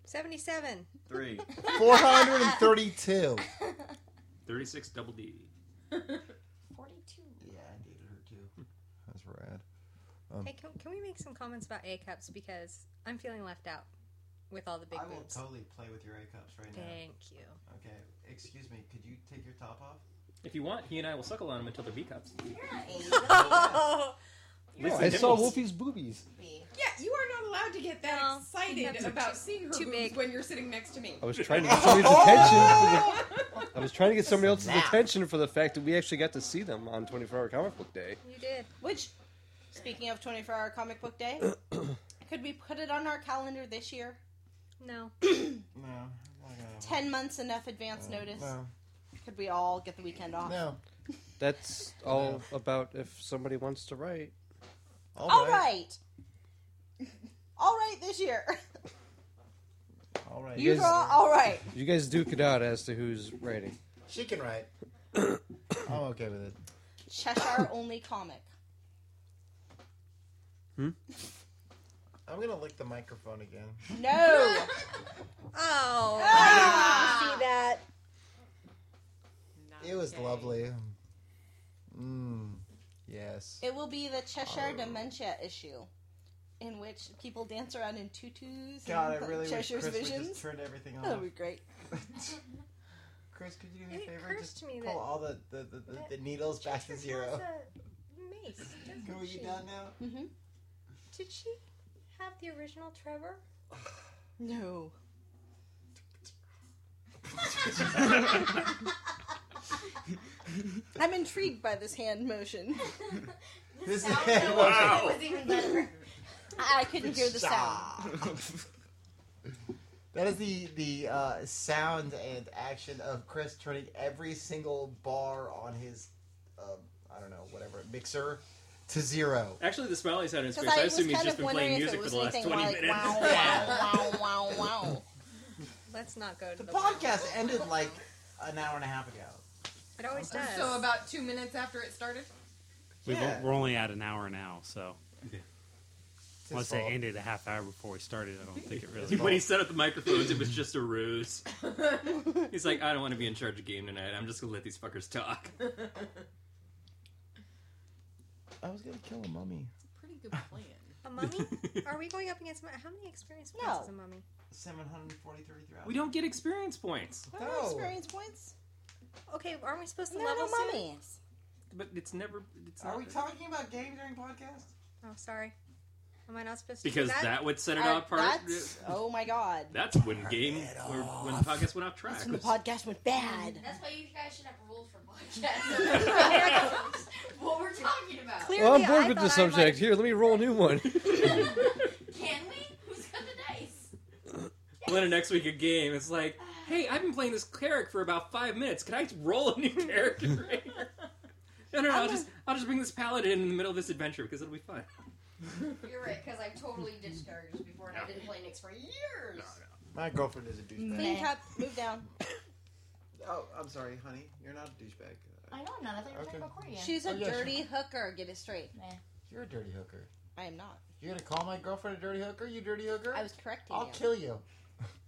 Speaker 11: 77.
Speaker 6: Three.
Speaker 7: 432.
Speaker 6: 36 double D.
Speaker 9: 42.
Speaker 7: Yeah, I dated her too. That's rad. Um,
Speaker 11: Hey, can, can we make some comments about A cups? Because I'm feeling left out with all the big
Speaker 7: I will
Speaker 11: boobs.
Speaker 7: totally play with your A cups right now.
Speaker 11: Thank you.
Speaker 7: Okay, excuse me, could you take your top off?
Speaker 6: If you want, he and I will suckle on them until they're B cups.
Speaker 7: Oh,
Speaker 6: At least
Speaker 5: I
Speaker 6: the
Speaker 5: saw
Speaker 6: nipples.
Speaker 5: Wolfie's boobies.
Speaker 9: Yeah, you are not allowed to get that excited about seeing her boobs when you're sitting next to me.
Speaker 5: I was trying to get somebody's attention. For the, I was trying to get somebody else's attention for the fact that we actually got to see them on 24 Hour Comic Book Day.
Speaker 11: You did.
Speaker 3: Which, speaking of 24 hour comic book day, could we put it on our calendar this year?
Speaker 11: No.
Speaker 7: No. not gonna-
Speaker 3: 10 months enough advance notice?
Speaker 7: No.
Speaker 3: Could we all get the weekend off?
Speaker 7: No.
Speaker 5: That's all about if somebody wants to write.
Speaker 7: All
Speaker 3: All right. All right this year.
Speaker 7: All right.
Speaker 3: You draw, all right.
Speaker 5: You guys duke it out as to who's writing.
Speaker 7: She can write. I'm okay with it.
Speaker 3: Cheshire only comic.
Speaker 7: I'm gonna lick the microphone again.
Speaker 3: No.
Speaker 11: Oh.
Speaker 7: Ah!
Speaker 3: see that.
Speaker 7: It was lovely. Mmm. Yes.
Speaker 3: It will be the Cheshire
Speaker 7: Oh.
Speaker 3: dementia issue, in which people dance around in tutus.
Speaker 7: God,
Speaker 3: and
Speaker 7: I really wish
Speaker 3: Cheshire's
Speaker 7: Chris would just
Speaker 3: visions.
Speaker 7: turn everything
Speaker 3: That
Speaker 7: off.
Speaker 3: would be great.
Speaker 7: Chris, could you do me
Speaker 11: It
Speaker 7: a favor?
Speaker 11: occurs
Speaker 7: Just
Speaker 11: to me
Speaker 7: pull
Speaker 11: that-
Speaker 7: all the, the, the, the, the needles back to zero.
Speaker 11: Mace. doesn't
Speaker 7: Are you
Speaker 11: she?
Speaker 7: done now?
Speaker 3: Mm-hmm.
Speaker 11: Did she have the original Trevor?
Speaker 3: No. I'm intrigued by this hand motion.
Speaker 7: This is
Speaker 3: Wow. I I couldn't hear the sound.
Speaker 7: That is the the uh, sound and action of Chris turning every single bar on his, um, I don't know, whatever mixer, to zero.
Speaker 6: Actually, the smiley's out in his face.
Speaker 3: Because
Speaker 6: I,
Speaker 3: I was
Speaker 6: assume he's
Speaker 3: kind
Speaker 6: just
Speaker 3: of
Speaker 6: been playing
Speaker 3: wondering if it was
Speaker 6: music for the last
Speaker 3: anything
Speaker 6: 20
Speaker 3: like
Speaker 6: minutes.
Speaker 3: wow, wow, wow, wow, wow.
Speaker 11: Let's not go to the,
Speaker 7: The podcast ended like an hour and a half ago.
Speaker 11: It always does.
Speaker 10: So about two minutes after it started.
Speaker 2: We've,
Speaker 7: Yeah.
Speaker 2: We're only at an hour now, so.
Speaker 7: It's his
Speaker 2: Unless they
Speaker 7: fault.
Speaker 2: ended a half hour before we started, I don't think it really.
Speaker 6: When he set up the microphones, it was just a ruse. He's like, I don't want to be in charge of game tonight. I'm just gonna let these fuckers talk.
Speaker 7: I was gonna kill a mummy.
Speaker 10: Pretty good plan.
Speaker 11: A mummy? Are we going up against mu- how many experience points
Speaker 3: No.
Speaker 11: is a mummy?
Speaker 7: 743 throughout.
Speaker 6: We don't get experience points,
Speaker 3: What are
Speaker 7: No.
Speaker 3: experience points?
Speaker 11: Okay, aren't we supposed to
Speaker 3: No,
Speaker 11: level
Speaker 3: no
Speaker 11: soon?
Speaker 3: mummies.
Speaker 6: but it's never. It's
Speaker 7: Are
Speaker 6: not-
Speaker 7: we talking about game during podcast?
Speaker 11: Oh, sorry. Am I not supposed to? do
Speaker 6: Because that, would set it
Speaker 3: Uh,
Speaker 6: off. Part.
Speaker 3: that's- oh my god.
Speaker 6: That's when game or when the podcast went off track.
Speaker 3: That's when the podcast went bad.
Speaker 9: That's why you guys should have rules for podcasts. what we're talking about.
Speaker 5: well, I'm bored with the subject. Here, let me roll a new one.
Speaker 9: Can we? Who's got the dice?
Speaker 6: Winner next week a game. It's like, hey, I've been playing this cleric for about five minutes. Can I roll a new character? right here?" no, no, no. I'll just I'll just bring this paladin in the middle of this adventure because it'll be fun.
Speaker 10: You're right, because I've totally ditched Argus before, and I didn't play Nyx for years.
Speaker 7: My girlfriend is a douchebag.
Speaker 10: Clean cup, move down.
Speaker 7: Oh, I'm sorry, honey. You're not a douchebag.
Speaker 10: I know I'm not. I thought you were talking about Cordia.
Speaker 3: She's a
Speaker 7: Oh, yeah,
Speaker 3: dirty
Speaker 7: sure.
Speaker 3: hooker. Get it straight.
Speaker 7: You're a dirty hooker.
Speaker 3: I am not.
Speaker 7: You're gonna call my girlfriend a dirty hooker? You dirty hooker? I was
Speaker 3: correcting
Speaker 7: I'll
Speaker 3: you.
Speaker 7: kill you.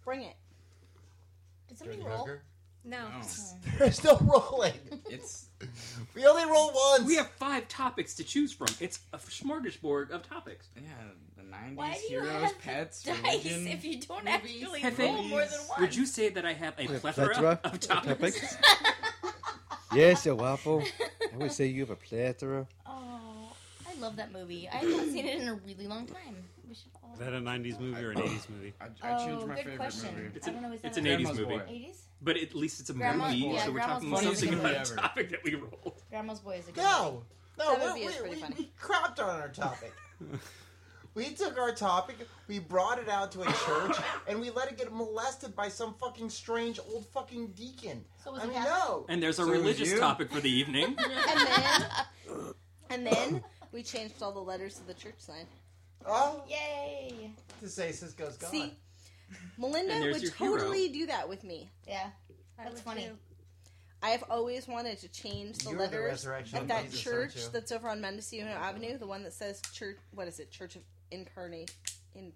Speaker 3: Bring it.
Speaker 10: Did Hmm.
Speaker 7: Dirty hooker.
Speaker 15: No.
Speaker 7: They're still rolling.
Speaker 8: It's
Speaker 7: we only roll once.
Speaker 6: We have five topics to choose from. It's a smorgasbord of topics.
Speaker 8: Yeah, the nineties
Speaker 10: Why do you
Speaker 8: heroes,
Speaker 10: have
Speaker 8: pets,
Speaker 10: dice
Speaker 8: religion.
Speaker 10: if you don't actually
Speaker 6: I
Speaker 10: roll
Speaker 6: think-
Speaker 10: more than one?
Speaker 6: Would you say that I have a
Speaker 5: Yeah,
Speaker 6: plethora,
Speaker 5: plethora
Speaker 6: of
Speaker 5: of
Speaker 6: topics?
Speaker 5: topics. yes, a waffle. I would say you have a plethora.
Speaker 10: Oh, I love that movie. I haven't seen it in a really long time. We should all.
Speaker 2: Is that a 90s movie or an 80s movie?
Speaker 10: I changed my Oh, good favorite question. movie.
Speaker 6: It's,
Speaker 10: I
Speaker 6: an-
Speaker 10: don't know, is
Speaker 6: it's
Speaker 10: that
Speaker 6: an
Speaker 10: a-
Speaker 6: 80s
Speaker 10: Grandma's
Speaker 6: movie.
Speaker 10: Boy. 80s?
Speaker 6: But at least it's a
Speaker 10: Grandma's
Speaker 6: movie,
Speaker 10: Boy.
Speaker 6: so we're
Speaker 10: Yeah,
Speaker 6: talking
Speaker 10: Grandma's Boy.
Speaker 6: something about a
Speaker 10: Funniest movie
Speaker 6: topic that we rolled.
Speaker 10: Grandma's Boy is a good
Speaker 7: No, no,
Speaker 10: That
Speaker 7: we,
Speaker 10: movie is
Speaker 7: we-
Speaker 10: pretty
Speaker 7: we-
Speaker 10: funny.
Speaker 7: we crapped on our topic. we took our topic, we brought it out to a church, and we let it get molested by some fucking strange old fucking deacon.
Speaker 10: So was
Speaker 7: I
Speaker 10: it
Speaker 7: mean,
Speaker 10: Catholic?
Speaker 7: no.
Speaker 6: And there's a
Speaker 8: So it was
Speaker 6: religious
Speaker 8: you?
Speaker 6: topic for the evening.
Speaker 3: And then, and then we changed all the letters to the church sign.
Speaker 7: Oh,
Speaker 10: Yay!
Speaker 7: to say Cisco's gone.
Speaker 3: See, Melinda
Speaker 7: And there's
Speaker 3: would
Speaker 7: your hero.
Speaker 3: totally do that with me.
Speaker 10: Yeah,
Speaker 3: that's funny. I have always wanted to change the
Speaker 7: You're the
Speaker 3: letters
Speaker 7: resurrection
Speaker 3: at
Speaker 7: of
Speaker 3: that
Speaker 7: Jesus,
Speaker 3: church
Speaker 7: aren't you?
Speaker 3: that's over on Mendocino Avenue, the one that says church. What is it? Church of Incarnate, in,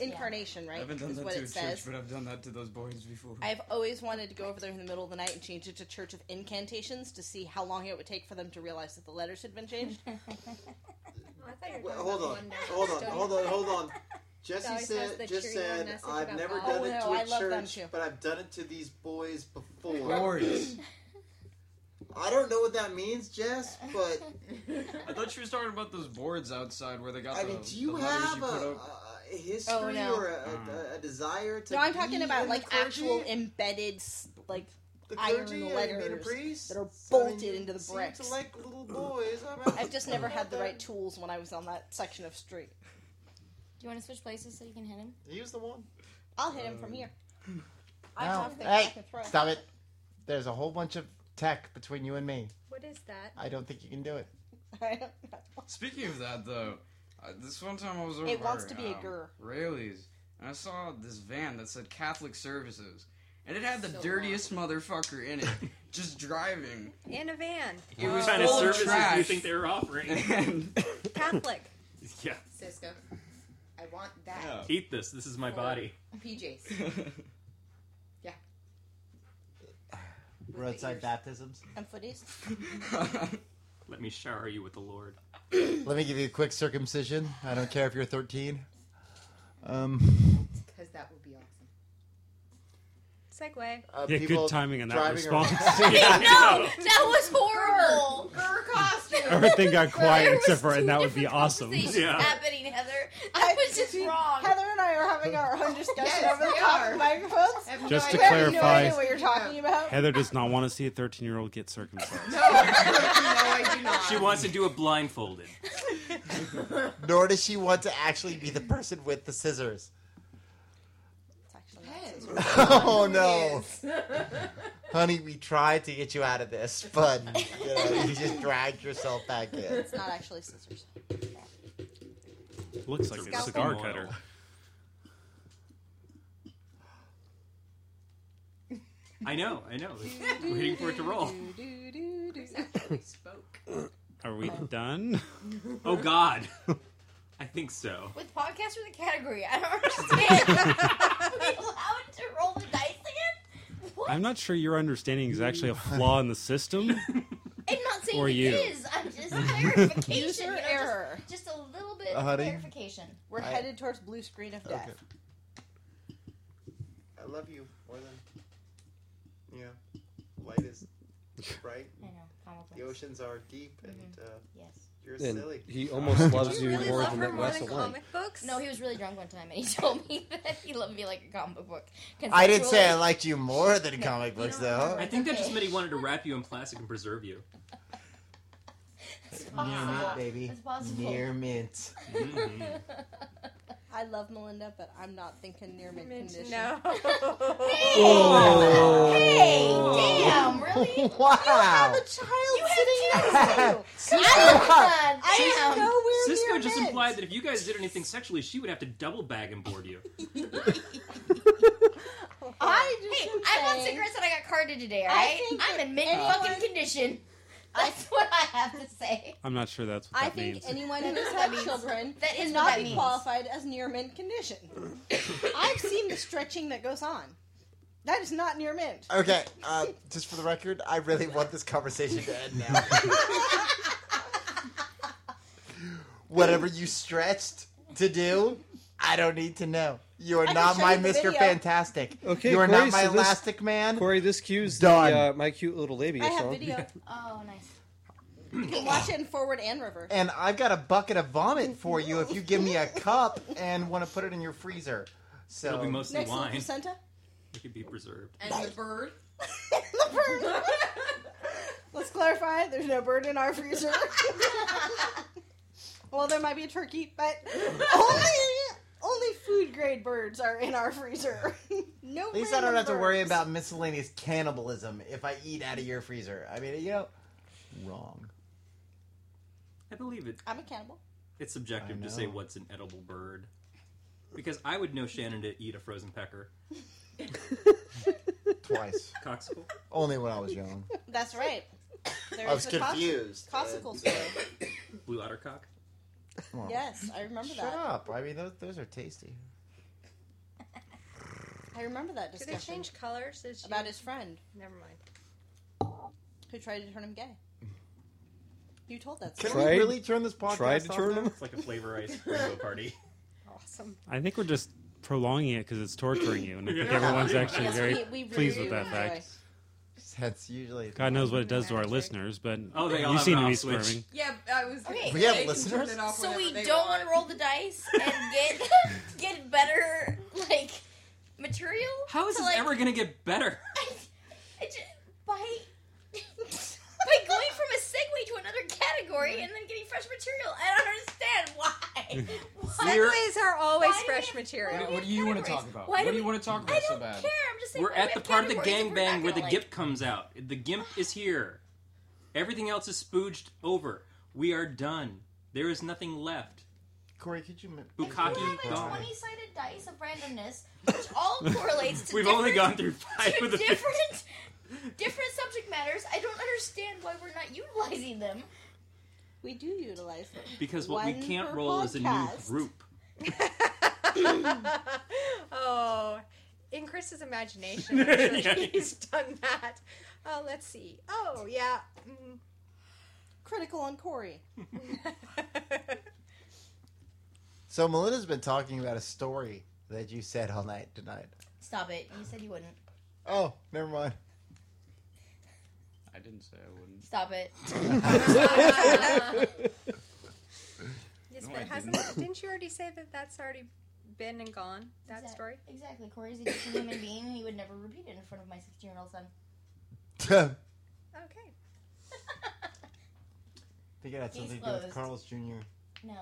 Speaker 3: Incarnation,
Speaker 8: I
Speaker 3: right?
Speaker 8: haven't done
Speaker 3: Is
Speaker 8: that
Speaker 3: what
Speaker 8: to a
Speaker 3: it says.
Speaker 8: church, but I've done that to those boys before.
Speaker 3: I've always wanted to go over there in the middle of the night and change it to Church of Incantations to see how long it would take for them to realize that the letters had been changed.
Speaker 1: Well, hold on, hold on, hold on, hold on. Jesse
Speaker 3: Dolly says the
Speaker 1: said, just
Speaker 3: cheery one
Speaker 1: said,
Speaker 3: message
Speaker 1: I've
Speaker 3: about
Speaker 1: never
Speaker 3: God.
Speaker 1: done
Speaker 3: Oh,
Speaker 1: it
Speaker 3: no,
Speaker 1: to
Speaker 3: I
Speaker 1: a
Speaker 3: love them
Speaker 1: church,
Speaker 3: too.
Speaker 1: but I've done it to these boys before.
Speaker 8: Boys.
Speaker 1: I don't know what that means, Jess, but
Speaker 8: I thought she was talking about those boards outside where they got
Speaker 1: I
Speaker 8: the,
Speaker 1: mean, do you
Speaker 8: the letters
Speaker 1: have
Speaker 8: you put
Speaker 1: a,
Speaker 8: up.
Speaker 1: a uh, history
Speaker 3: Oh, no.
Speaker 1: or a, a, a desire to?
Speaker 3: No, I'm talking
Speaker 1: be
Speaker 3: about
Speaker 1: in the
Speaker 3: like actual
Speaker 1: clergy?
Speaker 3: embedded s- like
Speaker 1: The clergy,
Speaker 3: iron
Speaker 1: uh, being a
Speaker 3: letters
Speaker 1: priest?
Speaker 3: that are
Speaker 1: So, I mean,
Speaker 3: bolted
Speaker 1: you
Speaker 3: into the
Speaker 1: seem to
Speaker 3: bricks.
Speaker 1: like little boys. I'm
Speaker 3: I've just never had the
Speaker 1: about
Speaker 3: right tools when I was on that section of street.
Speaker 10: Do you want to switch places so you can hit him?
Speaker 1: Use the one.
Speaker 3: I'll hit him from here. I
Speaker 7: No.
Speaker 3: have things I
Speaker 7: Hey,
Speaker 3: can throw.
Speaker 7: stop it. There's a whole bunch of tech between you and me.
Speaker 11: What is that?
Speaker 7: I don't think you can do it.
Speaker 8: Speaking of that, though, uh, this one time I was over.
Speaker 3: It wants to be a
Speaker 8: um,
Speaker 3: girl.
Speaker 8: Rayleigh's, and I saw this van that said Catholic Services, and it had the
Speaker 11: So
Speaker 8: dirtiest motherfucker in it, just driving.
Speaker 11: In a van.
Speaker 8: It was
Speaker 6: kind of
Speaker 8: full
Speaker 6: services
Speaker 8: of
Speaker 6: do
Speaker 8: trash.
Speaker 6: you think they were offering?
Speaker 8: And-
Speaker 11: Catholic.
Speaker 6: yeah.
Speaker 9: Cisco, I want that.
Speaker 6: Eat this. This is my body.
Speaker 9: PJs.
Speaker 7: Roadside baptisms.
Speaker 3: And footies.
Speaker 6: Let me shower you with the Lord.
Speaker 7: Let me give you a quick circumcision. I don't care if you're 13. Um,
Speaker 9: Because that would be awesome.
Speaker 11: Segway.
Speaker 7: uh,
Speaker 2: Yeah, good
Speaker 7: people
Speaker 2: timing on that
Speaker 7: driving around-
Speaker 2: response.
Speaker 11: I know.
Speaker 10: That was horrible.
Speaker 9: Grr costume.
Speaker 2: Everything got quiet
Speaker 10: There
Speaker 2: except for,
Speaker 10: was
Speaker 2: and that would be awesome.
Speaker 10: two things happening, Heather. I was just wrong.
Speaker 3: Heather and I are having our own discussion over the
Speaker 9: we
Speaker 3: top
Speaker 9: are.
Speaker 3: of microphones.
Speaker 9: Have
Speaker 2: Just
Speaker 3: We
Speaker 2: to
Speaker 3: have no
Speaker 2: clarify-
Speaker 3: idea what you're talking about.
Speaker 2: Heather does not want to see a 13 year old get circumcised.
Speaker 9: No, I do not.
Speaker 6: She wants to do a blindfolded.
Speaker 7: Nor does she want to actually be the person with the scissors. Oh no. Honey, we tried to get you out of this, but you, know, you just dragged yourself back in.
Speaker 3: It's not actually scissors.
Speaker 2: Looks like a
Speaker 3: Scalpel.
Speaker 2: cigar cutter.
Speaker 6: I know, I know. Waiting for it to roll.
Speaker 9: We spoke.
Speaker 2: Are we done?
Speaker 6: Oh God. I think so.
Speaker 10: With podcast or the category, I don't understand. Are we allowed to roll the dice again?
Speaker 2: I'm not sure your understanding is actually a
Speaker 6: Mm.
Speaker 2: flaw in the system.
Speaker 10: I'm not saying
Speaker 2: Or
Speaker 10: it
Speaker 2: you.
Speaker 10: is. I'm just clarification.
Speaker 3: User
Speaker 10: you know, just-
Speaker 3: error.
Speaker 10: Just, a little bit
Speaker 7: Uh,
Speaker 10: of
Speaker 7: honey?
Speaker 10: clarification.
Speaker 3: We're
Speaker 7: I-
Speaker 3: headed towards blue screen of death.
Speaker 1: I love you more than yeah. Light is bright.
Speaker 10: I know.
Speaker 1: The oceans are deep,
Speaker 5: Mm-hmm.
Speaker 1: and uh,
Speaker 10: yes,
Speaker 1: you're
Speaker 5: And
Speaker 1: silly.
Speaker 5: he almost loves you
Speaker 10: really
Speaker 5: more
Speaker 10: love
Speaker 5: than
Speaker 10: her
Speaker 5: that
Speaker 10: more
Speaker 5: glass
Speaker 10: than
Speaker 5: of wine.
Speaker 11: books?
Speaker 10: No, he was really drunk one time, and he told me that he loved me like a comic book.
Speaker 7: I didn't say I
Speaker 10: Consensually.
Speaker 7: liked you more than comic books, though.
Speaker 6: I think that just meant he wanted to wrap you in plastic and preserve you.
Speaker 10: It's
Speaker 7: Near mint,
Speaker 10: possible.
Speaker 7: baby.
Speaker 6: Mm-hmm.
Speaker 10: It's possible.
Speaker 7: Near mint.
Speaker 3: I love Melinda, but I'm not thinking near mid condition.
Speaker 11: No.
Speaker 3: Oh.
Speaker 10: Hey, damn, really?
Speaker 3: You have a child sitting next to you.
Speaker 10: Cisco,
Speaker 3: I
Speaker 6: Cisco-
Speaker 3: am nowhere
Speaker 6: Cisco
Speaker 3: near
Speaker 6: just
Speaker 3: mid.
Speaker 6: implied that if you guys did anything sexually, she would have to double bag and board you.
Speaker 10: I hey, I want cigarettes and I got carded today,
Speaker 3: I
Speaker 10: alright?
Speaker 3: think
Speaker 10: I'm
Speaker 3: that
Speaker 10: in mint
Speaker 3: anyone-
Speaker 10: fucking condition. That's what I have to say.
Speaker 2: I'm not sure that's what
Speaker 3: I
Speaker 2: that
Speaker 3: think
Speaker 2: means.
Speaker 3: anyone who
Speaker 10: That is
Speaker 3: has
Speaker 10: what
Speaker 3: had
Speaker 10: that means.
Speaker 3: children
Speaker 10: That is what
Speaker 3: cannot
Speaker 10: that
Speaker 3: be
Speaker 10: means.
Speaker 3: qualified as near mint condition. I've seen the stretching that goes on. That is not near mint.
Speaker 7: Okay, uh, just for the record, I really want this conversation to end now. Whatever you stretched to do, I don't need to know. You are
Speaker 5: I can
Speaker 7: not
Speaker 5: show
Speaker 7: my
Speaker 5: you the
Speaker 7: Mr.
Speaker 5: video.
Speaker 7: Fantastic.
Speaker 5: Okay,
Speaker 7: you are
Speaker 5: Corey,
Speaker 7: not my
Speaker 5: so this-
Speaker 7: Elastic Man.
Speaker 5: Corey, this cues
Speaker 7: Done.
Speaker 5: the uh, my cute little labia song.
Speaker 10: Oh, nice.
Speaker 3: You can watch it in forward and reverse.
Speaker 7: And I've got a bucket of vomit for you if you give me a cup and want to put it in your freezer. So
Speaker 6: It'll be mostly
Speaker 3: Next
Speaker 6: wine.
Speaker 3: placenta.
Speaker 6: It could be preserved.
Speaker 9: And the bird.
Speaker 3: the bird. Let's clarify. There's no bird in our freezer. well, there might be a turkey, but only only food grade birds are in our freezer. no.
Speaker 7: At least I don't have
Speaker 3: random
Speaker 7: to worry
Speaker 3: birds.
Speaker 7: about miscellaneous cannibalism if I eat out of your freezer. I mean, you know, wrong.
Speaker 6: I believe it.
Speaker 3: I'm a cannibal.
Speaker 6: It's subjective to say what's an edible bird. Because I would know Shannon to eat a frozen pecker.
Speaker 7: Twice.
Speaker 6: Coxicle?
Speaker 7: Only when I was young.
Speaker 3: That's right. There
Speaker 7: I
Speaker 3: is
Speaker 7: was
Speaker 3: the cos-
Speaker 7: confused.
Speaker 3: Cossicle
Speaker 7: Uh,
Speaker 3: story.
Speaker 6: Blue ottercock?
Speaker 7: Well,
Speaker 3: Yes, I remember
Speaker 7: Shut
Speaker 3: that.
Speaker 7: up. I mean, those, those are tasty.
Speaker 3: I remember that
Speaker 11: Did they
Speaker 3: discussion.
Speaker 11: change colors? Did she-
Speaker 3: About his friend
Speaker 11: Never mind.
Speaker 3: who tried to turn him gay. You told that
Speaker 7: Can
Speaker 3: story.
Speaker 7: we really turn this podcast
Speaker 5: tried to
Speaker 7: off
Speaker 5: turn
Speaker 7: now?
Speaker 5: them?
Speaker 6: It's like a flavor ice rainbow party.
Speaker 3: Awesome.
Speaker 2: I think we're just prolonging it because it's torturing you, and I think
Speaker 6: Yeah.
Speaker 2: everyone's actually
Speaker 6: Yes,
Speaker 2: very
Speaker 6: we- we really
Speaker 2: pleased with
Speaker 6: do
Speaker 2: that
Speaker 6: enjoy.
Speaker 2: fact.
Speaker 7: That's usually.
Speaker 2: God knows what it does to our listeners, but
Speaker 6: Oh, they all
Speaker 2: you
Speaker 6: have
Speaker 2: seem
Speaker 6: an
Speaker 2: to be
Speaker 6: off switch.
Speaker 2: squirming.
Speaker 9: Yeah, I was. gonna
Speaker 10: Okay.
Speaker 7: We have
Speaker 9: say, they can turn
Speaker 7: listeners?
Speaker 9: it off
Speaker 10: So
Speaker 9: whenever
Speaker 10: we
Speaker 9: they
Speaker 10: don't
Speaker 9: want.
Speaker 10: want to roll the dice and get get better like material.
Speaker 6: How is
Speaker 10: to,
Speaker 6: this
Speaker 10: like,
Speaker 6: ever going to get better?
Speaker 10: it ju- by by going from a segue to another category and then getting fresh material? I don't understand why.
Speaker 11: Segways are always
Speaker 10: Why do we
Speaker 11: fresh
Speaker 10: have-
Speaker 11: material.
Speaker 10: why
Speaker 8: What do you want to talk about?
Speaker 10: Why
Speaker 8: what
Speaker 10: do
Speaker 8: do you
Speaker 10: we-
Speaker 8: want to talk
Speaker 10: I
Speaker 8: about so
Speaker 10: don't
Speaker 8: bad?
Speaker 10: care. I'm just saying.
Speaker 6: We're
Speaker 10: why
Speaker 6: at
Speaker 10: we
Speaker 6: the
Speaker 10: have
Speaker 6: part of the
Speaker 10: categories if we're
Speaker 6: gangbang
Speaker 10: not
Speaker 6: where the
Speaker 10: gonna, like-
Speaker 6: gimp comes out. The gimp is here. Everything else is spooged over. We are done. There is nothing left.
Speaker 7: Corey, could you.
Speaker 6: Bukaki
Speaker 10: We have a
Speaker 6: gone.
Speaker 10: twenty-sided dice of randomness, which all correlates to.
Speaker 6: We've only
Speaker 10: different-
Speaker 6: gone through five
Speaker 10: to
Speaker 6: of the
Speaker 10: different, different subject matters. I don't understand why we're not utilizing them.
Speaker 3: We do utilize them
Speaker 6: Because what we
Speaker 10: One
Speaker 6: can't
Speaker 10: per
Speaker 6: roll is a new
Speaker 10: podcast.
Speaker 6: group.
Speaker 11: oh, in Chris's imagination, I'm sure
Speaker 6: Yeah.
Speaker 11: he's done that. Uh, let's see. Oh, yeah. Mm.
Speaker 3: Critical on Corey.
Speaker 7: So, Melinda's been talking about a story that you said all night tonight.
Speaker 10: Stop it! You said you wouldn't.
Speaker 7: Oh, never mind.
Speaker 8: I didn't say I wouldn't.
Speaker 10: Stop it.
Speaker 11: Uh, Yes,
Speaker 8: No,
Speaker 11: but
Speaker 8: I
Speaker 11: hasn't,
Speaker 8: didn't.
Speaker 11: didn't you already say that that's already been and gone? That
Speaker 10: Exact-
Speaker 11: story?
Speaker 10: Exactly. Corey's a decent human being. He would never repeat it in front of my 16 year old son.
Speaker 11: Okay.
Speaker 7: think it had
Speaker 10: He's
Speaker 7: something to do with
Speaker 10: closed.
Speaker 7: Carl's Jr.
Speaker 10: No.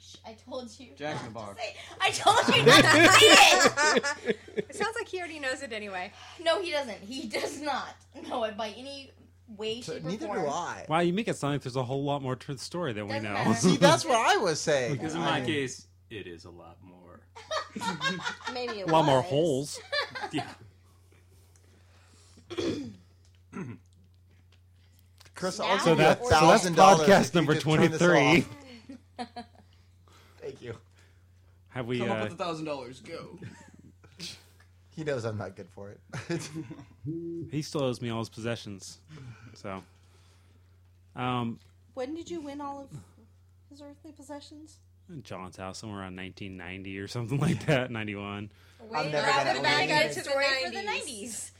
Speaker 10: Shh, I told you.
Speaker 7: Jack
Speaker 10: not
Speaker 7: in the
Speaker 10: to
Speaker 7: Box.
Speaker 10: say- I told you not to say it!
Speaker 11: It sounds like he already knows it anyway.
Speaker 10: No, he doesn't. He does not know it by any way, shape, or form.
Speaker 2: Wow, you make it sound like there's a whole lot more to the story than we know.
Speaker 7: See, that's what I was saying.
Speaker 6: Because in my case, it is a lot more.
Speaker 3: Maybe
Speaker 2: a
Speaker 3: it
Speaker 2: lot more
Speaker 3: was.
Speaker 2: holes.
Speaker 6: Yeah.
Speaker 7: Chris,
Speaker 3: Now
Speaker 7: I'll give
Speaker 2: So
Speaker 7: you
Speaker 2: that-
Speaker 7: a
Speaker 2: so that's
Speaker 7: thousand dollars
Speaker 2: podcast
Speaker 7: if you
Speaker 2: number
Speaker 7: could turn this off.
Speaker 2: 23.
Speaker 7: Thank you.
Speaker 2: Have we?
Speaker 8: Come
Speaker 2: uh,
Speaker 8: up with a thousand dollars. Go.
Speaker 7: He knows I'm not good for it.
Speaker 2: He still owes me all his possessions. So, um,
Speaker 3: When did you win all of his earthly possessions?
Speaker 2: John's house somewhere around 1990 or something like that, 91.
Speaker 10: I'm
Speaker 3: never
Speaker 10: Now
Speaker 3: gonna
Speaker 10: we're
Speaker 3: believe
Speaker 10: back
Speaker 3: it.
Speaker 10: into the story for the 90s.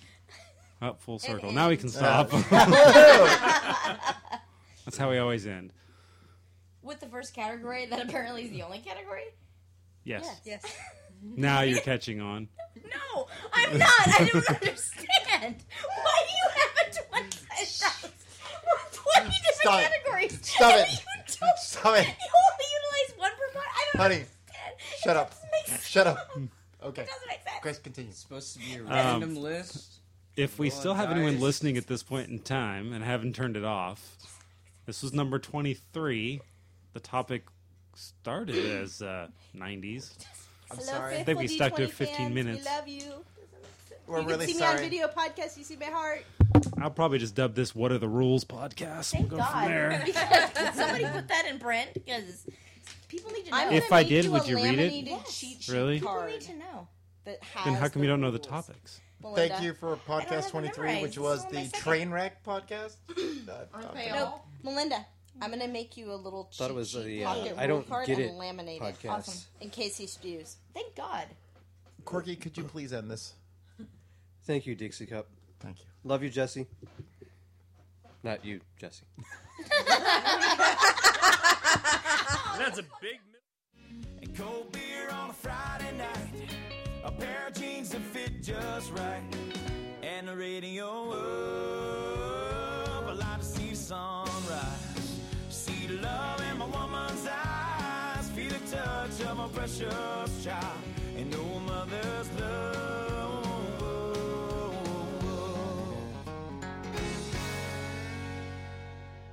Speaker 2: Up full circle. Now we can stop.
Speaker 10: Yeah.
Speaker 2: That's how we always end.
Speaker 10: With the first category, that apparently is the only category?
Speaker 2: Yes.
Speaker 10: Yes.
Speaker 2: Now you're catching on.
Speaker 10: No, I'm not. I don't understand. Why do you have a 20 We're 20 different
Speaker 7: Stop it.
Speaker 10: categories.
Speaker 7: Stop
Speaker 10: and
Speaker 7: it.
Speaker 10: You don't
Speaker 7: Stop it.
Speaker 10: You only utilize one per month. I don't
Speaker 7: Honey.
Speaker 10: understand.
Speaker 7: Shut up. Shut up.
Speaker 16: Okay.
Speaker 10: doesn't make sense.
Speaker 16: Chris, continue. It's
Speaker 8: supposed to be a
Speaker 2: Um,
Speaker 8: random list.
Speaker 2: If we
Speaker 8: Roll
Speaker 2: still have anyone
Speaker 8: dice.
Speaker 2: listening at this point in time and haven't turned it off, this was number 23. The topic started as uh, 90s.
Speaker 3: I'm Hello, sorry.
Speaker 2: I think we
Speaker 3: faithful
Speaker 2: stuck to
Speaker 3: D20
Speaker 2: 15
Speaker 3: fans,
Speaker 2: minutes.
Speaker 3: We love you.
Speaker 7: We're
Speaker 3: you
Speaker 7: really
Speaker 3: can see
Speaker 7: sorry.
Speaker 3: me on video podcast. You see my heart.
Speaker 2: I'll probably just dub this What Are the Rules podcast.
Speaker 3: Thank
Speaker 2: we'll go
Speaker 3: God.
Speaker 2: from there.
Speaker 10: Because can somebody put that in Brent? Because people need to know.
Speaker 17: I'm
Speaker 2: If
Speaker 17: gonna
Speaker 2: I
Speaker 17: make
Speaker 2: did,
Speaker 17: a
Speaker 2: would you read it?
Speaker 17: laminated
Speaker 2: Yes.
Speaker 17: cheat sheet
Speaker 2: Really?
Speaker 17: People
Speaker 3: card.
Speaker 17: need to know. That
Speaker 2: Then
Speaker 17: has
Speaker 2: how come you don't know the topics?
Speaker 7: Thank
Speaker 17: Belinda.
Speaker 7: you for
Speaker 17: I don't
Speaker 7: podcast
Speaker 17: have
Speaker 7: 23,
Speaker 17: memorized.
Speaker 7: which
Speaker 17: This
Speaker 7: was
Speaker 17: is
Speaker 7: the
Speaker 17: my second-
Speaker 7: train wreck podcast.
Speaker 17: Aren't
Speaker 3: No, Melinda, I'm gonna make you a little cheat
Speaker 5: Thought it was
Speaker 3: sheet
Speaker 5: the, uh,
Speaker 3: pocket
Speaker 5: I
Speaker 3: rule
Speaker 5: don't
Speaker 3: card
Speaker 5: get
Speaker 3: and
Speaker 5: it
Speaker 3: laminate it
Speaker 5: podcast. Awesome.
Speaker 3: in case he spews. Thank God.
Speaker 7: Corky, could you please end this?
Speaker 5: Thank you, Dixie Cup.
Speaker 7: Thank you.
Speaker 5: Love you, Jesse. Not you, Jesse.
Speaker 2: That's a big.
Speaker 1: And cold beer on a Friday night. A pair of jeans that fit just right. And the radio up. I like to see sunrise. See the love in my woman's eyes. Feel the touch of my precious child. And no mother's love.